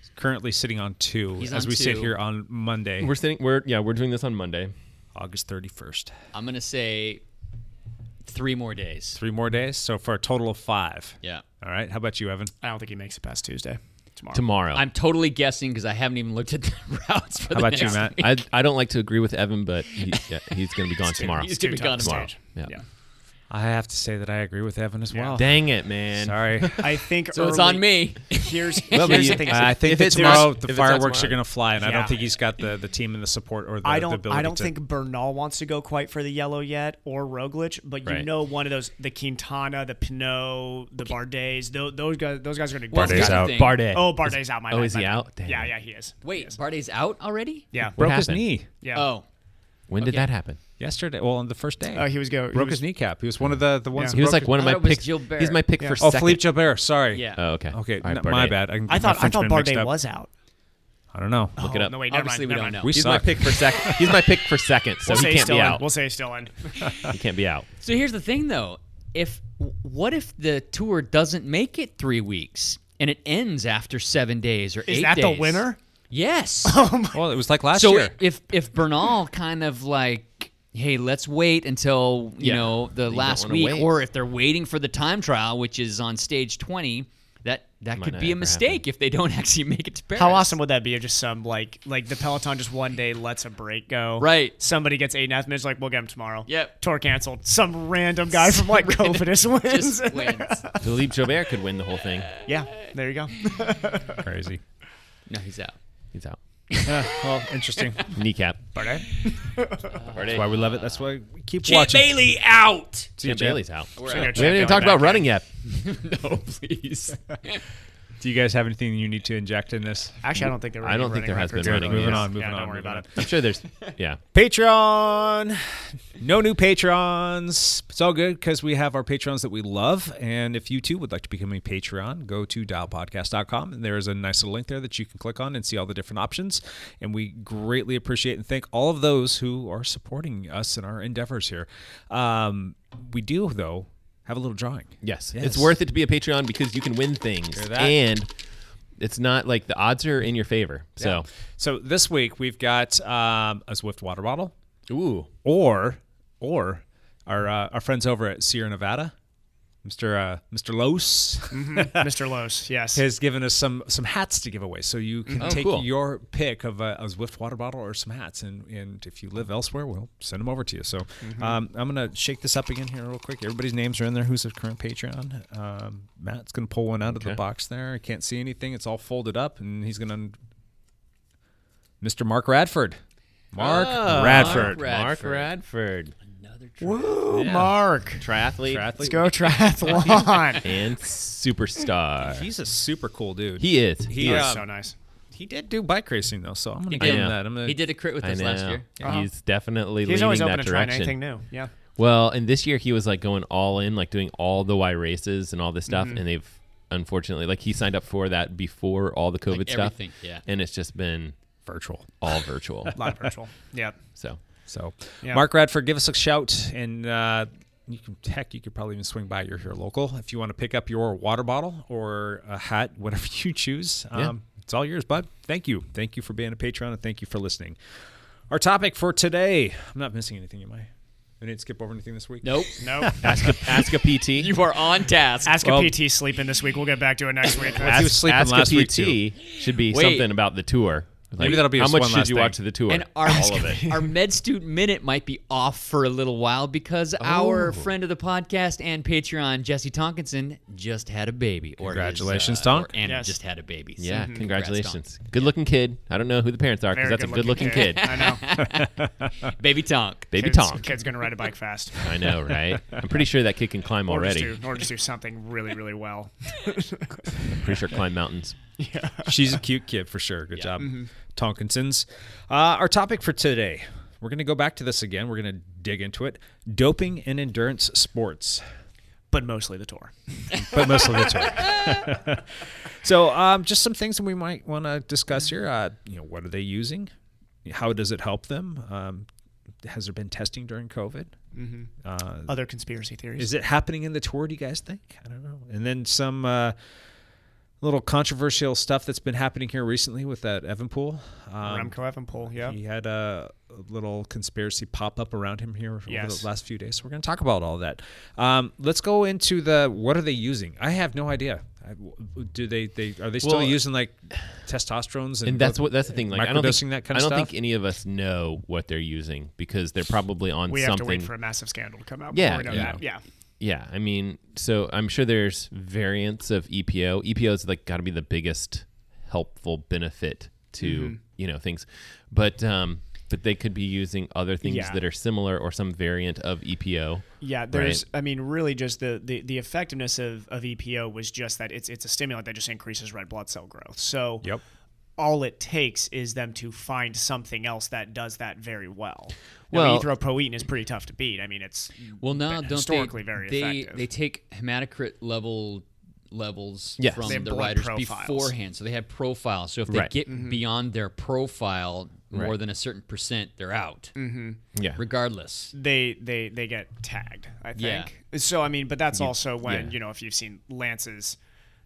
Speaker 9: He's currently sitting on two
Speaker 4: He's
Speaker 9: as
Speaker 4: on
Speaker 9: we sit
Speaker 4: two.
Speaker 9: here on Monday.
Speaker 8: We're sitting. We're yeah. We're doing this on Monday,
Speaker 9: August thirty first.
Speaker 4: I'm gonna say three more days.
Speaker 9: Three more days, so for a total of five.
Speaker 4: Yeah.
Speaker 9: All right. How about you, Evan?
Speaker 6: I don't think he makes it past Tuesday. Tomorrow.
Speaker 8: Tomorrow.
Speaker 4: I'm totally guessing because I haven't even looked at the routes. For
Speaker 8: How
Speaker 4: the
Speaker 8: about you,
Speaker 4: next
Speaker 8: Matt?
Speaker 4: week.
Speaker 8: I, I don't like to agree with Evan, but he, yeah, he's going to be gone tomorrow.
Speaker 4: He's gonna be gone
Speaker 8: tomorrow.
Speaker 4: tomorrow.
Speaker 8: Yeah.
Speaker 9: I have to say that I agree with Evan as well.
Speaker 8: Dang it, man.
Speaker 9: Sorry.
Speaker 6: I think
Speaker 4: So it's on
Speaker 6: early-
Speaker 4: me.
Speaker 6: Here's,
Speaker 8: Well, but
Speaker 6: here's
Speaker 8: you-
Speaker 6: the thing.
Speaker 9: I think
Speaker 8: If
Speaker 9: that
Speaker 8: it's
Speaker 9: tomorrow
Speaker 8: not- if
Speaker 9: the
Speaker 8: it's not
Speaker 9: fireworks are
Speaker 8: tomorrow.
Speaker 9: going to fly, and I don't
Speaker 6: Yeah.
Speaker 9: think he's got the, the team and the support or the,
Speaker 6: I
Speaker 9: the
Speaker 6: don't.
Speaker 9: ability
Speaker 6: I don't
Speaker 9: to.
Speaker 6: think Bernal wants to go quite for the yellow yet, or Roglic. But you
Speaker 8: Right.
Speaker 6: know, one of those, the Quintana, the Pinot, the Bardays, those, those guys. Those guys are going to go.
Speaker 4: Well, Bardet's here's the out. thing.
Speaker 8: Bardet.
Speaker 6: Oh, Bardet's out. My
Speaker 8: Oh,
Speaker 6: bad,
Speaker 8: is
Speaker 6: my
Speaker 8: he
Speaker 6: bad.
Speaker 8: out? Damn.
Speaker 6: Yeah, yeah, he is.
Speaker 4: Wait, Barty's out already?
Speaker 6: Yeah.
Speaker 9: broke
Speaker 8: What
Speaker 9: his
Speaker 8: happened?
Speaker 9: knee
Speaker 6: Yeah.
Speaker 4: Oh,
Speaker 8: When did
Speaker 4: Okay.
Speaker 8: that happen?
Speaker 9: yesterday. Well, on the first day,
Speaker 6: Oh, he was go. he
Speaker 9: broke
Speaker 6: was-
Speaker 9: his kneecap. He was one of the the ones.
Speaker 6: Yeah.
Speaker 9: who
Speaker 8: He was
Speaker 9: broke
Speaker 8: like
Speaker 9: his-
Speaker 8: one of
Speaker 4: I
Speaker 8: my
Speaker 4: thought it was
Speaker 8: picks.
Speaker 4: Gilbert.
Speaker 8: He's my pick
Speaker 6: Yeah.
Speaker 8: for
Speaker 9: Oh,
Speaker 8: second.
Speaker 9: Philippe Gilbert. Sorry.
Speaker 4: Yeah.
Speaker 8: Oh, okay.
Speaker 9: Okay,
Speaker 8: All right,
Speaker 9: n-
Speaker 8: Bardet.
Speaker 9: my bad. I,
Speaker 6: I thought. I thought Bardet
Speaker 9: Bardet
Speaker 6: was out.
Speaker 9: I don't know.
Speaker 8: Look it
Speaker 6: Oh,
Speaker 8: up.
Speaker 6: No, wait. Never
Speaker 4: obviously
Speaker 6: mind,
Speaker 4: we don't
Speaker 6: never mind.
Speaker 4: know.
Speaker 9: We
Speaker 8: He's
Speaker 9: suck.
Speaker 8: my pick for second. He's my pick for second, so
Speaker 6: We'll say
Speaker 8: he
Speaker 6: he's
Speaker 8: can't
Speaker 6: still
Speaker 8: be
Speaker 6: in.
Speaker 8: out.
Speaker 6: We'll say he's still in.
Speaker 8: He can't be out.
Speaker 4: So here's the thing, though. If what if the tour doesn't make it three weeks and it ends after seven days or eight days?
Speaker 6: Is that the winner?
Speaker 4: Yes.
Speaker 9: Well, it was like last
Speaker 4: so
Speaker 9: year.
Speaker 4: if if Bernal kind of like, hey, let's wait until you
Speaker 8: Yeah.
Speaker 4: know the
Speaker 8: don't
Speaker 4: last
Speaker 8: wanna
Speaker 4: week,
Speaker 8: wait.
Speaker 4: or if they're waiting for the time trial, which is on stage twenty, that that
Speaker 8: Might
Speaker 4: could
Speaker 8: not
Speaker 4: be a
Speaker 8: ever
Speaker 4: mistake if they don't actually make it to Paris.
Speaker 6: How awesome would that be if just some like like the Peloton just one day lets a break go?
Speaker 4: Right.
Speaker 6: Somebody gets eight and a half minutes, like we'll get him tomorrow.
Speaker 4: Yep.
Speaker 6: Tour canceled. Some random guy from like Covidus wins.
Speaker 4: Just wins.
Speaker 8: Philippe Gilbert could win the whole thing.
Speaker 6: yeah. There you go.
Speaker 9: Crazy.
Speaker 4: No, he's out.
Speaker 8: He's out.
Speaker 9: well, interesting.
Speaker 8: Kneecap.
Speaker 6: Bardet.
Speaker 9: That's why we love it. That's why we keep
Speaker 4: Chip
Speaker 9: watching.
Speaker 4: Bailey out.
Speaker 9: See you,
Speaker 8: Jim
Speaker 9: Chip.
Speaker 8: Bailey's out. We
Speaker 4: We're out.
Speaker 8: haven't even talked about running yet.
Speaker 4: No, please.
Speaker 9: Do you guys have anything you need to inject in this?
Speaker 6: Actually, I don't think there. were
Speaker 8: I
Speaker 6: any
Speaker 8: don't think
Speaker 6: running
Speaker 8: there has been
Speaker 6: records.
Speaker 8: running.
Speaker 9: Moving
Speaker 8: yeah.
Speaker 9: on, moving
Speaker 6: Yeah,
Speaker 9: on.
Speaker 6: don't worry
Speaker 9: moving
Speaker 6: about
Speaker 9: on.
Speaker 6: it.
Speaker 8: I'm sure there's. Yeah.
Speaker 9: Patreon. No new patrons. It's all good because we have our patrons that we love. And if you too would like to become a patron, go to dialpodcast.com. And there is a nice little link there that you can click on and see all the different options. And we greatly appreciate and thank all of those who are supporting us in our endeavors here. Um, we do, though, have a little drawing.
Speaker 8: Yes. It's worth it to be a Patreon because you can win things.
Speaker 9: that.
Speaker 8: And it's not like the odds are in your favor. So,
Speaker 9: So this week we've got um, a Swift water bottle.
Speaker 8: ooh.
Speaker 9: or or our uh, our friends over at Sierra Nevada, Mr. Uh, Mr. Los
Speaker 6: Mr. Mm-hmm. Los. Yes.
Speaker 9: has given us some some hats to give away. So you can
Speaker 8: Oh,
Speaker 9: take
Speaker 8: cool.
Speaker 9: your pick of a, a Zwift water bottle or some hats, and and if you live elsewhere, we'll send them over to you. So
Speaker 6: Mm-hmm.
Speaker 9: um, I'm gonna shake this up again here real quick. Everybody's names are in there. Who's a current Patreon? Um, Matt's gonna pull one out of the
Speaker 8: Okay.
Speaker 9: box there. I can't see anything. It's all folded up, and he's gonna. un- Mr. Mark Radford. Mark
Speaker 8: Oh,
Speaker 9: Radford.
Speaker 4: Radford.
Speaker 8: Mark Radford.
Speaker 6: Woo, Mark.
Speaker 8: Triathlete.
Speaker 9: Triathlete.
Speaker 6: Let's go triathlon.
Speaker 8: And superstar.
Speaker 9: He's a super cool dude.
Speaker 8: He is.
Speaker 9: He,
Speaker 6: He was
Speaker 9: um,
Speaker 6: so nice.
Speaker 9: he did do bike racing though, so I'm gonna
Speaker 4: He
Speaker 9: give
Speaker 4: did.
Speaker 9: him that. I'm gonna
Speaker 4: He did a crit with
Speaker 8: I
Speaker 4: us
Speaker 8: know.
Speaker 4: last year. Uh-huh.
Speaker 8: He's definitely
Speaker 6: He's
Speaker 8: leaning
Speaker 6: always
Speaker 8: that
Speaker 6: open to trying
Speaker 8: direction.
Speaker 6: anything new. Yeah.
Speaker 8: Well, and this year he was like going all in, like doing all the Y races and all this
Speaker 6: Mm-hmm.
Speaker 8: stuff, and they've unfortunately like he signed up for that before all the COVID stuff.
Speaker 4: everything, yeah.
Speaker 8: And it's just been
Speaker 9: virtual.
Speaker 8: all virtual.
Speaker 6: Live virtual. Yep.
Speaker 8: so
Speaker 9: So
Speaker 6: Yeah.
Speaker 9: Mark Radford, give us a shout and uh you can heck, you could probably even swing by. You're here local. If you want to pick up your water bottle or a hat, whatever you choose, um,
Speaker 8: Yeah.
Speaker 9: it's all yours, bud. Thank you. Thank you for being a patron and thank you for listening. Our topic for today. I'm not missing anything, am I? I didn't skip over anything this week.
Speaker 4: Nope.
Speaker 6: No.
Speaker 8: ask a, ask a PT.
Speaker 4: You are on task.
Speaker 6: Ask
Speaker 9: Well-
Speaker 6: a PT sleeping this week. We'll get back to it next week.
Speaker 9: He was sleeping
Speaker 8: ask
Speaker 9: last
Speaker 8: a
Speaker 9: week,
Speaker 8: PT should be
Speaker 4: Wait.
Speaker 8: something about the tour. Like, how much should you watch of the tour?
Speaker 6: And our,
Speaker 8: all of it.
Speaker 6: our med student minute might be off for a little while because
Speaker 8: Oh.
Speaker 6: our friend of the podcast and Patreon, Jesse Tonkinson, just had a baby. Or is,
Speaker 8: Congratulations,
Speaker 6: uh,
Speaker 8: Tonk.
Speaker 6: or Anna
Speaker 8: Yes.
Speaker 6: just had a baby. So
Speaker 8: Yeah,
Speaker 6: congrats,
Speaker 8: congratulations. Good looking kid. I don't know who the parents are because
Speaker 6: Very
Speaker 8: that's a good looking
Speaker 6: good-looking
Speaker 8: kid.
Speaker 6: kid. I know. Baby Tonk.
Speaker 8: Baby
Speaker 9: Kid's-
Speaker 8: Tonk.
Speaker 9: Kid's gonna ride a bike fast.
Speaker 8: I know, right? I'm pretty sure that kid can climb
Speaker 9: Or just
Speaker 8: already.
Speaker 9: do- or just do something really, really well.
Speaker 8: Pretty sure climb mountains.
Speaker 9: Yeah.
Speaker 4: She's a cute kid for sure. Good job,
Speaker 9: Mhm.
Speaker 4: Tonkinsons. Uh, our topic for today, we're going to go back to this again. We're going to dig into it. Doping and endurance sports.
Speaker 9: But mostly the tour.
Speaker 4: but mostly the tour. so, um, just some things that we might want to discuss here. Uh, you know, what are they using? How does it help them? Um, has there been testing during COVID?
Speaker 9: Mhm.
Speaker 4: Uh,
Speaker 9: Other conspiracy theories.
Speaker 4: Is it happening in the tour? Do you guys think? I don't know. And then some uh, little controversial stuff that's been happening here recently with that Evanpool.
Speaker 9: Remco Evenepoel, yeah.
Speaker 4: He had a little conspiracy pop up around him here over
Speaker 9: Yes.
Speaker 4: the last few days. So we're going to talk about all that. Um, let's go into the what are they using? I have no idea. I, do they they are they still
Speaker 8: Well,
Speaker 4: using like testosterones and,
Speaker 8: and that's what that's the thing. Like I don't
Speaker 4: microdosing
Speaker 8: think,
Speaker 4: that kind
Speaker 8: I
Speaker 4: of
Speaker 8: don't
Speaker 4: stuff?
Speaker 8: think any of us know what they're using because they're probably on
Speaker 9: we have
Speaker 8: something.
Speaker 9: to wait for a massive scandal to come out.
Speaker 8: yeah,
Speaker 9: before we know
Speaker 8: yeah,
Speaker 9: that. Yeah.
Speaker 8: yeah. I mean, so I'm sure there's variants of E EPO. EPO is like got to be the biggest helpful benefit to
Speaker 9: Mhm.
Speaker 8: you know things, but um, but they could be using other things
Speaker 9: Yeah.
Speaker 8: that are similar or some variant of E EPO.
Speaker 9: Yeah,
Speaker 8: right?
Speaker 9: there's. I mean, really, just the, the the effectiveness of of EPO was just that it's it's a stimulant that just increases red blood cell growth. So,
Speaker 4: Yep.
Speaker 9: all it takes is them to find something else that does that very well.
Speaker 6: Well-
Speaker 9: Well, erythropoietin is pretty tough to beat. I mean, it's
Speaker 6: Well, no, don't they-
Speaker 9: historically very
Speaker 6: they,
Speaker 9: effective.
Speaker 6: They take hematocrit level levels
Speaker 8: Yes.
Speaker 6: from
Speaker 8: They have
Speaker 6: the
Speaker 8: blood
Speaker 6: riders
Speaker 8: profiles.
Speaker 6: beforehand, so they have profiles. So if they
Speaker 8: Right.
Speaker 6: get
Speaker 9: Mm-hmm.
Speaker 8: Mhm.
Speaker 6: beyond their profile more
Speaker 8: Right.
Speaker 6: than a certain percent, they're out.
Speaker 9: Mhm.
Speaker 8: Yeah.
Speaker 6: regardless.
Speaker 9: they they they get tagged. I
Speaker 6: Yeah.
Speaker 9: think. So I mean, but that's
Speaker 6: You-
Speaker 9: also when
Speaker 6: yeah.
Speaker 9: you know if you've seen Lance's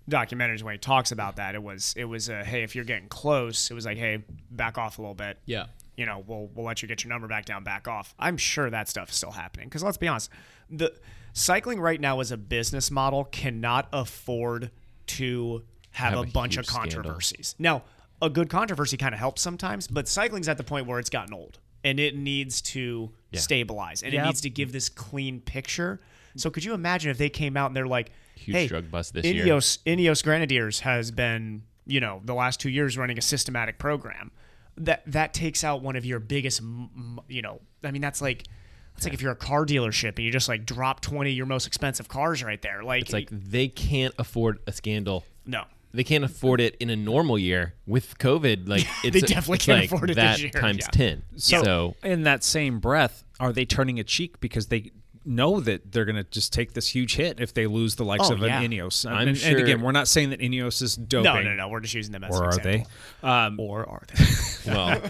Speaker 9: documentaries when he talks about that, it was it was a hey if you're getting close, it was like hey back off a little bit.
Speaker 6: Yeah.
Speaker 9: You know we'll we'll let you get your number back down, back off. I'm sure that stuff is still happening because let's be honest, the cycling right now as a business model cannot afford to have,
Speaker 8: Have
Speaker 9: a,
Speaker 8: a
Speaker 9: bunch
Speaker 8: huge
Speaker 9: of
Speaker 8: scandal.
Speaker 9: controversies. Now, a good controversy kind of helps sometimes, but cycling's at the point where it's gotten old and it needs to
Speaker 8: Yeah.
Speaker 9: stabilize and
Speaker 8: Yep.
Speaker 9: it needs to give this clean picture. So could you imagine if they came out and they're like,
Speaker 8: Huge
Speaker 9: hey,
Speaker 8: drug bust this year."
Speaker 9: Ineos, Ineos Grenadiers has been, you know, the last two years running a systematic program. That that takes out one of your biggest, m- m- you know, I mean, that's like, that's like if you're a car dealership and you just like drop twenty of your most expensive cars right there. Like,
Speaker 8: It's like they can't afford a scandal.
Speaker 9: No.
Speaker 8: They can't afford it in a normal year with COVID. Like it's
Speaker 9: They definitely
Speaker 8: it's
Speaker 9: can't
Speaker 8: like
Speaker 9: afford it this
Speaker 8: that
Speaker 9: year.
Speaker 8: times
Speaker 9: Yeah.
Speaker 8: ten. So,
Speaker 4: So, in that same breath, are they turning a cheek because they know that they're going to just take this huge hit if they lose the likes
Speaker 9: Oh,
Speaker 4: of
Speaker 9: yeah.
Speaker 4: an Ineos?
Speaker 8: I'm
Speaker 4: and,
Speaker 8: sure-
Speaker 4: and again, we're not saying that Ineos is doping.
Speaker 9: no, no, no, we're just using them as
Speaker 4: Or
Speaker 9: an
Speaker 4: are
Speaker 9: example.
Speaker 4: they? Um,
Speaker 9: or are they?
Speaker 8: well,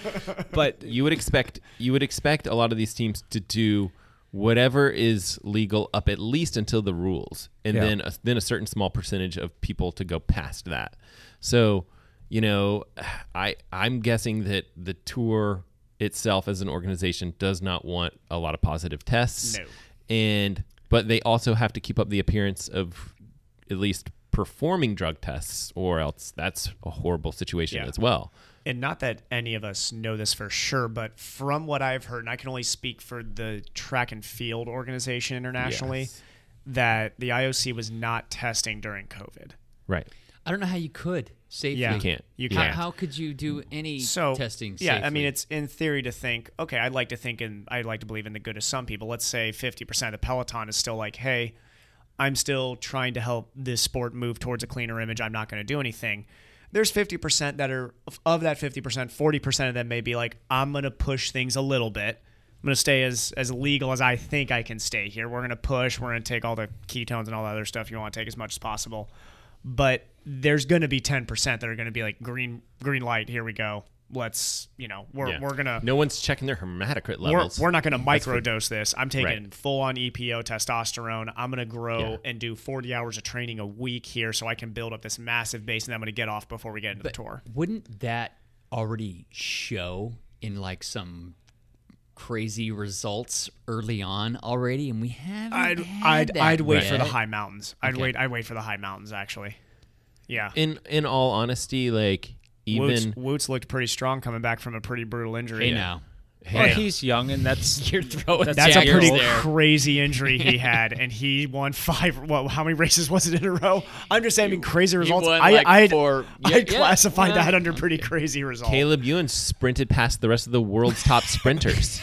Speaker 4: but
Speaker 8: you would expect you would expect a lot of these teams to do whatever is legal up at least until the rules, and
Speaker 4: Yeah.
Speaker 8: then a, then a certain small percentage of people to go past that. So, you know, I I'm guessing that the tour itself as an organization does not want a lot of positive tests.
Speaker 9: No.
Speaker 8: And but they also have to keep up the appearance of at least performing drug tests or else that's a horrible situation
Speaker 9: Yeah.
Speaker 8: as well.
Speaker 9: and not that any of us know this for sure, but from what I've heard, and I can only speak for the track and field organization internationally, that the IOC was not testing during COVID.
Speaker 8: Right.
Speaker 6: I don't know how you could safely.
Speaker 9: Yeah. You
Speaker 8: can't. You
Speaker 6: How-
Speaker 8: can't.
Speaker 6: How, could you do any
Speaker 9: So
Speaker 6: testing?
Speaker 9: Yeah, I
Speaker 6: safely?
Speaker 9: mean, it's in theory to think. Okay, I'd like to think, and I'd like to believe in the good of some people. Let's say fifty percent of the peloton is still like, hey, I'm still trying to help this sport move towards a cleaner image. I'm not going to do anything. There's 50% that are of that 50%, 40% of them may be like, I'm going to push things a little bit. I'm going to stay as as legal as I think I can stay here. We're going to push. We're going to take all the ketones and all the other stuff you want to take as much as possible. But there's going to be 10% that are going to be like green green light. Here we go. Let's you know we're
Speaker 8: Yeah.
Speaker 9: we're gonna
Speaker 8: No one's checking their hematocrit
Speaker 9: we're,
Speaker 8: levels.
Speaker 9: we're not going to
Speaker 8: That's for-
Speaker 9: microdose this. I'm taking
Speaker 8: Right.
Speaker 9: full on EPO testosterone. I'm going to grow
Speaker 8: Yeah.
Speaker 9: and do 40 hours of training a week here so I can build up this massive base and then I'm going to get off before we get into the tour.
Speaker 6: Wouldn't that already show in like some crazy results early on already? And we haven't.
Speaker 4: Uh,
Speaker 9: I'd
Speaker 6: had
Speaker 9: I'd,
Speaker 6: that
Speaker 9: I'd wait for the
Speaker 6: yet.
Speaker 9: high mountains. I'd
Speaker 6: Okay.
Speaker 9: wait I'd wait for the high mountains actually. Yeah.
Speaker 8: In in all honesty, like even
Speaker 9: Woots, Woots looked pretty strong coming back from a pretty brutal injury.
Speaker 8: Hey, now.
Speaker 7: Hey, Well, now. he's young, and that's- You're throwing
Speaker 9: that's a
Speaker 7: daggers
Speaker 9: pretty
Speaker 7: there.
Speaker 9: crazy injury he had, and he won five. Well, how many races was it in a row? I'm just saying, I mean, crazy results.
Speaker 8: won,
Speaker 9: I
Speaker 8: like,
Speaker 9: I'd,
Speaker 8: four- yeah,
Speaker 9: I'd
Speaker 8: yeah,
Speaker 9: classify
Speaker 8: well,
Speaker 9: that under pretty crazy results.
Speaker 8: Caleb Ewan sprinted past the rest of the world's top sprinters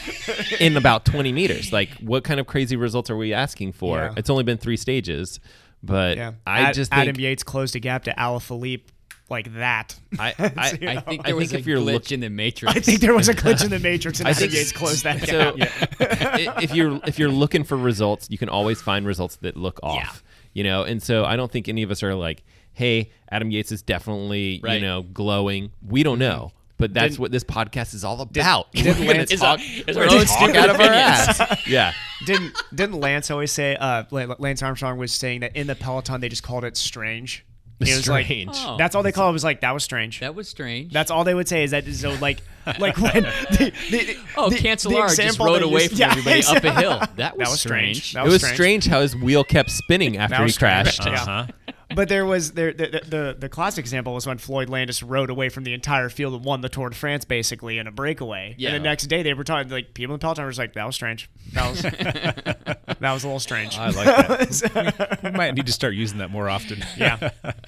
Speaker 8: in about 20 meters. Like, what kind of crazy results are we asking for?
Speaker 9: Yeah.
Speaker 8: It's only been three stages, but
Speaker 9: Yeah.
Speaker 8: I
Speaker 9: Ad-
Speaker 8: just think
Speaker 9: Adam Yates closed a gap to Alaphilippe like that.
Speaker 8: I,
Speaker 6: I, I think there was
Speaker 8: think
Speaker 6: a
Speaker 8: if you're
Speaker 6: glitch
Speaker 8: look-
Speaker 6: in the matrix.
Speaker 9: I think there was a glitch in the matrix, and
Speaker 8: I
Speaker 9: Adam
Speaker 8: think-
Speaker 9: Yates closed that
Speaker 8: so,
Speaker 9: gap.
Speaker 8: i- if you're if you're looking for results, you can always find results that look off. You know, and so I don't think any of us are like, "Hey, Adam Yates is definitely you
Speaker 6: Right. Mm-hmm.
Speaker 8: know glowing." We don't know, but that's
Speaker 6: Didn't-
Speaker 8: what this podcast is all about.
Speaker 9: did
Speaker 8: We're gonna
Speaker 9: Lance- is
Speaker 8: talk-
Speaker 9: our-
Speaker 6: is
Speaker 8: we're
Speaker 6: our
Speaker 8: gonna
Speaker 6: own
Speaker 8: talk
Speaker 6: stupid
Speaker 8: out of our
Speaker 6: opinions.
Speaker 8: ass. Yeah,
Speaker 9: Didn't didn't Lance always say? Uh, Lan- Lance Armstrong was saying that in the peloton they just called it strange. It was
Speaker 8: Strange.
Speaker 9: like
Speaker 6: Oh.
Speaker 9: that's all they call it. Was like that was strange.
Speaker 6: That was strange.
Speaker 9: That's all they would say is that so like like when the, the,
Speaker 6: Oh,
Speaker 9: the,
Speaker 6: Cancellara just
Speaker 9: example
Speaker 6: rode
Speaker 9: they
Speaker 6: away
Speaker 9: used-
Speaker 6: from everybody up a hill. That was strange.
Speaker 9: That
Speaker 8: it was strange how his wheel kept spinning
Speaker 9: That
Speaker 8: after he
Speaker 9: was strange.
Speaker 8: crashed. Uh-huh.
Speaker 9: Yeah. But there was there the, the the the classic example was when Floyd Landis rode away from the entire field and won the Tour de France basically in a breakaway.
Speaker 6: Yeah.
Speaker 9: And the next day they were talking like people in Peloton were just like that was strange. That was that was a little strange.
Speaker 4: I like that. we, we might need to start using that more often.
Speaker 9: Yeah.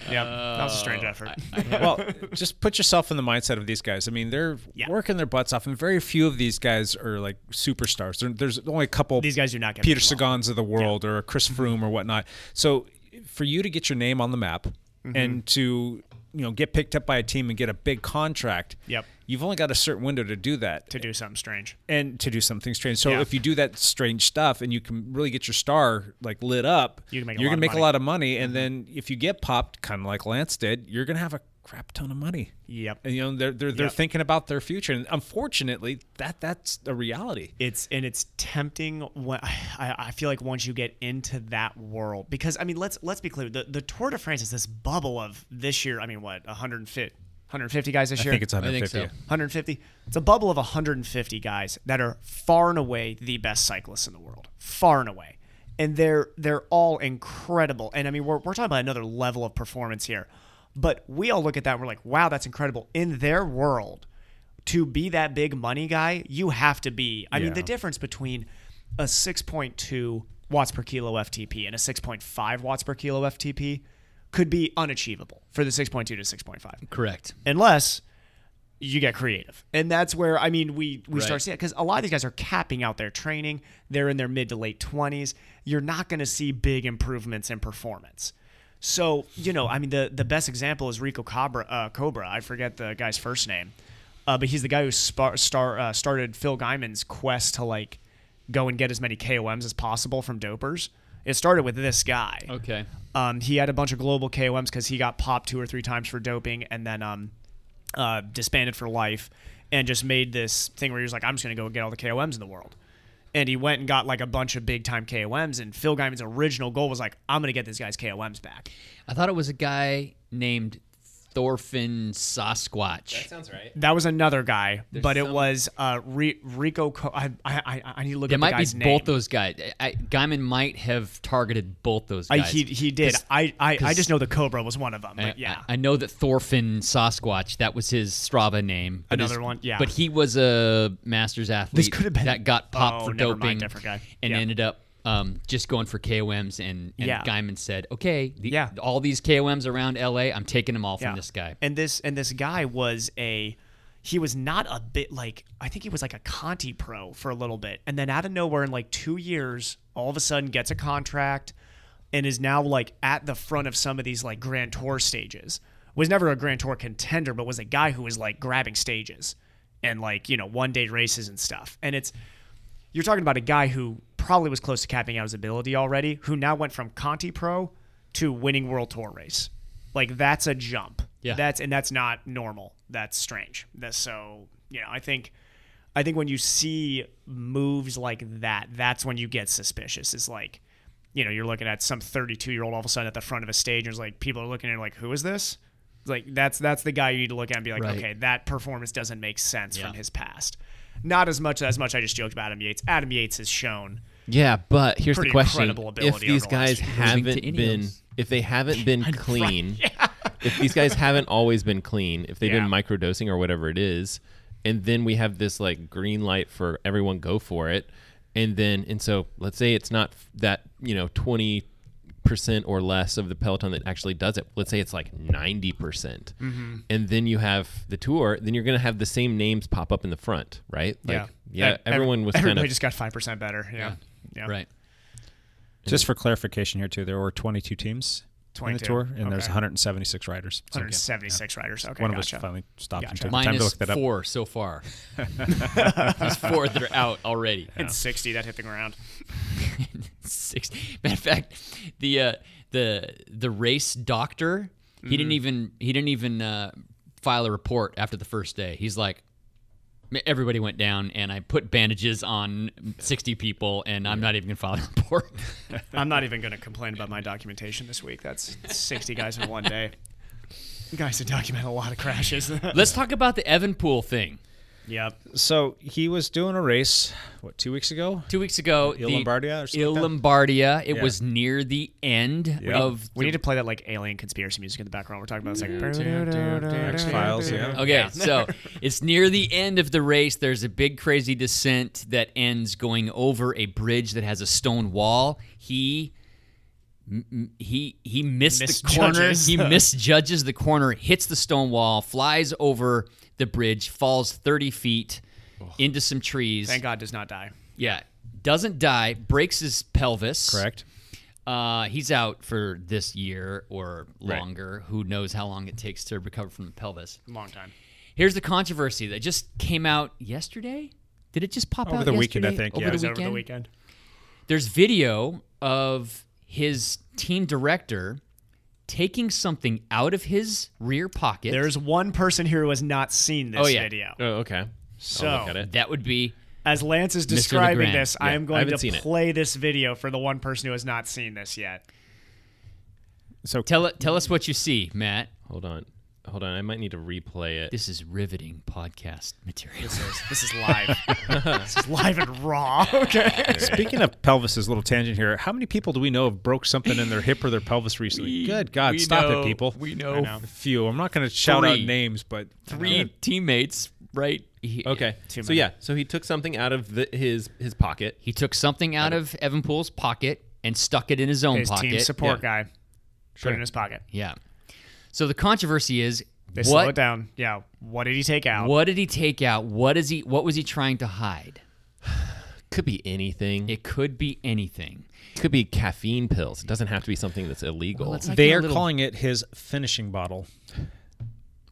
Speaker 9: Yeah. That was a strange effort.
Speaker 4: Uh, well, just put yourself in the mindset of these guys. I mean, they're working their butts off, and very few of these guys are like superstars. There, there's only a couple.
Speaker 9: These guys do not get
Speaker 4: Peter
Speaker 9: paid
Speaker 4: Sagans of the world or a Chris
Speaker 9: Mm-hmm.
Speaker 4: Froome or whatnot. So, for you to get your name on the map
Speaker 9: Mhm.
Speaker 4: and to you know get picked up by a team and get a big contract,
Speaker 9: Yep.
Speaker 4: you've only got a certain window to do that.
Speaker 9: to do something strange.
Speaker 4: and to do something strange. So
Speaker 9: Yeah.
Speaker 4: if you do that strange stuff and you can really get your star like lit up,
Speaker 9: You can make a
Speaker 4: you're
Speaker 9: lot
Speaker 4: gonna
Speaker 9: of
Speaker 4: make
Speaker 9: money. Mm-hmm.
Speaker 4: a lot of money. And then if you get popped, kind of like Lance did, you're gonna have a crap ton of money.
Speaker 9: Yep.
Speaker 4: And you know they're they're, they're
Speaker 9: Yep.
Speaker 4: thinking about their future, and unfortunately, that that's a reality.
Speaker 9: It's and it's tempting. When, I, I feel like once you get into that world, because I mean, let's let's be clear. The the Tour de France is this bubble of this year. I mean, what 150, 150 guys this
Speaker 4: I
Speaker 9: year?
Speaker 4: think it's I think 150. so.
Speaker 9: 150. It's a bubble of 150 guys that are far and away the best cyclists in the world, far and away, and they're they're all incredible. And I mean, we're we're talking about another level of performance here, but we all look at that and we're like, wow, that's incredible. In their world, to be that big money guy, you have to be. I mean, the
Speaker 12: Yeah.
Speaker 9: difference between a 6.2 watts per kilo FTP and a 6.5 watts per kilo FTP could be unachievable for the 6.2 to 6.5.
Speaker 6: Correct.
Speaker 9: Unless you get creative. And that's where I mean we we
Speaker 6: Right.
Speaker 9: start seeing because a lot of these guys are capping out their training. They're in their mid to late twenties. You're not going to see big improvements in performance. So you know, I mean, the the best example is Rico Cobra. Uh, Cobra. I forget the guy's first name, uh, but he's the guy who spar- star uh, started Phil Guyman's quest to like go and get as many KOMs as possible from dopers. It started with this guy.
Speaker 6: Okay.
Speaker 9: Um, he had a bunch of global KOMs because he got popped two or three times for doping and then um, uh, disbanded for life and just made this thing where he was like, I'm just going to go get all the KOMs in the world. And he went and got like a bunch of big time KOMs. And Phil Guyman's original goal was like, I'm going to get this guy's KOMs back.
Speaker 6: I thought it was a guy named Thorfinn Sasquatch. That
Speaker 8: sounds right.
Speaker 9: That was another guy,
Speaker 6: There's
Speaker 9: but it
Speaker 6: some-
Speaker 9: was uh, Re- Rico. Co- I, I, I, I need to look
Speaker 6: it
Speaker 9: at
Speaker 6: might
Speaker 9: the guy's
Speaker 6: be
Speaker 9: name.
Speaker 6: both those guys. I, I, Guyman might have targeted both those
Speaker 9: I,
Speaker 6: guys.
Speaker 9: he, he did.
Speaker 6: 'Cause-
Speaker 9: I, I, I
Speaker 6: 'cause
Speaker 9: just know the Cobra was one of them.
Speaker 6: I,
Speaker 9: But yeah.
Speaker 6: I, I know that Thorfinn Sasquatch. That was his Strava name. but
Speaker 9: Another
Speaker 6: his-
Speaker 9: one, yeah.
Speaker 6: But he was a Masters athlete.
Speaker 9: This could have been-
Speaker 6: that got popped
Speaker 9: Oh,
Speaker 6: for
Speaker 9: never
Speaker 6: doping
Speaker 9: mind, different guy.
Speaker 6: and
Speaker 9: Yeah.
Speaker 6: ended up. Um, just going for KOMs, and, and
Speaker 9: Yeah.
Speaker 6: Guyman said, "Okay, the, yeah. all these KOMs around LA, I'm taking them all from
Speaker 9: Yeah.
Speaker 6: this guy."
Speaker 9: And this and this guy was a he was not a bit like I think he was like a Conti pro for a little bit. And then out of nowhere in like 2 years, all of a sudden gets a contract and is now like at the front of some of these like Grand Tour stages. Was never a Grand Tour contender, but was a guy who was like grabbing stages and like, you know, one-day races and stuff. And it's you're talking about a guy who probably was close to capping out his ability already, who now went from Conti Pro to winning World Tour race. Like that's a jump.
Speaker 6: Yeah.
Speaker 9: That's and that's not normal. That's strange. That's so you know, I think I think when you see moves like that, that's when you get suspicious. It's like, you know, you're looking at some 32 year old all of a sudden at the front of a stage and it's like people are looking at it like, who is this? It's like that's that's the guy you need to look at and be like,
Speaker 6: Right.
Speaker 9: okay, that performance doesn't make sense
Speaker 6: Yeah.
Speaker 9: from his past. Not as much as much I just joked about Adam Yates. Adam Yates has shown
Speaker 8: Yeah, but here's
Speaker 9: pretty
Speaker 8: the question:
Speaker 9: incredible ability
Speaker 8: If
Speaker 9: over
Speaker 8: these
Speaker 9: the
Speaker 8: guys
Speaker 9: last few years.
Speaker 8: haven't been, if they haven't been clean, if these guys haven't always been clean, if they've
Speaker 9: Yeah.
Speaker 8: been microdosing or whatever it is, and then we have this like green light for everyone go for it, and then and so let's say it's not f- that you know twenty percent or less of the peloton that actually does it. Let's say it's like ninety percent,
Speaker 9: Mm-hmm.
Speaker 12: Mhm.
Speaker 8: and then you have the tour. Then you're gonna have the same names pop up in the front, right? Like, yeah.
Speaker 9: Ev-
Speaker 8: everyone was
Speaker 9: Everybody
Speaker 8: kind of
Speaker 9: just got five percent better. Yeah. yeah.
Speaker 8: right.
Speaker 4: Just for clarification here, too, there were 22 teams in the
Speaker 9: 22,
Speaker 4: tour, and there's
Speaker 9: okay.
Speaker 4: 176 riders. So, yeah.
Speaker 9: 176 riders, okay,
Speaker 4: One of
Speaker 9: gotcha.
Speaker 4: us finally stopped and
Speaker 9: Gotcha.
Speaker 4: took the time to
Speaker 6: Minus
Speaker 4: look that up.
Speaker 6: four so far. There's four that are out already.
Speaker 9: And 60 that hit the ground.
Speaker 6: Six. Matter of fact, the uh, the the race doctor he didn't
Speaker 9: Mhm.
Speaker 6: even he didn't even uh, file a report after the first day. He's like, everybody went down, and I put bandages on sixty people, and I'm not even gonna file a report.
Speaker 9: I'm not even going to complain about my documentation this week. That's 60 guys in one day. You guys have documented a lot of crashes.
Speaker 6: Let's talk about the Evan Pool thing.
Speaker 9: Yep.
Speaker 4: So he was doing a race, what, two weeks ago?
Speaker 6: Two weeks ago,
Speaker 4: Il
Speaker 6: the-
Speaker 4: Lombardia or something
Speaker 6: Il
Speaker 4: like that?
Speaker 6: Lombardia. It
Speaker 4: Yeah.
Speaker 6: was near the end
Speaker 4: Yeah.
Speaker 6: of.
Speaker 9: We need to play that like alien conspiracy music in the background. We're talking about it's like
Speaker 4: X-Files, yeah.
Speaker 6: Okay, so it's near the end of the race. There's a big crazy descent that ends going over a bridge that has a stone wall. He m- m- he he missed the corner.
Speaker 9: Misjudges.
Speaker 6: He misjudges the corner, hits the stone wall, flies over the bridge, falls 30 feet into some trees.
Speaker 9: Thank God does not die.
Speaker 6: Yeah, doesn't die, breaks his pelvis.
Speaker 4: Correct.
Speaker 6: Uh, he's out for this year or
Speaker 9: Right.
Speaker 6: longer. Who knows how long it takes to recover from the pelvis?
Speaker 9: Long time.
Speaker 6: Here's the controversy that just came out yesterday. Did it just pop
Speaker 4: Over
Speaker 6: out
Speaker 4: the weekend, I
Speaker 6: yesterday?
Speaker 4: think,
Speaker 6: Over
Speaker 4: yeah. It
Speaker 6: the
Speaker 4: was
Speaker 6: weekend?
Speaker 4: over the
Speaker 9: weekend.
Speaker 6: There's video of his team director taking something out of his rear pocket.
Speaker 9: There's one person here who has not seen this
Speaker 6: oh yeah.
Speaker 9: video.
Speaker 8: Oh okay.
Speaker 9: So- look at it.
Speaker 6: that would be
Speaker 9: As Lance is
Speaker 6: Mr.
Speaker 9: describing
Speaker 6: LeGrand.
Speaker 9: this,
Speaker 6: Yeah,
Speaker 9: I am
Speaker 6: I
Speaker 9: going
Speaker 6: haven't seen
Speaker 9: to
Speaker 6: it.
Speaker 9: play this video for the one person who has not seen this yet.
Speaker 4: So
Speaker 6: tell it. Tell us what you see, Matt.
Speaker 8: Hold on. Hold on. I might need to replay it.
Speaker 6: This is riveting podcast material.
Speaker 9: This is, this is live. this is live and raw. Okay.
Speaker 4: Speaking of pelvises, little tangent here. How many people do we know have broke something in their hip or their pelvis recently? Good God,
Speaker 6: we
Speaker 4: stop
Speaker 6: know-
Speaker 4: it, people.
Speaker 6: we know. I know.
Speaker 4: a few. I'm not going to shout out
Speaker 6: Three.
Speaker 4: names, but
Speaker 6: Three teammates, right? He-
Speaker 8: Okay.
Speaker 6: Too
Speaker 8: so
Speaker 6: many.
Speaker 8: yeah, so he took something out of the, his his pocket.
Speaker 6: He took something out of Evan Poole's pocket and stuck it in his own
Speaker 9: His
Speaker 6: pocket.
Speaker 9: team support
Speaker 6: yeah.
Speaker 9: guy. Put it in his pocket.
Speaker 6: Yeah. So the controversy is
Speaker 9: They slow it
Speaker 6: what
Speaker 9: down. Yeah. What did he take out?
Speaker 6: what did he take out? What is he what was he trying to hide?
Speaker 8: Could be anything.
Speaker 6: It could be anything.
Speaker 8: Could be caffeine pills. It doesn't have to be something that's illegal.
Speaker 6: Well, it's like
Speaker 4: they
Speaker 6: a
Speaker 4: are
Speaker 6: little-
Speaker 4: calling it his finishing bottle. now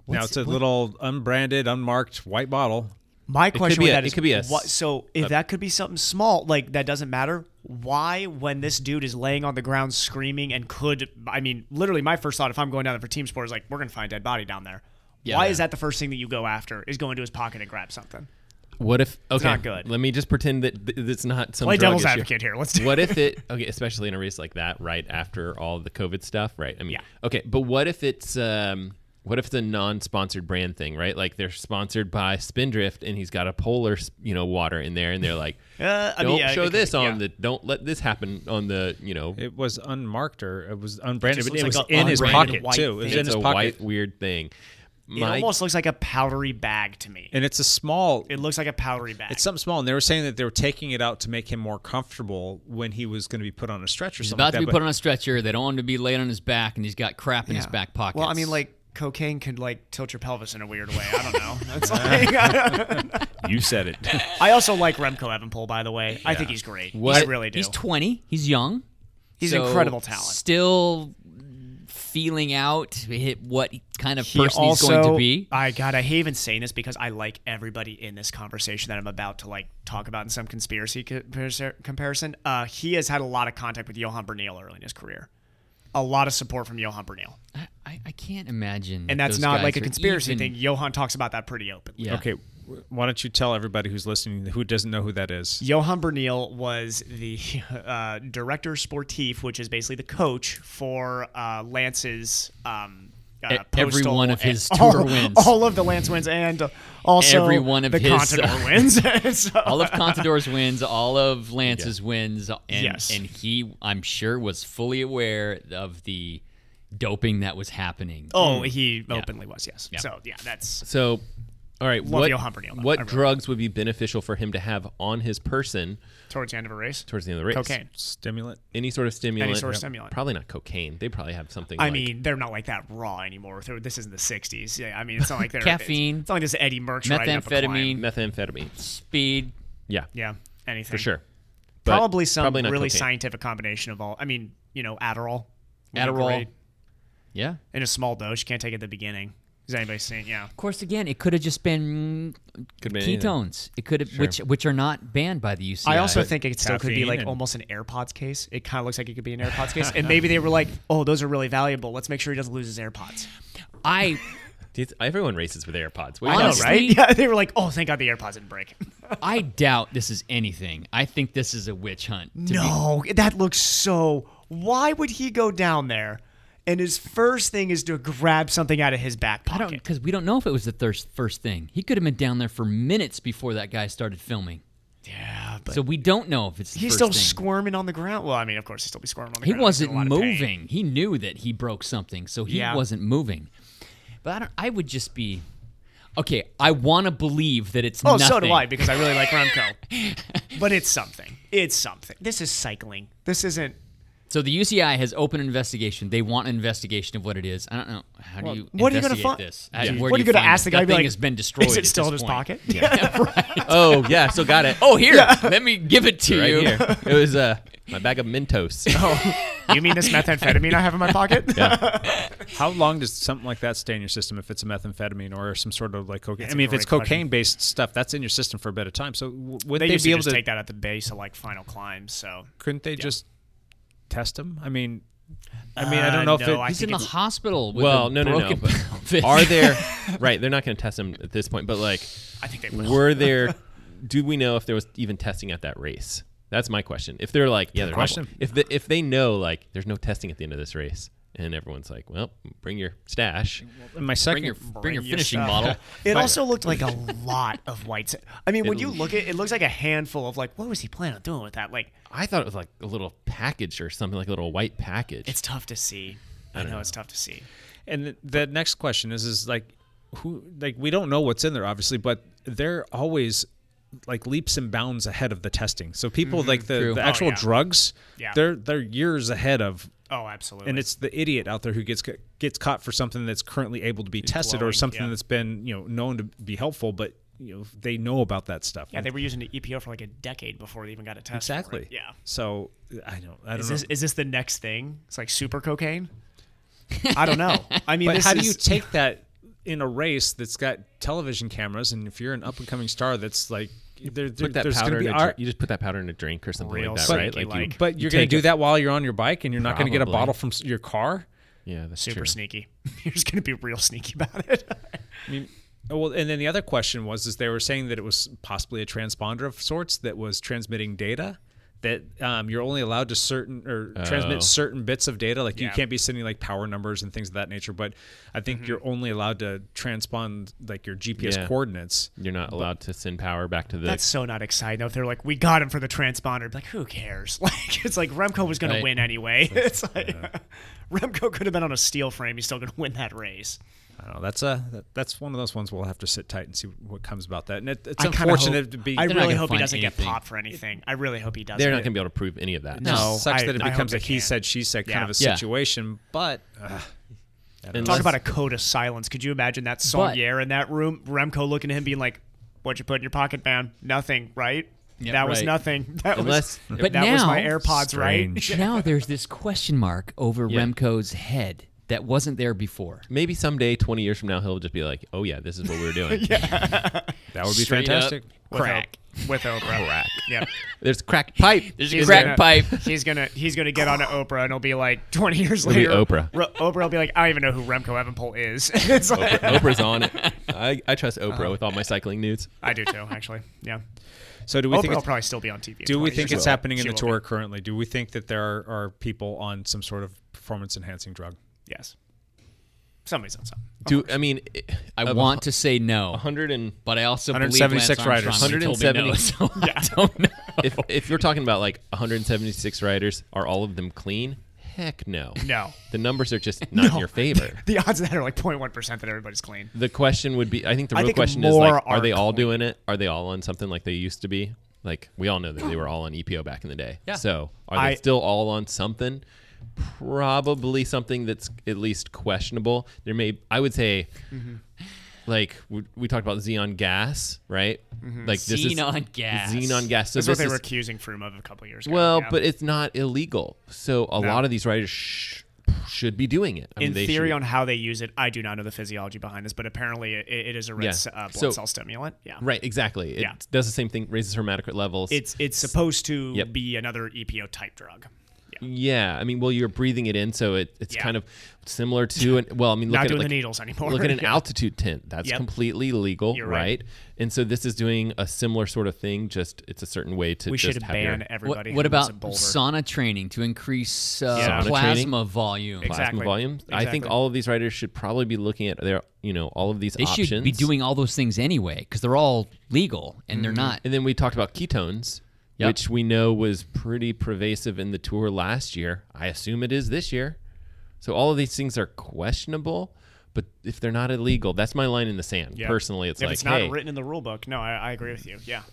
Speaker 8: What's-
Speaker 4: it's a
Speaker 8: what-
Speaker 4: little unbranded, unmarked white bottle.
Speaker 9: My
Speaker 8: could
Speaker 9: question
Speaker 8: be
Speaker 9: with
Speaker 8: a-
Speaker 9: that
Speaker 8: it
Speaker 9: is,
Speaker 8: could be a
Speaker 9: what,
Speaker 8: s-
Speaker 9: so if
Speaker 8: a-
Speaker 9: that could be something small, like that doesn't matter. Why, when this dude is laying on the ground screaming and could, I mean, literally, my first thought if I'm going down there for team sport is like, we're gonna find a dead body down there.
Speaker 8: Yeah.
Speaker 9: Why is that the first thing that you go after? Is go into his pocket and grab something?
Speaker 8: What if okay?
Speaker 9: not good.
Speaker 8: Let me just pretend that th- it's not some
Speaker 9: Play
Speaker 8: drug
Speaker 9: devil's
Speaker 8: issue.
Speaker 9: advocate here. Let's do
Speaker 8: What
Speaker 9: it.
Speaker 8: if it okay, especially in a race like that, right after all the COVID stuff, right? I mean,
Speaker 9: Yeah.
Speaker 8: okay, but what if it's um, what if it's a non-sponsored brand thing, right? Like they're sponsored by Spindrift, and he's got a polar, you know, water in there, and they're like,
Speaker 9: Uh, I
Speaker 8: don't
Speaker 9: mean, yeah,
Speaker 8: show
Speaker 9: it could-
Speaker 8: this on
Speaker 9: yeah.
Speaker 8: the, don't let this happen on the, you know,
Speaker 4: It was unmarked or it was unbranded,
Speaker 9: It just
Speaker 4: but it
Speaker 9: looks
Speaker 4: was
Speaker 9: like a
Speaker 4: in his
Speaker 9: unbranded
Speaker 4: pocket
Speaker 9: white
Speaker 4: too. It was
Speaker 9: thing.
Speaker 4: in
Speaker 8: it's
Speaker 4: his
Speaker 8: a
Speaker 4: pocket,
Speaker 8: white weird thing.
Speaker 9: it
Speaker 8: My
Speaker 9: almost looks like a powdery bag to me.
Speaker 4: and it's a small.
Speaker 9: It looks like a powdery bag.
Speaker 4: It's something small, and they were saying that they were taking it out to make him more comfortable when he was going to be put on a stretcher. or
Speaker 6: He's
Speaker 4: something
Speaker 6: about
Speaker 4: like
Speaker 6: to be
Speaker 4: that,
Speaker 6: put on a stretcher. They don't want him to be laid on his back and he's got crap in his
Speaker 9: Yeah.
Speaker 6: back pocket.
Speaker 9: Well, I mean, like cocaine could like tilt your pelvis in a weird way. I don't know. It's like-
Speaker 4: but you said it.
Speaker 9: I also like Remco Evenpol, by the way. I think he's great.
Speaker 6: What-
Speaker 9: I really do.
Speaker 6: He's 20. He's young.
Speaker 9: He's an
Speaker 6: So
Speaker 9: incredible talent.
Speaker 6: Still feeling out hit what kind of
Speaker 9: He
Speaker 6: person he's going to be.
Speaker 9: I God, I hate even saying this because I like everybody in this conversation that I'm about to like talk about in some conspiracy co- comparison. Uh, he has had a lot of contact with Johan Bernal early in his career, a lot of support from Johan Bernal,
Speaker 6: I, I can't imagine.
Speaker 9: and that's
Speaker 6: those
Speaker 9: not
Speaker 6: guys
Speaker 9: like a
Speaker 6: are
Speaker 9: conspiracy
Speaker 6: even-
Speaker 9: thing. Johan talks about that pretty openly.
Speaker 6: Yeah.
Speaker 4: Okay, w- why don't you tell everybody who's listening who doesn't know who that is?
Speaker 9: Johan Bernil was the uh, director sportif, which is basically the coach for uh, Lance's. Um,
Speaker 6: E-
Speaker 9: uh,
Speaker 6: every
Speaker 9: Postal
Speaker 6: one of his
Speaker 9: and-
Speaker 6: tour
Speaker 9: all,
Speaker 6: wins.
Speaker 9: all of the Lance wins, and also
Speaker 6: every one of
Speaker 9: the
Speaker 6: his uh,
Speaker 9: Contador wins. So-
Speaker 6: all of Contador's wins, all of Lance's wins, and
Speaker 9: Yes.
Speaker 6: and he, I'm sure, was fully aware of the doping that was happening.
Speaker 9: Oh, he openly was, yes. So, yeah, that's.
Speaker 8: So, all right,
Speaker 9: Love
Speaker 8: what
Speaker 9: Johan Bernal, though.
Speaker 8: what
Speaker 9: I really-
Speaker 8: drugs would be beneficial for him to have on his person
Speaker 9: Towards the end of a race?
Speaker 8: Towards the end of the race,
Speaker 9: Cocaine.
Speaker 8: stimulant, any sort of stimulant,
Speaker 9: sort of stimulant.
Speaker 8: Probably not cocaine. They probably have something.
Speaker 9: I
Speaker 8: like-
Speaker 9: mean, they're not like that raw anymore. They're- This isn't the 60s. Yeah, I mean, it's not like they're.
Speaker 6: Caffeine,
Speaker 9: It's, it's not like this Eddie Merckx riding up a climb.
Speaker 6: methamphetamine,
Speaker 8: methamphetamine,
Speaker 6: speed.
Speaker 8: Yeah,
Speaker 9: Yeah, anything.
Speaker 8: for sure. But
Speaker 9: Probably some
Speaker 8: not
Speaker 9: really
Speaker 8: cocaine.
Speaker 9: scientific combination of all. I mean, you know, Adderall. would be
Speaker 6: Adderall.
Speaker 9: great.
Speaker 6: Yeah.
Speaker 9: In a small dose. You can't take it at the beginning. Is anybody seeing? Yeah.
Speaker 6: Of course, again, it could have just been
Speaker 8: Could
Speaker 9: been anything.
Speaker 6: ketones. It could have,
Speaker 9: Sure.
Speaker 6: which which are not banned by the UCI.
Speaker 9: I also think it still could be
Speaker 6: Caffeine
Speaker 9: like
Speaker 6: and-
Speaker 9: almost an AirPods case. It kind of looks like it could be an AirPods case, and maybe they were like, "Oh, those are really valuable. Let's make sure he doesn't lose his AirPods."
Speaker 6: I
Speaker 8: Dude, Everyone races with AirPods. What do
Speaker 9: I
Speaker 8: you
Speaker 9: know,
Speaker 8: mean?
Speaker 9: right? Yeah, they were like, "Oh, thank God the AirPods didn't break."
Speaker 6: I doubt this is anything. I think this is a witch hunt. to be-
Speaker 9: No, that looks so. Why would he go down there? And his first thing is to grab something out of his back
Speaker 6: I
Speaker 9: pocket.
Speaker 6: don't because we don't know if it was the thirst, first thing. He could have been down there for minutes before that guy started filming.
Speaker 9: Yeah,
Speaker 6: so we don't know if it's the
Speaker 9: He's
Speaker 6: first
Speaker 9: still
Speaker 6: thing.
Speaker 9: squirming on the ground. Well, I mean, of course, he'll still be squirming on the
Speaker 6: he
Speaker 9: ground. He's in
Speaker 6: wasn't
Speaker 9: a lot of pain.
Speaker 6: moving. He knew that he broke something, so he
Speaker 9: Yeah.
Speaker 6: wasn't moving. But I don't. I would just be okay. I want to believe that it's.
Speaker 9: Oh,
Speaker 6: nothing.
Speaker 9: so do I because I really like Remco. but it's something. It's something. This is cycling. This isn't.
Speaker 6: So the UCI has opened an investigation. They want an investigation of what it is. I don't know. How do
Speaker 9: Well,
Speaker 6: you
Speaker 9: what are you
Speaker 6: going
Speaker 9: gonna
Speaker 6: to
Speaker 9: find-
Speaker 6: this?
Speaker 9: Yeah.
Speaker 6: Uh, Where
Speaker 9: What
Speaker 6: do
Speaker 9: are you gonna
Speaker 6: find it?
Speaker 9: ask the guy?
Speaker 6: That
Speaker 9: Be
Speaker 6: thing
Speaker 9: like,
Speaker 6: has been
Speaker 9: "Is
Speaker 6: destroyed.
Speaker 9: it
Speaker 6: at
Speaker 9: still
Speaker 6: this
Speaker 9: in his
Speaker 6: point."
Speaker 9: pocket?
Speaker 6: Yeah.
Speaker 9: Yeah.
Speaker 6: right. Oh yeah, still got it. Oh here, let me give it Oh. to
Speaker 8: right
Speaker 6: you.
Speaker 8: Here. It was uh, my bag of Mentos.
Speaker 9: You mean this methamphetamine I have in my pocket?
Speaker 4: Yeah. How long does something like that stay in your system if it's a methamphetamine or some sort of like cocaine?
Speaker 9: That's
Speaker 4: I
Speaker 9: a
Speaker 4: mean, if it's
Speaker 9: great question.
Speaker 4: cocaine based stuff, that's in your system for a bit of time. So w- would
Speaker 9: they,
Speaker 4: they,
Speaker 9: used
Speaker 4: be
Speaker 9: to
Speaker 4: able
Speaker 9: just
Speaker 4: to
Speaker 9: take that at the base of like final climbs. So
Speaker 4: Couldn't they just test him? I mean, I mean,
Speaker 9: Uh,
Speaker 4: I don't know
Speaker 9: no,
Speaker 4: if it,
Speaker 9: I He's in think the it's-
Speaker 6: hospital with
Speaker 8: well,
Speaker 6: a
Speaker 8: no, no, no.
Speaker 6: broken
Speaker 8: but
Speaker 6: pelvis.
Speaker 8: Are there? Right, they're not going to test him at this point. But like,
Speaker 9: I think they will.
Speaker 8: Were there? Do we know if there was even testing at that race? That's my question. If they're like, yeah,
Speaker 4: Good
Speaker 8: they're not-
Speaker 4: question.
Speaker 8: If the, if they know like, there's no testing at the end of this race, and everyone's like, well, bring your stash.
Speaker 4: And my
Speaker 8: Bring
Speaker 4: second,
Speaker 8: your- bring your finishing
Speaker 9: stuff.
Speaker 8: bottle.
Speaker 9: It
Speaker 8: My-
Speaker 9: also looked like a lot of whites. I mean, when
Speaker 8: It-
Speaker 9: you look at it, it looks like a handful of like, what was he planning on doing with that? Like,
Speaker 8: I thought it was like a little package or something, like a little white package.
Speaker 9: it's tough to see. I, know, it's tough to see.
Speaker 4: And th- the next question is, is like, who? Like, we don't know what's in there, obviously, but they're always like leaps and bounds ahead of the testing. So people
Speaker 9: Mhm.
Speaker 4: like the,
Speaker 9: True.
Speaker 4: the
Speaker 9: Oh,
Speaker 4: actual
Speaker 9: yeah.
Speaker 4: drugs,
Speaker 9: Yeah.
Speaker 4: they're they're years ahead of.
Speaker 9: Oh, absolutely.
Speaker 4: And it's the idiot out there who gets ca- gets caught for something that's currently able to be tested or
Speaker 9: blowing,
Speaker 4: something
Speaker 9: yeah.
Speaker 4: that's been you know known to be helpful, but you know they know about that stuff.
Speaker 9: Yeah, they were using the EPO for like a decade before they even got a test. for it.
Speaker 4: exactly.
Speaker 9: Yeah.
Speaker 4: So I don't. I don't
Speaker 9: Is
Speaker 4: know.
Speaker 9: this, is this the next thing? It's like super cocaine. I don't know. I mean,
Speaker 4: But
Speaker 9: this
Speaker 4: how do
Speaker 9: is-
Speaker 4: you take that in a race that's got television cameras? And if you're an up and coming star, that's like there, there-
Speaker 8: put that
Speaker 4: there's
Speaker 8: powder
Speaker 4: going to
Speaker 8: in
Speaker 4: be
Speaker 8: a,
Speaker 4: art.
Speaker 8: dr- you just put that powder in a drink or something
Speaker 9: Real
Speaker 8: like that,
Speaker 9: sneaky,
Speaker 8: right? you-
Speaker 9: like-
Speaker 4: but
Speaker 8: you
Speaker 4: you're going
Speaker 8: take
Speaker 4: to do
Speaker 8: a-
Speaker 4: that while you're on your bike, and you're not going to get a
Speaker 8: Probably.
Speaker 4: bottle from s- your car.
Speaker 8: Yeah, that's
Speaker 9: super
Speaker 8: true.
Speaker 9: sneaky. You're just gonna be real sneaky about it.
Speaker 4: I mean, oh, well, and then the other question was, is they were saying that it was possibly a transponder of sorts that was transmitting data. That um, you're only allowed to certain or
Speaker 8: Oh.
Speaker 4: transmit certain bits of data, like you
Speaker 9: Yeah. Mm-hmm.
Speaker 4: can't be sending like power numbers and things of that nature. But I think you're only allowed to transpond like your GPS
Speaker 8: Yeah.
Speaker 4: coordinates.
Speaker 8: You're not allowed to send power back to the.
Speaker 9: That's so not exciting though. If they're like, we got him for the transponder, I'd be like who cares? Like it's like Remco was gonna
Speaker 8: Right.
Speaker 9: win anyway. It's like Remco could have been on a steel frame. He's still gonna win that race.
Speaker 4: I don't know. Oh, That's a that, that's one of those ones we'll have to sit tight and see what comes about that. And it, it's
Speaker 9: I kinda
Speaker 4: unfortunate
Speaker 9: hope-
Speaker 4: to be.
Speaker 9: I
Speaker 8: They're not
Speaker 9: really
Speaker 8: gonna
Speaker 9: hope he
Speaker 8: find
Speaker 9: doesn't
Speaker 8: anything.
Speaker 9: get popped for anything. I really hope he doesn't.
Speaker 8: they're not going to be able to prove any of that.
Speaker 4: It just
Speaker 9: No,
Speaker 4: sucks
Speaker 9: I-
Speaker 4: that it
Speaker 9: I hope
Speaker 4: becomes a
Speaker 9: they
Speaker 4: he
Speaker 9: can't.
Speaker 4: said she said kind of
Speaker 9: Yeah.
Speaker 4: a
Speaker 8: Yeah.
Speaker 4: situation. But uh,
Speaker 9: Talk
Speaker 8: Unless-
Speaker 9: about a code of silence. Could you imagine that
Speaker 6: But-
Speaker 9: Sonier in that room? Remco looking at him, being like, "What'd you put in your pocket, man? Nothing, right?
Speaker 6: Yep,
Speaker 9: that was
Speaker 6: right.
Speaker 9: nothing. That
Speaker 8: Unless-
Speaker 9: was,
Speaker 6: But
Speaker 9: that was
Speaker 6: now-
Speaker 9: my AirPods,
Speaker 4: Strange.
Speaker 9: right?
Speaker 6: now there's this question mark over Remco's head that wasn't there before.
Speaker 8: Maybe someday, 20 years from now, he'll just be like, oh, yeah, this is what we were doing.
Speaker 4: that would be
Speaker 6: Straight up.
Speaker 4: fantastic.
Speaker 6: Crack.
Speaker 9: with Oprah. Crack. Yep.
Speaker 8: There's crack pipe.
Speaker 6: There's
Speaker 9: He's
Speaker 6: a crack
Speaker 9: gonna-
Speaker 6: pipe.
Speaker 9: He's gonna he's gonna get onto Oprah and it'll be like 20 years
Speaker 8: It'll be
Speaker 9: later.
Speaker 8: Oprah.
Speaker 9: Ro- Oprah will be like, I don't even know who Remco Evenpole is. it's like,
Speaker 8: Oprah's on it. I, I trust Oprah
Speaker 6: Uh-huh.
Speaker 8: with all my cycling news.
Speaker 9: I do too, actually. Yeah.
Speaker 4: So do we
Speaker 9: Oprah
Speaker 4: think?
Speaker 9: will
Speaker 4: It's,
Speaker 9: probably still be on TV. in
Speaker 4: do we
Speaker 9: 20
Speaker 4: think
Speaker 9: years.
Speaker 4: it's happening in
Speaker 9: She
Speaker 4: the
Speaker 9: will
Speaker 4: tour
Speaker 9: be.
Speaker 4: currently? Do we think that there are, are people on some sort of performance enhancing drug?
Speaker 9: Yes. Somebody's on something.
Speaker 8: Do I mean, it-
Speaker 6: I
Speaker 8: of
Speaker 6: want to say no,
Speaker 8: 100 and
Speaker 6: but I also
Speaker 4: 176
Speaker 6: believe Lance Armstrong
Speaker 8: riders.
Speaker 6: told me no,
Speaker 8: 170.
Speaker 6: so I don't know.
Speaker 8: if, if you're talking about like 176 riders, are all of them clean? Heck no.
Speaker 9: No.
Speaker 8: The numbers are just not in your favor.
Speaker 9: The odds of that are like 0.1% that everybody's clean.
Speaker 8: The question would be I think the
Speaker 9: I
Speaker 8: real
Speaker 9: think
Speaker 8: question is
Speaker 9: more
Speaker 8: like are
Speaker 9: are
Speaker 8: they all doing it? Are they all on something like they used to be? Like we all know that they were all on EPO back in the day.
Speaker 9: Yeah.
Speaker 8: So are they
Speaker 9: I-
Speaker 8: still all on something? Probably something that's at least questionable. There may I would say
Speaker 9: Mm-hmm.
Speaker 6: Mhm.
Speaker 8: like we, we talked about xenon gas, right?
Speaker 9: Mhm.
Speaker 8: Like this is
Speaker 6: Xenon gas.
Speaker 8: Xenon gas. So
Speaker 9: That's what
Speaker 8: this
Speaker 9: they
Speaker 8: is-
Speaker 9: were accusing Froome of a couple years ago.
Speaker 8: Well,
Speaker 9: yeah.
Speaker 8: but it's not illegal. So a
Speaker 9: No.
Speaker 8: lot of these writers sh- should be doing it. I mean,
Speaker 9: in
Speaker 8: they
Speaker 9: theory,
Speaker 8: should.
Speaker 9: on how they use it, I do not know the physiology behind this, but apparently it, it is a red s- uh, blood
Speaker 8: So-
Speaker 9: cell stimulant. Yeah.
Speaker 8: Right, exactly. It
Speaker 9: Yeah.
Speaker 8: does the same thing, raises hematocrit levels.
Speaker 9: It's it's supposed to
Speaker 8: Yep.
Speaker 9: be another EPO type drug.
Speaker 8: Yeah, I mean, well, you're breathing it in, so it, it's
Speaker 9: Yeah.
Speaker 8: kind of similar to an well, I mean, look at
Speaker 9: Not
Speaker 8: it
Speaker 9: doing the
Speaker 8: like-
Speaker 9: needles anymore.
Speaker 8: Look at an
Speaker 9: Yeah.
Speaker 8: altitude tent; that's
Speaker 9: Yep.
Speaker 8: completely legal,
Speaker 9: You're
Speaker 8: right.
Speaker 9: right.
Speaker 8: And so this is doing a similar sort of thing. Just it's a certain way to.
Speaker 9: We
Speaker 8: just
Speaker 9: should
Speaker 8: have your-
Speaker 9: ban everybody
Speaker 6: What
Speaker 9: who lives
Speaker 6: about
Speaker 9: in Boulder.
Speaker 6: sauna training to increase uh,
Speaker 8: Sauna training.
Speaker 6: plasma volume?
Speaker 8: Plasma volume. I think all of these writers should probably be looking at their, you know, all of these
Speaker 6: They
Speaker 8: options.
Speaker 6: should be doing all those things anyway because they're all legal and they're
Speaker 8: Mhm.
Speaker 6: not.
Speaker 8: And then we talked about ketones,
Speaker 6: Yep.
Speaker 8: which we know was pretty pervasive in the tour last year. I assume it is this year. So all of these things are questionable, but if they're not illegal, that's my line in the sand.
Speaker 9: Yeah.
Speaker 8: Personally, it's
Speaker 9: if
Speaker 8: like,
Speaker 9: it's not
Speaker 8: hey,
Speaker 9: written in the rule book. No, I, I agree with you. Yeah.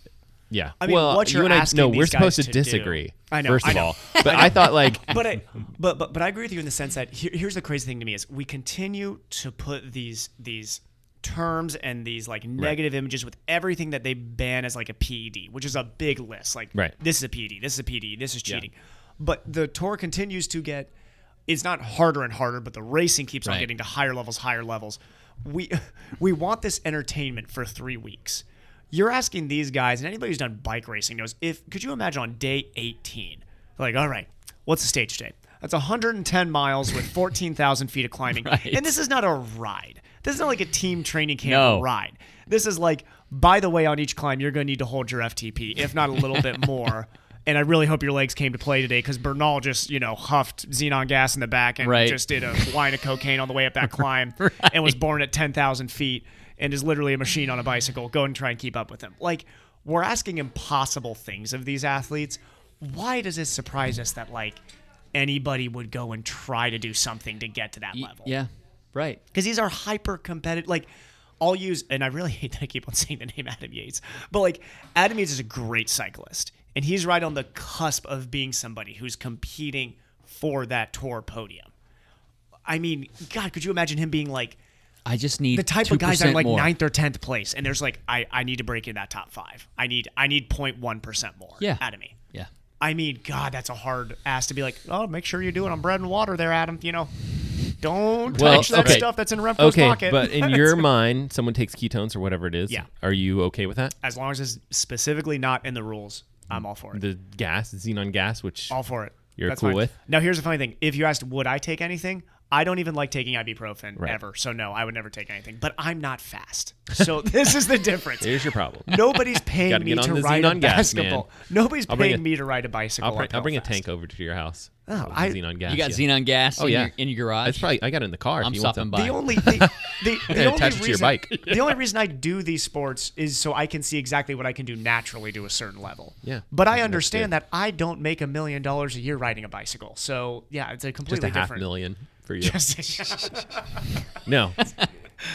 Speaker 8: yeah.
Speaker 9: I mean,
Speaker 8: well,
Speaker 9: what you're
Speaker 8: you and I,
Speaker 9: asking
Speaker 8: no,
Speaker 9: these
Speaker 8: we're supposed
Speaker 9: guys
Speaker 8: to
Speaker 9: to do-
Speaker 8: disagree.
Speaker 9: I know,
Speaker 8: First
Speaker 9: I
Speaker 8: of
Speaker 9: know.
Speaker 8: all,
Speaker 9: I
Speaker 8: but
Speaker 9: know.
Speaker 8: I thought like,
Speaker 9: but I, but but but I agree with you in the sense that here, here's the crazy thing to me is we continue to put these these terms and these like negative images with everything that they ban as like a PED, which is a big list. Like
Speaker 8: Right.
Speaker 9: this is a PED, this is a PED, this is
Speaker 8: Yeah.
Speaker 9: cheating. But the tour continues to get it's not harder and harder, but the racing keeps on
Speaker 8: Right.
Speaker 9: getting to higher levels, higher levels. We we want this entertainment for three weeks. You're asking these guys, and anybody who's done bike racing knows if could you imagine on day 18, like, all right, what's the stage day? That's 110 miles with 14,000 feet of climbing.
Speaker 6: Right.
Speaker 9: And this is not a ride. This is not like a team training camp
Speaker 6: No.
Speaker 9: ride. This is like, by the way, on each climb, you're going to need to hold your FTP, if not a little bit more. And I really hope your legs came to play today because Bernal just, you know, huffed xenon gas in the back and
Speaker 6: Right.
Speaker 9: just did a line of cocaine on the way up that climb and was born at 10,000 feet and is literally a machine on a bicycle. Go and try and keep up with him. Like, we're asking impossible things of these athletes. Why does this surprise us that, like, anybody would go and try to do something to get to that level?
Speaker 6: Yeah, right.
Speaker 9: because these are hyper competitive. Like, I'll use, and I really hate that I keep on saying the name Adam Yates, but like, Adam Yates is a great cyclist, and he's right on the cusp of being somebody who's competing for that tour podium. I mean, God, could you imagine him being like
Speaker 6: I just need
Speaker 9: the type of guys
Speaker 6: 2%
Speaker 9: I'm like
Speaker 6: more.
Speaker 9: ninth or tenth place, and there's like, I, I need to break in that top five. I need I need 0.1 percent more.
Speaker 6: Yeah.
Speaker 9: out of me.
Speaker 6: Yeah.
Speaker 9: I mean, God, that's a hard ass to be like. Oh, make sure you do it on bread and water, there, Adam. You know, don't touch that
Speaker 8: okay.
Speaker 9: stuff that's in Remco's
Speaker 8: okay,
Speaker 9: pocket.
Speaker 8: But in your mind, someone takes ketones or whatever it is.
Speaker 9: Yeah.
Speaker 8: Are you okay with that?
Speaker 9: as long as it's specifically not in the rules, I'm all for it.
Speaker 8: The gas, xenon gas, which
Speaker 9: all for it.
Speaker 8: You're
Speaker 9: That's
Speaker 8: cool
Speaker 9: fine.
Speaker 8: with?
Speaker 9: Now, here's the funny thing: if you asked, would I take anything? I don't even like taking ibuprofen
Speaker 8: Right.
Speaker 9: ever, so no, I would never take anything. But I'm not fast, so this is the difference.
Speaker 8: There's your problem.
Speaker 9: Nobody's
Speaker 8: Gotta
Speaker 9: paying me
Speaker 8: get on
Speaker 9: to
Speaker 8: the
Speaker 9: ride a
Speaker 8: xenon gas, man.
Speaker 9: basketball. Nobody's
Speaker 8: I'll bring
Speaker 9: paying
Speaker 8: a-
Speaker 9: me to ride a bicycle.
Speaker 8: I'll, bring- I'll
Speaker 9: uphill
Speaker 8: bring
Speaker 9: fast.
Speaker 8: a tank over to your house.
Speaker 9: Oh,
Speaker 8: With
Speaker 9: I-
Speaker 8: xenon gas.
Speaker 6: You got
Speaker 8: yeah.
Speaker 6: xenon gas
Speaker 8: Oh
Speaker 6: in,
Speaker 8: yeah,
Speaker 6: your, in your garage.
Speaker 8: It's probably I got it in the car. if
Speaker 6: I'm
Speaker 8: you want
Speaker 6: stopping
Speaker 8: some.
Speaker 6: by.
Speaker 9: The only the, the, the only
Speaker 8: Attached
Speaker 9: reason,
Speaker 8: to your bike.
Speaker 9: the only reason I do these sports is so I can see exactly what I can do naturally to a certain level.
Speaker 8: Yeah,
Speaker 9: But
Speaker 8: I think
Speaker 9: I
Speaker 8: that's
Speaker 9: understand
Speaker 8: good.
Speaker 9: that I don't make a million dollars a year riding a bicycle. So yeah, it's
Speaker 8: just
Speaker 9: a
Speaker 8: a
Speaker 9: completely
Speaker 8: half
Speaker 9: different
Speaker 8: million for you.
Speaker 9: Just-
Speaker 8: no,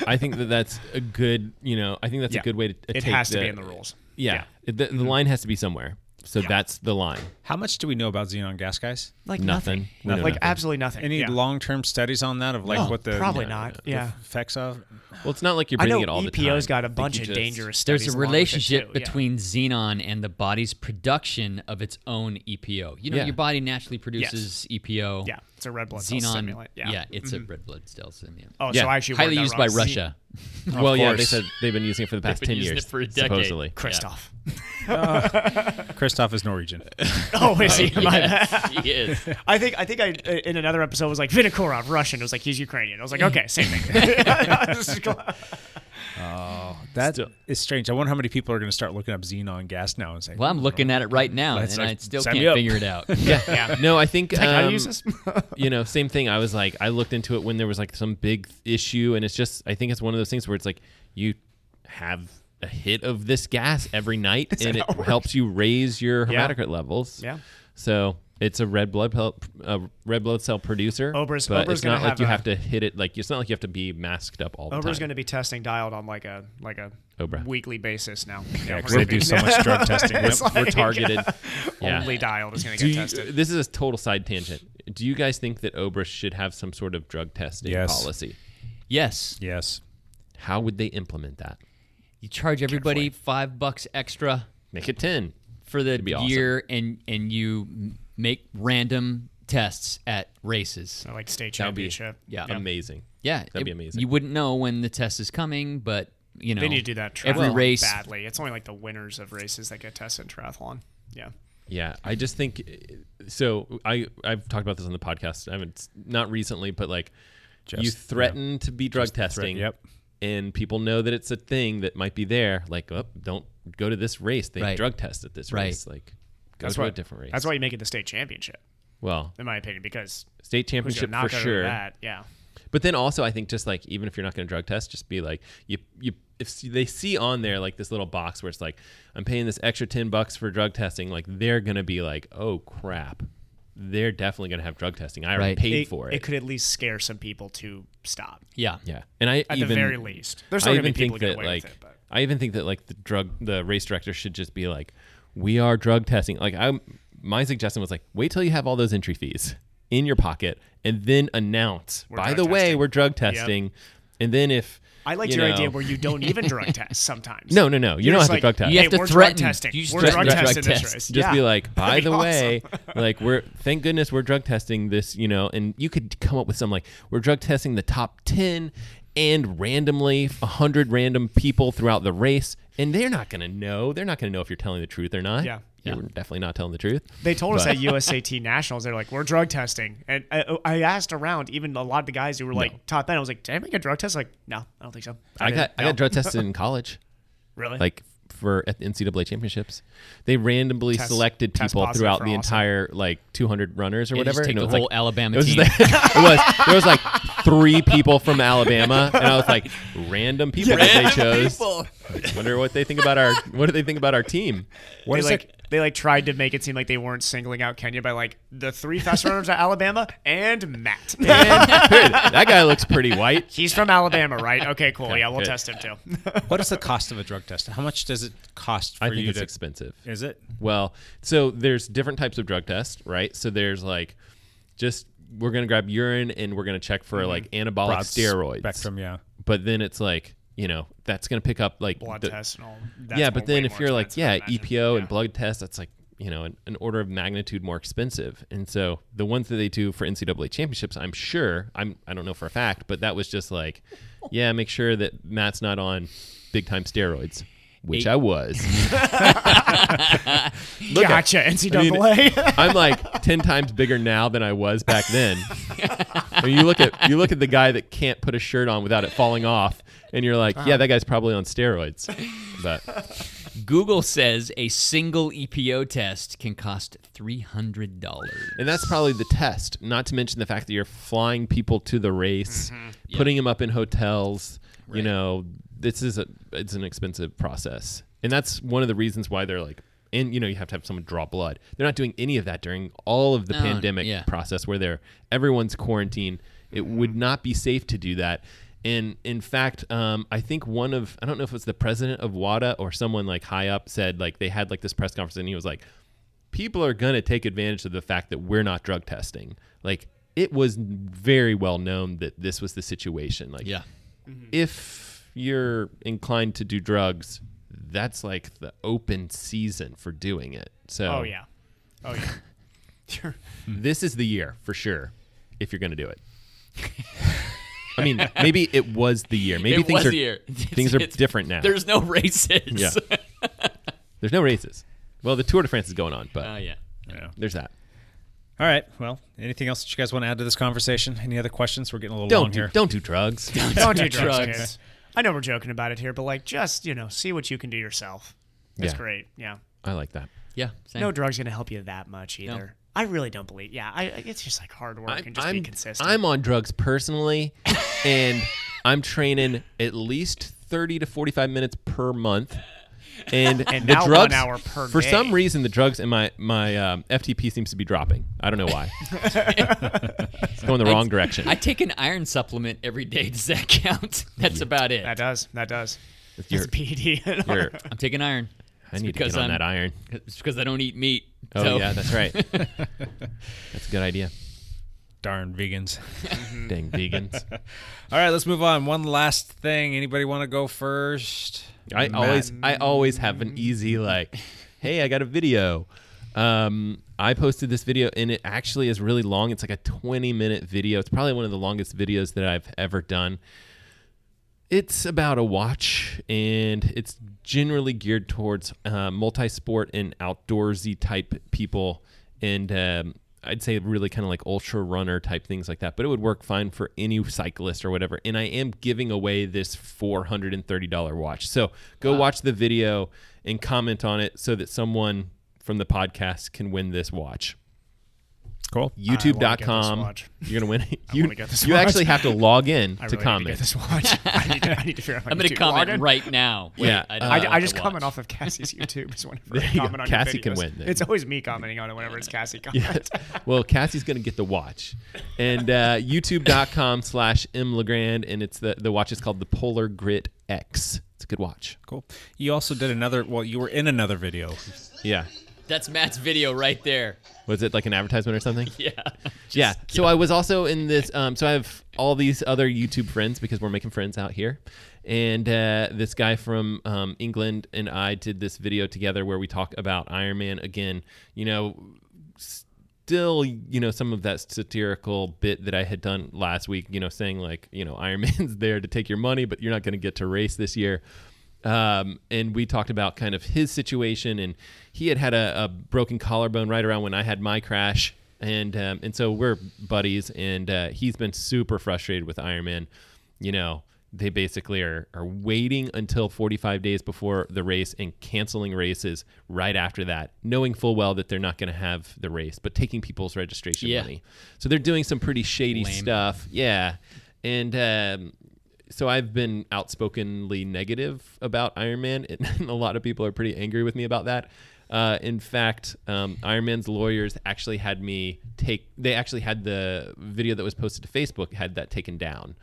Speaker 8: I think that that's a good. You know, I think that's
Speaker 9: Yeah. Mm-hmm.
Speaker 8: a good way to.
Speaker 9: It
Speaker 8: take
Speaker 9: has to be in the rules.
Speaker 8: Yeah, The, the line has to be somewhere. So
Speaker 9: Yeah.
Speaker 8: that's the line.
Speaker 4: How much do we know about xenon gas, guys?
Speaker 9: like
Speaker 8: Nothing.
Speaker 9: nothing.
Speaker 8: We know
Speaker 9: Like
Speaker 8: nothing.
Speaker 9: absolutely nothing.
Speaker 4: Any
Speaker 9: yeah.
Speaker 4: long-term studies on that of like
Speaker 9: No,
Speaker 4: what the
Speaker 9: probably
Speaker 4: the
Speaker 9: not. Yeah.
Speaker 4: effects of?
Speaker 8: Well, it's not like you're
Speaker 9: I know
Speaker 8: breathing it all the time.
Speaker 9: EPO's got a
Speaker 8: I think
Speaker 9: bunch
Speaker 8: you
Speaker 9: of
Speaker 8: just-
Speaker 9: dangerous
Speaker 6: There's
Speaker 9: studies
Speaker 6: a
Speaker 9: along with it,
Speaker 6: relationship
Speaker 9: too, yeah.
Speaker 6: between xenon and the body's production of its own EPO. You know,
Speaker 8: Yeah.
Speaker 6: your body naturally produces EPO.
Speaker 9: Yeah, it's a red blood cell
Speaker 6: xenon,
Speaker 9: stimulant, yeah.
Speaker 6: it's
Speaker 9: Mhm.
Speaker 6: a red blood cell stimulant.
Speaker 9: Oh,
Speaker 8: Yeah.
Speaker 9: so I actually
Speaker 6: highly
Speaker 9: wrote that
Speaker 6: used
Speaker 9: wrong.
Speaker 6: by
Speaker 9: Z-
Speaker 6: Russia.
Speaker 8: Well, yeah, they said they've been using it for the past
Speaker 6: been
Speaker 8: ten
Speaker 6: using
Speaker 8: years,
Speaker 6: it for a decade.
Speaker 8: supposedly.
Speaker 9: Christoph.
Speaker 4: Christoph is Norwegian.
Speaker 9: Oh, is he?
Speaker 6: Oh,
Speaker 9: My
Speaker 6: yes,
Speaker 9: bad.
Speaker 6: he is.
Speaker 9: I think I think I in another episode was like Vinokurov Russian. It was like he's Ukrainian. I was like, okay, same thing.
Speaker 4: Oh, that is strange. I wonder how many people are going to start looking up xenon gas now and say,
Speaker 6: Well, I'm looking at it right now,
Speaker 4: That's
Speaker 6: and
Speaker 4: like-
Speaker 6: I still
Speaker 4: sign
Speaker 6: can't
Speaker 4: me up.
Speaker 6: figure it out.
Speaker 8: Yeah.
Speaker 9: Yeah.
Speaker 8: No, I think
Speaker 9: It's like, how do you
Speaker 8: um,
Speaker 9: use this?
Speaker 8: you know, same thing. I was like, I looked into it when there was like some big issue, and it's just, I think it's one of those things where it's like you have a hit of this gas every night, and it helps you raise your
Speaker 9: Yeah.
Speaker 8: hematocrit levels.
Speaker 9: Yeah.
Speaker 8: So It's a red blood pel- uh, red blood cell producer.
Speaker 9: Ober's-
Speaker 8: but
Speaker 9: Ober's
Speaker 8: it's
Speaker 9: gonna
Speaker 8: not like
Speaker 9: have
Speaker 8: you
Speaker 9: a-
Speaker 8: have to hit it. Like it's not like you have to be masked up all the
Speaker 9: Ober's
Speaker 8: time.
Speaker 9: going to be testing dialed on like a like a
Speaker 8: Obra.
Speaker 9: weekly basis now.
Speaker 8: Yeah,
Speaker 9: Yeah,
Speaker 8: 'cause they do so much drug testing.
Speaker 9: It's
Speaker 8: We're- we're
Speaker 9: like,
Speaker 8: targeted. Yeah.
Speaker 9: Only dialed is going to
Speaker 8: Do
Speaker 9: get
Speaker 8: you-
Speaker 9: tested.
Speaker 8: This is a total side tangent. Do you guys think that Oberst should have some sort of drug testing
Speaker 4: Yes.
Speaker 8: policy? uh,
Speaker 6: Yes.
Speaker 4: Yes.
Speaker 8: How would they implement that?
Speaker 6: You charge everybody five bucks extra.
Speaker 8: Make it ten
Speaker 6: for the
Speaker 8: be awesome.
Speaker 6: year, and and you m- make random tests at races.
Speaker 9: like state
Speaker 8: That'd be
Speaker 9: championship.
Speaker 6: yeah.
Speaker 8: amazing.
Speaker 6: Yeah,
Speaker 8: that'd be
Speaker 6: it-
Speaker 8: amazing.
Speaker 6: You wouldn't know when the test is coming, but you know
Speaker 9: they need to do that triathlon
Speaker 6: every race.
Speaker 9: badly. It's only like the winners of races that get tested in triathlon. Yeah.
Speaker 8: Yeah, I just think so. I I've talked about this on the podcast. I haven't not recently, but like
Speaker 4: Just-
Speaker 8: you threaten to be drug testing.
Speaker 4: yep.
Speaker 8: And people know that it's a thing that might be there. Like, oh, don't go to this race. They
Speaker 6: Right.
Speaker 8: drug test at this
Speaker 6: Right.
Speaker 8: race. Like, go
Speaker 9: That's
Speaker 8: to
Speaker 9: why
Speaker 8: a different race.
Speaker 9: That's why you make it the state championship.
Speaker 8: Well,
Speaker 9: in my opinion, because
Speaker 8: state
Speaker 9: who's gonna
Speaker 8: championship
Speaker 9: not
Speaker 8: for
Speaker 9: go to
Speaker 8: sure.
Speaker 9: That? Yeah.
Speaker 8: But then also, I think just like even if you're not going to drug test, just be like you you if they see on there like this little box where it's like I'm paying this extra ten bucks for drug testing, like they're going to be like, oh crap, they're definitely going to have drug testing. I already paid for it.
Speaker 9: It could at least scare some people to stop.
Speaker 6: Yeah.
Speaker 8: yeah. And I
Speaker 9: At the
Speaker 8: even,
Speaker 9: very least.
Speaker 8: I
Speaker 9: There's still gonna
Speaker 8: even
Speaker 9: be people
Speaker 8: think
Speaker 9: who get
Speaker 8: that
Speaker 9: away
Speaker 8: like
Speaker 9: with it, but-
Speaker 8: I even think that like the drug the race director should just be like, we are drug testing. Like I my suggestion was like, wait till you have all those entry fees in your pocket, and then announce.
Speaker 9: We're
Speaker 8: by
Speaker 9: drug
Speaker 8: the way,
Speaker 9: testing."
Speaker 8: we're drug
Speaker 9: Yep.
Speaker 8: testing. And then if
Speaker 9: I liked
Speaker 8: you
Speaker 9: your
Speaker 8: know-
Speaker 9: idea where you don't even drug test sometimes.
Speaker 8: No, no, no. You
Speaker 9: You're
Speaker 8: don't
Speaker 9: just
Speaker 8: have to drug test.
Speaker 9: Hey,
Speaker 8: You
Speaker 6: have to
Speaker 9: we're
Speaker 6: threaten.
Speaker 9: Drug testing.
Speaker 6: You just
Speaker 9: we're
Speaker 6: threaten
Speaker 9: drug
Speaker 6: drug
Speaker 9: testing this
Speaker 6: test.
Speaker 9: race.
Speaker 8: just
Speaker 9: Yeah.
Speaker 8: be like, by
Speaker 9: That'd be
Speaker 8: the way,
Speaker 9: awesome.
Speaker 8: like we're thank goodness we're drug testing this, you know, and you could come up with some like we're drug testing the top ten and randomly hundred random people throughout the race, and they're not gonna know. They're not gonna know if you're telling the truth or not.
Speaker 9: Yeah.
Speaker 8: You're definitely not telling the truth.
Speaker 9: They told us
Speaker 8: But-
Speaker 9: at USAT Nationals, they're like, we're drug testing. And I, I asked around, even a lot of the guys who were like top 10, I was like, did anybody get drug test? Like, no, I don't think so.
Speaker 8: I got
Speaker 9: didn't.
Speaker 8: I
Speaker 9: No."
Speaker 8: got drug tested in college.
Speaker 9: Really?
Speaker 8: Like for at the NCAA championships, they randomly
Speaker 9: Test-
Speaker 8: selected
Speaker 9: test
Speaker 8: people
Speaker 9: positive
Speaker 8: throughout
Speaker 9: for
Speaker 8: the
Speaker 9: awesome.
Speaker 8: entire like 200 runners or
Speaker 6: Yeah, just
Speaker 8: whatever.
Speaker 6: take
Speaker 8: and
Speaker 6: the
Speaker 8: was
Speaker 6: whole Alabama
Speaker 8: it was
Speaker 6: team.
Speaker 8: like- it was there was like three people from Alabama, and I was like random people
Speaker 9: Yeah.
Speaker 8: that they
Speaker 9: Random
Speaker 8: chose.
Speaker 9: people.
Speaker 8: Like, wonder what they think about our what do they think about our team?
Speaker 9: they like they like tried to make it seem like they weren't singling out Kenya by like the three fast runners at Alabama and Matt.
Speaker 8: that guy looks pretty white.
Speaker 9: He's from Alabama, right? Okay, cool. Yeah, we'll
Speaker 8: good.
Speaker 9: test him too.
Speaker 4: what is the cost of a drug test? How much does it cost? For
Speaker 8: I think
Speaker 4: you
Speaker 8: it's
Speaker 4: to-
Speaker 8: expensive.
Speaker 4: Is it?
Speaker 8: Well, so there's different types of drug tests, right? So there's like just we're gonna grab urine and we're gonna check for
Speaker 4: Mhm.
Speaker 8: like anabolic
Speaker 4: Broad
Speaker 8: steroids.
Speaker 4: spectrum, yeah.
Speaker 8: But then it's like you know that's gonna pick up like
Speaker 9: Blood tests and all. That's
Speaker 8: yeah,
Speaker 9: all
Speaker 8: but
Speaker 9: way
Speaker 8: then if
Speaker 9: more
Speaker 8: you're like
Speaker 9: expensive,
Speaker 8: yeah E
Speaker 9: I imagine.
Speaker 8: EPO and blood tests, that's like you know an, an order of magnitude more expensive. And so the ones that they do for NCAA championships, I'm sure I'm I don't know for a fact, but that was just like yeah, make sure that Matt's not on big time steroids. Which
Speaker 6: Eight-
Speaker 8: I was. Look at-
Speaker 9: Gotcha,
Speaker 8: I
Speaker 9: NCAA.
Speaker 8: am like ten times bigger now than I was back then. I mean, you look at you look at the guy that can't put a shirt on without it falling off, and you're like, yeah, that guy's probably on steroids. But
Speaker 6: Google says a single EPO test can cost three hundred dollars.
Speaker 8: and that's probably the test. Not to mention the fact that you're flying people to the race, putting them up in hotels. You know, this is a it's an expensive process, and that's one of the reasons why they're like. And you know you have to have someone draw blood. They're not doing any of that during all of the
Speaker 6: No,
Speaker 8: pandemic
Speaker 6: yeah. Mm-hmm.
Speaker 8: process where they're everyone's quarantined. It would not be safe to do that. And in fact, um, I think one of I don't know if it's the president of WADA or someone like high up said like they had like this press conference and he was like, people are going to take advantage of the fact that we're not drug testing. Like it was very well known that this was the situation. Like
Speaker 6: Yeah.
Speaker 9: Mm-hmm.
Speaker 8: if you're inclined to do drugs, that's like the open season for doing it. So
Speaker 9: Oh yeah. Oh yeah.
Speaker 8: this is the year for sure if you're going to do it. I mean, maybe it was the year. Maybe
Speaker 6: It
Speaker 8: things
Speaker 6: was
Speaker 8: are
Speaker 6: the year.
Speaker 8: things are
Speaker 6: It's-
Speaker 8: different now.
Speaker 6: There's no races.
Speaker 8: Yeah. There's no races. Well, the Tour de France is going on, but
Speaker 6: Oh yeah.
Speaker 4: Yeah.
Speaker 8: there's that.
Speaker 4: All right. Well, anything else that you guys want to add to this conversation? Any other questions? We're getting a little long
Speaker 8: Don't do,
Speaker 4: here.
Speaker 8: don't do drugs.
Speaker 9: Don't do drugs. kids. I know we're joking about it here, but like, just you know, see what you can do yourself. That's
Speaker 8: Yeah.
Speaker 9: great. Yeah.
Speaker 8: I like that.
Speaker 6: Yeah. Same.
Speaker 9: No drugs gonna help you that much either. I really don't believe. Yeah, I, I- it's just like hard work and just be consistent.
Speaker 8: I'm on drugs personally, and I'm training at least 30 to 45 minutes per month. and,
Speaker 9: And
Speaker 8: the
Speaker 9: now one
Speaker 8: drugs
Speaker 9: hour per
Speaker 8: for
Speaker 9: day.
Speaker 8: some reason the drugs in my my um, FTP seems to be dropping. I don't know why. it's going the wrong
Speaker 6: I-
Speaker 8: direction.
Speaker 6: I take an iron supplement every day. Does that count? That's about it. That
Speaker 9: does. That does. E
Speaker 8: If you're-
Speaker 9: PED.
Speaker 8: you're-
Speaker 6: I'm taking iron.
Speaker 8: I need to get
Speaker 6: because
Speaker 8: on
Speaker 6: I'm-
Speaker 8: that iron.
Speaker 6: It's because I don't eat meat.
Speaker 8: Oh
Speaker 6: so-
Speaker 8: yeah, that's right. that's a good idea.
Speaker 4: Darn vegans.
Speaker 9: Mm.
Speaker 8: Dang vegans.
Speaker 4: All right, let's move on. One last thing. Anybody want to go first?
Speaker 8: I always I always have an easy like, hey, I got a video. Um, I posted this video and it actually is really long. It's like a 20 minute video. It's probably one of the longest videos that I've ever done. It's about a watch and it's generally geared towards uh, multi sport and outdoorsy type people. And um, I'd say really kind of like ultra runner type things like that, but it would work fine for any cyclist or whatever. And I am giving away this $430 watch. So go watch the video and comment on it so that someone from the podcast can win this watch.
Speaker 4: Cool.
Speaker 8: YouTube.com.
Speaker 9: I wanna get this watch.
Speaker 8: You're going to win.
Speaker 9: I
Speaker 8: You,
Speaker 9: wanna get this
Speaker 8: you
Speaker 9: watch.
Speaker 8: actually have to log in
Speaker 9: I
Speaker 8: to
Speaker 9: really
Speaker 8: comment.
Speaker 9: Need to get this watch. I need to, I need to figure out. how
Speaker 6: I'm gonna
Speaker 9: do
Speaker 6: comment
Speaker 9: login.
Speaker 6: right now. Wait,
Speaker 8: Yeah, I
Speaker 9: I,
Speaker 8: don't
Speaker 9: I,
Speaker 8: know
Speaker 9: I
Speaker 8: what
Speaker 9: just
Speaker 8: to
Speaker 9: comment off of Cassie's YouTube. Is whenever
Speaker 8: There
Speaker 9: I
Speaker 8: you go.
Speaker 9: comment on
Speaker 8: Cassie
Speaker 9: your
Speaker 8: can
Speaker 9: videos.
Speaker 8: win then.
Speaker 9: It's always me commenting on it whenever it's Cassie commenting.
Speaker 8: Yes. well, Cassie's going to get the watch. And uh, youtube.com slash M Legrand. And it's the, the watch is called the Polar Grit X. It's a good watch.
Speaker 4: Cool. You also did another. Well, you were in another video.
Speaker 8: Yeah.
Speaker 6: That's Matt's video right there.
Speaker 8: Was it like an advertisement or something?
Speaker 6: Yeah.
Speaker 8: yeah. So I was also in this. Um, so I have all these other YouTube friends because we're making friends out here. And uh, this guy from um, England and I did this video together where we talk about Iron Man again. You know, still, you know, some of that satirical bit that I had done last week, you know, saying like, you know, Iron Man's there to take your money, but you're not going to get to race this year. Um, and we talked about kind of his situation, and he had had a, a broken collarbone right around when I had my crash, and um, and so we're buddies, and uh, he's been super frustrated with Iron Man. You know, they basically are are waiting until 45 days before the race and canceling races right after that, knowing full well that they're not going to have the race, but taking people's registration
Speaker 6: Yeah.
Speaker 8: money. So they're doing some pretty shady
Speaker 6: Lame.
Speaker 8: stuff. Yeah, and um, so I've been outspokenly negative about Iron Man, and a lot of people are pretty angry with me about that. Uh, in fact, um, Iron Man's lawyers actually had me take. They actually had the video that was posted to Facebook had that taken down.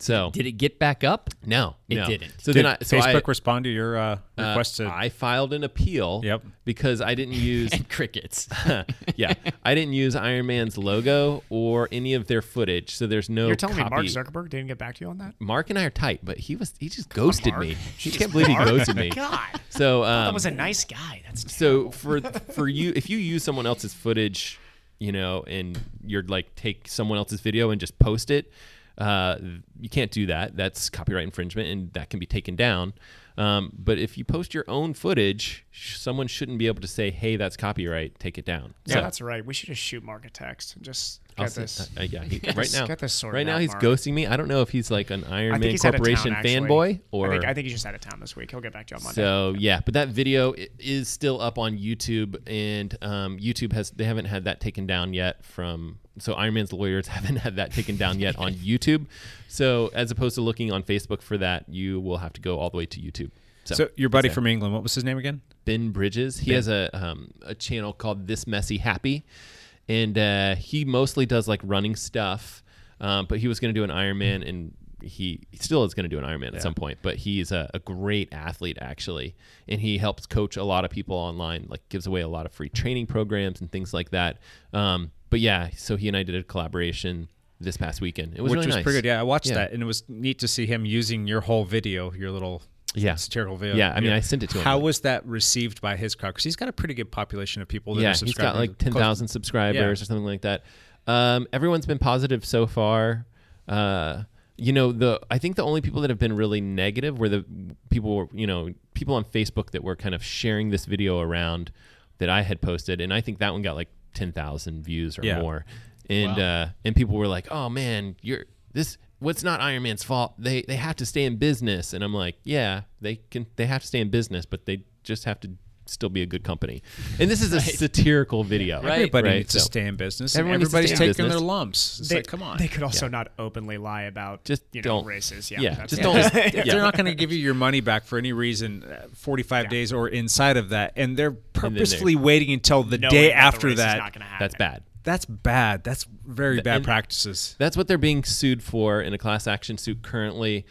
Speaker 8: So
Speaker 6: Did it get back up?
Speaker 8: No,
Speaker 6: It
Speaker 8: no.
Speaker 6: didn't.
Speaker 8: So
Speaker 4: Did
Speaker 8: then I, so I-
Speaker 4: Facebook respond to your uh,
Speaker 8: uh,
Speaker 4: request to?
Speaker 8: I filed an appeal.
Speaker 4: Yep.
Speaker 8: Because I didn't use
Speaker 6: crickets.
Speaker 8: yeah, I didn't use Iron Man's logo or any of their footage. So there's no.
Speaker 9: You're telling me Mark
Speaker 8: copy.
Speaker 9: Zuckerberg didn't get back to you on that?
Speaker 8: Mark and I are tight, but he was he just ghosted
Speaker 9: Mark.
Speaker 8: me. He
Speaker 9: Jeez,
Speaker 8: can't believe he
Speaker 9: Mark.
Speaker 8: ghosted me.
Speaker 9: God.
Speaker 8: So
Speaker 9: I
Speaker 8: um,
Speaker 9: thought that was a nice guy. That's
Speaker 8: so for for you if you use someone else's footage, you know, and you're like take someone else's video and just post it. Uh, you can't do that. That's copyright infringement, and that can be taken down. Um, but if you post your own footage, sh- someone shouldn't be able to say, "Hey, that's copyright. Take it down."
Speaker 9: yeah,
Speaker 8: So-
Speaker 9: that's right. We should just shoot Mark a text and just
Speaker 8: I'll
Speaker 9: get
Speaker 8: say-
Speaker 9: this.
Speaker 8: uh, yeah, he-
Speaker 9: get
Speaker 8: right
Speaker 9: this-
Speaker 8: now,
Speaker 9: get this sorted.
Speaker 8: right now
Speaker 9: out,
Speaker 8: he's
Speaker 9: Mark.
Speaker 8: ghosting me. I don't know if he's like an Iron
Speaker 9: I think
Speaker 8: Man
Speaker 9: he's out of town,
Speaker 8: Corporation
Speaker 9: actually.
Speaker 8: fanboy or
Speaker 9: I think, I think he's just out of town this week. He'll get back to you on Monday.
Speaker 8: so yeah, but that video i- is still up on YouTube, and um, YouTube has they haven't had that taken down yet from. So Iron Man's lawyers haven't had that taken down yet on YouTube. So as opposed to looking on Facebook for that, you will have to go all the way to YouTube.
Speaker 4: so, your buddy
Speaker 8: that's it.
Speaker 4: from England. What was his name again?
Speaker 8: Ben Bridges. He
Speaker 4: Ben.
Speaker 8: has a um, a channel called This Messy Happy, and uh, he mostly does like running stuff. Um, but he was going to do an Ironman, and he he still is going to do an Ironman at some point. But he's a, a great athlete actually, and he helps coach a lot of people online. Like gives away a lot of free training programs and things like that. Um, but yeah, so he and I did a collaboration this past weekend. It was
Speaker 4: Which
Speaker 8: really
Speaker 4: was
Speaker 8: nice.
Speaker 4: pretty good. Yeah, I watched
Speaker 8: Yeah.
Speaker 4: that, and it was neat to see him using your whole video, your little
Speaker 8: Yeah.
Speaker 4: satirical video.
Speaker 8: Yeah, I mean, I sent it to him.
Speaker 4: How was that received by his crowd? Because he's got a pretty good population of people. That
Speaker 8: yeah,
Speaker 4: are
Speaker 8: he's got
Speaker 4: subscribers.
Speaker 8: like ten thousand
Speaker 4: Close-
Speaker 8: subscribers
Speaker 4: Yeah.
Speaker 8: or something like that. Um, everyone's been positive so far. Uh, you know, the I think the only people that have been really negative were the people, you know, people on Facebook that were kind of sharing this video around that I had posted, and I think that one got like ten thousand views or
Speaker 4: Yeah.
Speaker 8: more, and
Speaker 4: Wow.
Speaker 8: uh, and people were like, "Oh man, you're this." What's not Iron Man's fault? They they have to stay in business, and I'm like, yeah, they can. They have to stay in business, but they just have to still be a good company. And this is a satirical video.
Speaker 4: Right. Everybody needs to stay in business and
Speaker 8: Everyone needs to
Speaker 4: everybody's
Speaker 8: stay in
Speaker 4: taking
Speaker 8: business.
Speaker 4: their lumps. It's
Speaker 9: they,
Speaker 4: like, come on.
Speaker 9: They could also
Speaker 4: Yeah.
Speaker 9: not openly lie about
Speaker 8: just
Speaker 9: you know,
Speaker 8: don't.
Speaker 9: races. Yeah,
Speaker 8: Yeah,
Speaker 9: that's-
Speaker 8: just
Speaker 4: Yeah.
Speaker 8: don't-
Speaker 4: If
Speaker 8: Yeah.
Speaker 4: They're not going to give you your money back for any reason, uh, 45 days or inside of that. And they're
Speaker 8: then they-
Speaker 4: purposefully waiting until the
Speaker 9: Knowing that
Speaker 4: day
Speaker 9: the
Speaker 4: after
Speaker 9: race is
Speaker 4: that.
Speaker 9: not gonna happen.
Speaker 8: That's bad.
Speaker 4: That's bad. That's very
Speaker 8: Th-
Speaker 4: bad
Speaker 8: and
Speaker 4: practices.
Speaker 8: That's what they're being sued for in a class action suit currently.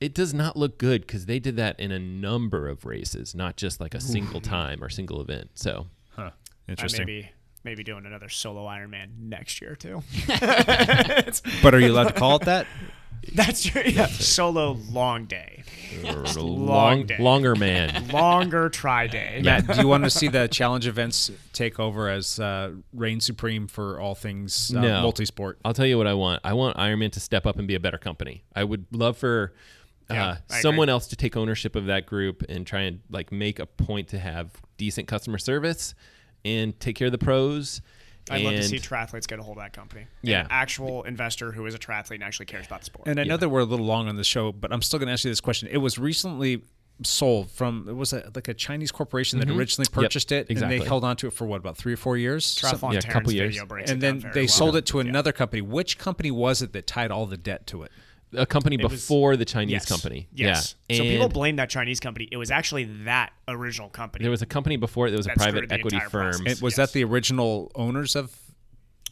Speaker 8: It does not look good because they did that in a number of races, not just like a single time or single event. So,
Speaker 4: Huh.
Speaker 9: I
Speaker 4: Interesting.
Speaker 9: may be, maybe doing another solo Ironman next year too.
Speaker 4: But are you allowed to call it that?
Speaker 9: That's true. Yeah. Solo long day. Just long day.
Speaker 8: longer man.
Speaker 9: Longer try day.
Speaker 4: Matt, do you want to see the challenge events take over as uh, reign supreme for all things uh,
Speaker 8: no.
Speaker 4: multisport?
Speaker 8: I'll tell you what I want. I want Ironman to step up and be a better company. I would love for uh,
Speaker 9: Yeah, I
Speaker 8: someone else to take ownership of that group and try and like make a point to have decent customer service and take care of the pros.
Speaker 9: I'd love to
Speaker 8: and-
Speaker 9: see triathletes get a hold of that company.
Speaker 8: Yeah.
Speaker 9: An actual investor who is a triathlete and actually cares about the sport.
Speaker 4: And I know that we're a little long on the show, but I'm still going to ask you this question. It was recently sold from it was a, like a Chinese corporation that
Speaker 8: Mhm.
Speaker 4: originally
Speaker 8: Yep,
Speaker 4: purchased it, and
Speaker 8: exactly.
Speaker 4: they held on to it for what about three or four years?
Speaker 9: Triathlon
Speaker 4: Something-
Speaker 8: yeah, a
Speaker 9: Terrence
Speaker 8: couple
Speaker 9: video
Speaker 8: years.
Speaker 9: breaks
Speaker 4: And
Speaker 9: it down
Speaker 4: then
Speaker 9: very
Speaker 4: they
Speaker 9: well.
Speaker 4: sold it to another company. Which company was it that tied all the debt to it?
Speaker 8: a company
Speaker 9: It was-
Speaker 8: before the Chinese
Speaker 9: Yes.
Speaker 8: company.
Speaker 9: Yes.
Speaker 8: Yeah.
Speaker 9: so people
Speaker 8: And
Speaker 9: blame that Chinese company. It was actually that original company.
Speaker 8: there was a company before it that was a
Speaker 9: That screwed
Speaker 8: private
Speaker 9: the
Speaker 8: equity
Speaker 9: entire
Speaker 8: firm.
Speaker 9: process.
Speaker 4: It, was that the original owners of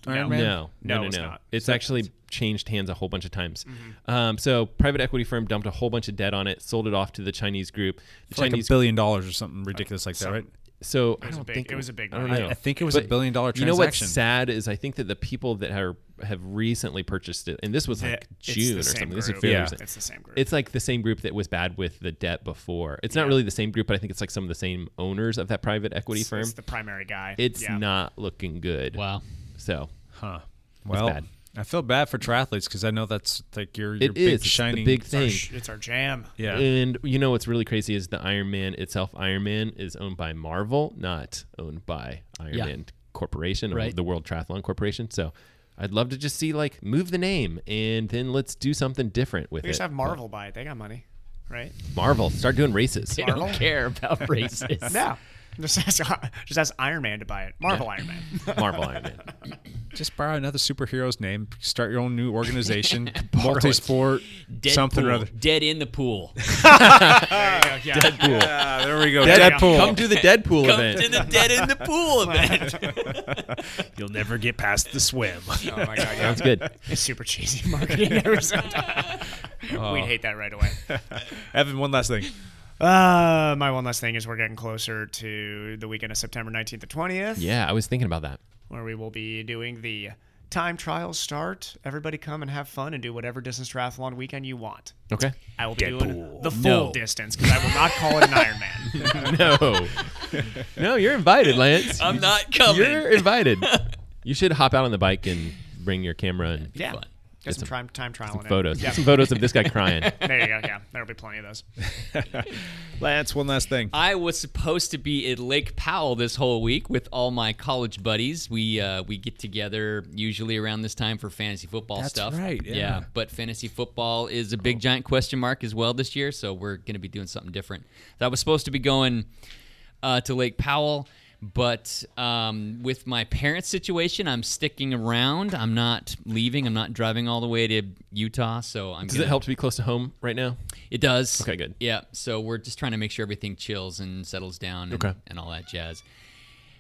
Speaker 4: Iron Man?
Speaker 8: No,
Speaker 9: No,
Speaker 8: no, no,
Speaker 9: it's
Speaker 8: no.
Speaker 9: not. Mm-hmm.
Speaker 8: It's actually changed hands a whole bunch of times. Um, so private equity firm dumped a whole bunch of debt on it, sold it off to the Chinese group. The
Speaker 4: It's like a
Speaker 8: Chinese
Speaker 4: billion dollars or something ridiculous like that, right?
Speaker 8: So I
Speaker 9: was a
Speaker 8: don't
Speaker 9: big-
Speaker 8: think
Speaker 9: it was a big
Speaker 8: I don't
Speaker 9: money.
Speaker 8: know.
Speaker 4: I think it was a billion dollar
Speaker 8: You know what's
Speaker 4: transaction.
Speaker 8: sad is I think that the people that are have recently purchased it, and this was
Speaker 9: The-
Speaker 8: like
Speaker 9: it's the
Speaker 8: June or
Speaker 9: same
Speaker 8: something. This is
Speaker 9: group.
Speaker 8: fairly
Speaker 4: Yeah.
Speaker 8: recent.
Speaker 9: It's the same group.
Speaker 8: It's like the same group that was bad with the debt before. It's not really the same group, but I think it's like some of the same owners of that private equity
Speaker 9: It's-
Speaker 8: firm.
Speaker 9: It's the primary guy.
Speaker 8: It's
Speaker 9: Yeah.
Speaker 8: not looking good.
Speaker 6: Wow.
Speaker 8: So
Speaker 4: Huh. Well,
Speaker 8: bad.
Speaker 4: I feel bad for triathletes because I know that's like your, your
Speaker 8: it
Speaker 4: big
Speaker 8: is It's
Speaker 4: shining
Speaker 8: the big
Speaker 9: It's our,
Speaker 8: thing.
Speaker 9: sh- it's our jam.
Speaker 4: Yeah.
Speaker 8: And you know what's really crazy is the Iron Man itself. Iron Man is owned by Marvel, not owned by Iron
Speaker 6: Yeah.
Speaker 8: Man Corporation or
Speaker 6: Right.
Speaker 8: the World Triathlon Corporation. So I'd love to just see like move the name and then let's do something different with
Speaker 9: We
Speaker 8: it.
Speaker 9: just have Marvel buy it. They got money, right?
Speaker 8: Marvel, start doing races.
Speaker 6: They don't care about races.
Speaker 9: Yeah. Just ask, just ask Iron Man to buy it. Marvel Iron Man.
Speaker 8: Marvel Iron Man.
Speaker 4: Just borrow another superhero's name. Start your own new organization, multisport,
Speaker 6: Dead
Speaker 4: something
Speaker 6: pool.
Speaker 4: or other.
Speaker 6: Dead in the pool.
Speaker 9: There you go. Yeah.
Speaker 4: Ah, there we go.
Speaker 8: Come to the Deadpool
Speaker 6: Come
Speaker 8: event.
Speaker 6: to the dead in the pool event.
Speaker 4: You'll never get past the swim.
Speaker 9: Oh my god. Yeah.
Speaker 8: Sounds good.
Speaker 9: It's super cheesy marketing. every single time.
Speaker 8: Oh.
Speaker 9: We'd hate that right away.
Speaker 4: Evan, one last thing.
Speaker 9: Uh, my one last thing is we're getting closer to the weekend of September 19th to 20th,
Speaker 8: Yeah, I was thinking about that.
Speaker 9: where we will be doing the time trial start. Everybody come and have fun and do whatever distance triathlon weekend you want.
Speaker 8: Okay.
Speaker 9: I will be doing the full
Speaker 8: No.
Speaker 9: distance because I will not call it an Ironman.
Speaker 8: No. no, you're invited, Lance.
Speaker 6: I'm not coming.
Speaker 8: You're invited. You should hop out on the bike and bring your camera and
Speaker 9: yeah.
Speaker 6: fun.
Speaker 9: Get some, time time trial in it.
Speaker 8: photos.
Speaker 9: Yeah.
Speaker 8: Some photos of this guy crying.
Speaker 9: there you go. Yeah. There'll be plenty of those.
Speaker 4: Lance, one last thing.
Speaker 6: I was supposed to be at Lake Powell this whole week with all my college buddies. We uh, we get together usually around this time for fantasy football
Speaker 4: That's
Speaker 6: stuff.
Speaker 4: right, yeah.
Speaker 6: but fantasy football is a
Speaker 9: Oh.
Speaker 6: big giant question mark as well this year, so we're going to be doing something different. I was supposed to be going uh, to Lake Powell, but um, with my parents' situation, I'm sticking around. I'm not leaving. I'm not driving all the way to Utah, so I'm.
Speaker 8: Does
Speaker 6: gonna,
Speaker 8: it help to be close to home right now?
Speaker 6: it does.
Speaker 8: Okay, good.
Speaker 6: Yeah, so we're just trying to make sure everything chills and settles down and,
Speaker 8: Okay.
Speaker 6: and all that jazz.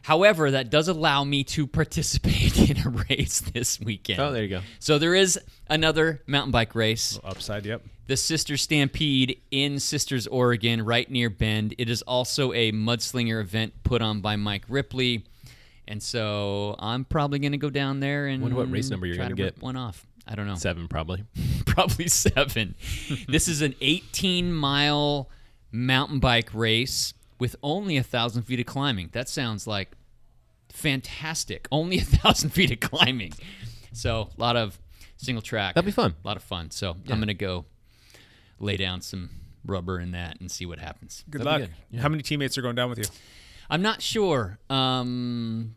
Speaker 6: However, that does allow me to participate in a race this weekend.
Speaker 8: Oh, there you go.
Speaker 6: So there is another mountain bike race,
Speaker 4: Upside, yep.
Speaker 6: the Sister Stampede in Sisters, Oregon, right near Bend. It is also a mudslinger event put on by Mike Ripley. And so I'm probably going to go down there and
Speaker 8: Wonder what race number you're
Speaker 6: try
Speaker 8: gonna
Speaker 6: to rip
Speaker 8: get.
Speaker 6: one off. I don't know
Speaker 8: Seven, probably.
Speaker 6: probably seven. this is an 18 mile mountain bike race with only a thousand feet of climbing. That sounds like fantastic. Only a thousand feet of climbing. So a lot of single track.
Speaker 8: That'd be fun.
Speaker 6: A lot of fun. So I'm gonna go lay down some rubber in that and see what happens.
Speaker 4: Good
Speaker 8: That'd be
Speaker 4: luck.
Speaker 8: good.
Speaker 4: How many teammates are going down with you?
Speaker 6: I'm not sure. Um,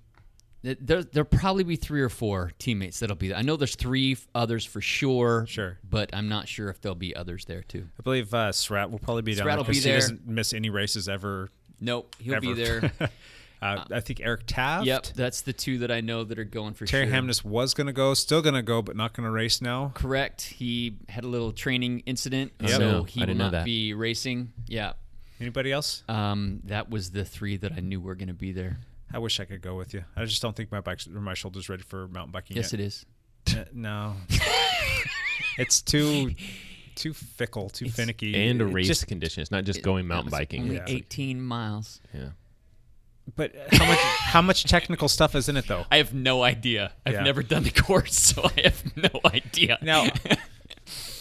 Speaker 6: th- there, there'll probably be three or four teammates that'll be there. I know there's three f- others for sure.
Speaker 4: Sure.
Speaker 6: But I'm not sure if there'll be others there too.
Speaker 4: I believe uh, Srat will probably be down
Speaker 6: Srat
Speaker 4: there
Speaker 6: will be
Speaker 4: because he
Speaker 6: there.
Speaker 4: doesn't miss any races ever.
Speaker 13: Nope, he'll be
Speaker 9: Never.
Speaker 13: there.
Speaker 9: uh, I think Eric Taft.
Speaker 13: Yep, that's the two that I know that are going for
Speaker 9: Terry
Speaker 13: sure.
Speaker 9: Hamness was going to go, still going to go, but not going to race now.
Speaker 13: Correct. He had a little training incident,
Speaker 9: Yep.
Speaker 13: so
Speaker 9: No,
Speaker 13: he
Speaker 9: I
Speaker 13: will
Speaker 9: didn't know
Speaker 13: not
Speaker 9: that.
Speaker 13: be racing. Yeah.
Speaker 9: Anybody else?
Speaker 13: Um, that was the three that I knew were going to be there.
Speaker 9: I wish I could go with you. I just don't think my back or my shoulder's ready for mountain biking.
Speaker 13: Yes,
Speaker 9: yet.
Speaker 13: it is.
Speaker 9: Uh, no, it's too too fickle, too finicky,
Speaker 8: and a
Speaker 9: It
Speaker 8: race
Speaker 9: just-
Speaker 8: condition. It's not just going mountain
Speaker 13: It's
Speaker 8: biking.
Speaker 13: Only
Speaker 8: Yeah.
Speaker 13: 18 miles.
Speaker 8: Yeah.
Speaker 9: But uh, how much how much technical stuff is in it though?
Speaker 13: I have no idea. I've
Speaker 9: Yeah.
Speaker 13: never done the course, so I have no idea.
Speaker 9: Now,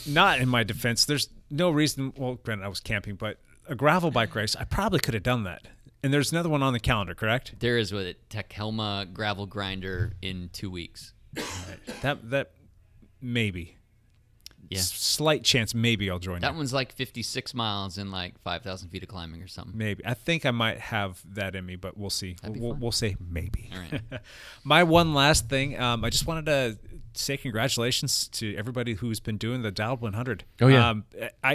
Speaker 9: not in my defense. There's no reason. Well, granted, I was camping, but a gravel bike race, I probably could have done that. And there's another one on the calendar, correct?
Speaker 13: There is with it Tekhelma gravel grinder in two weeks.
Speaker 9: That that maybe.
Speaker 13: Yeah.
Speaker 9: S- slight chance, maybe I'll join.
Speaker 13: That
Speaker 9: you.
Speaker 13: one's like 56 miles and like 5,000 feet of climbing or something.
Speaker 9: Maybe I think I might have that in me, but we'll see.
Speaker 13: be
Speaker 9: We'll,
Speaker 13: fun.
Speaker 9: we'll say maybe.
Speaker 13: All right.
Speaker 9: My one last thing, um, I just wanted to say congratulations to everybody who's been doing the Dialed 100.
Speaker 8: Oh, yeah.
Speaker 9: um, I,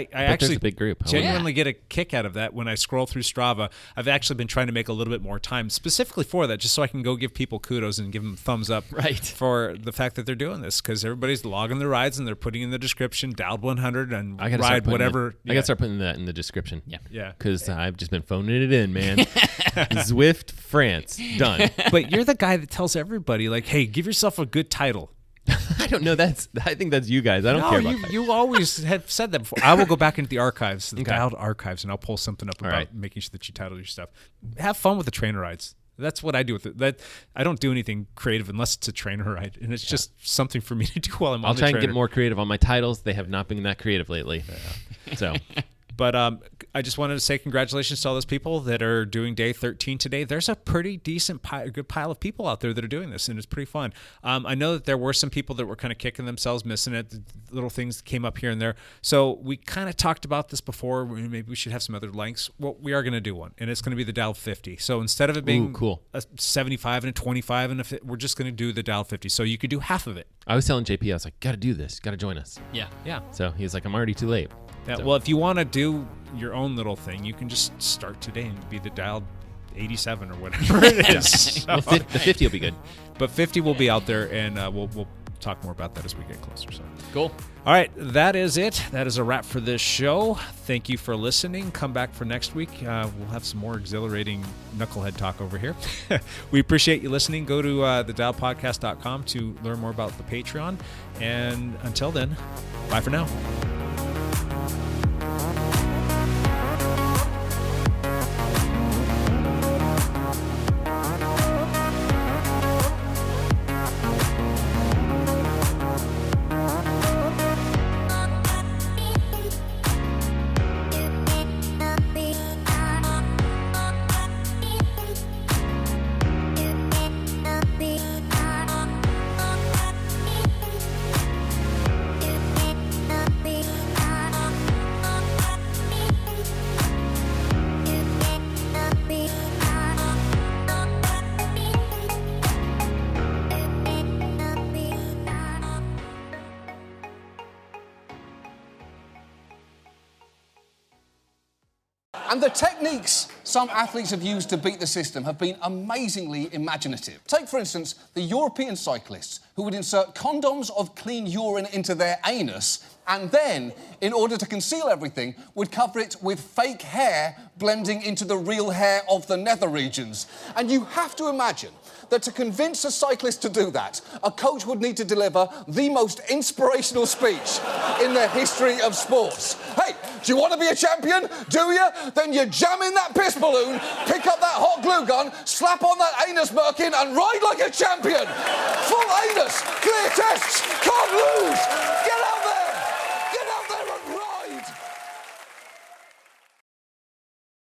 Speaker 8: I
Speaker 9: I
Speaker 8: bet there's
Speaker 9: actually
Speaker 8: a big group. I wonder-
Speaker 9: Genuinely get a kick out of that when I scroll through Strava. I've actually been trying to make a little bit more time specifically for that, just so I can go give people kudos and give them thumbs up
Speaker 13: right.
Speaker 9: for the fact that they're doing this because everybody's logging their rides and they're putting in the description Dialed 100 and
Speaker 8: I gotta start
Speaker 9: ride
Speaker 8: putting
Speaker 9: whatever.
Speaker 8: that- I gotta start putting that in the description. Yeah,
Speaker 9: Yeah.
Speaker 8: Because I've just been phoning it in, man. Zwift France done.
Speaker 9: but you're the guy that tells everybody like, "Hey, give yourself a good title."
Speaker 8: I don't know. That's I think that's you guys. I don't
Speaker 9: no,
Speaker 8: care about
Speaker 9: you,
Speaker 8: that.
Speaker 9: you always have said that before. I will go back into the archives, the dialed archives, and I'll pull something up
Speaker 8: All
Speaker 9: about
Speaker 8: right.
Speaker 9: making sure that you title your stuff. Have fun with the trainer rides. That's what I do with it. That I don't do anything creative unless it's a trainer ride, and it's just something for me to do while I'm
Speaker 8: I'll
Speaker 9: on the
Speaker 8: try and
Speaker 9: trainer.
Speaker 8: get more creative on my titles. They have not been that creative lately. So
Speaker 9: But um, I just wanted to say congratulations to all those people that are doing day 13 today. There's a pretty decent, pi- good pile of people out there that are doing this, and it's pretty fun. Um, I know that there were some people that were kind of kicking themselves, missing it. The little things came up here and there. So we kind of talked about this before. We- Maybe we should have some other links. Well, we are going to do one, and it's going to be the Dial 50. So instead of it being
Speaker 8: Ooh, cool.
Speaker 9: a 75 and a 25, and a fi- we're just going to do the Dial 50. So you could do half of it.
Speaker 8: I was telling JP, I was like, gotta do this, gotta join us.
Speaker 13: Yeah.
Speaker 9: Yeah.
Speaker 8: So he was like, I'm already too late.
Speaker 9: Yeah,
Speaker 8: So-
Speaker 9: Well, if you want to do your own little thing, you can just start today and be the dialed 87 or whatever it
Speaker 8: Yeah.
Speaker 9: is.
Speaker 8: Well, fif- the 50 will be good.
Speaker 9: But 50 will be out there, and uh, we'll, we'll talk more about that as we get closer. So.
Speaker 13: Cool.
Speaker 9: All right, that is it. That is a wrap for this show. Thank you for listening. Come back for next week. Uh, we'll have some more exhilarating knucklehead talk over here. we appreciate you listening. Go to uh, thedialpodcast.com to learn more about the Patreon. And until then, bye for now.
Speaker 3: And the techniques some athletes have used to beat the system have been amazingly imaginative. Take, for instance, the European cyclists who would insert condoms of clean urine into their anus and then, in order to conceal everything, would cover it with fake hair blending into the real hair of the nether regions. And you have to imagine that to convince a cyclist to do that, a coach would need to deliver the most inspirational speech in the history of sports. Hey, do you want to be a champion? Do you? Then you jam in that piss balloon, pick up that hot glue gun, slap on that anus merkin, and ride like a champion. Full anus, clear tests, can't lose. Get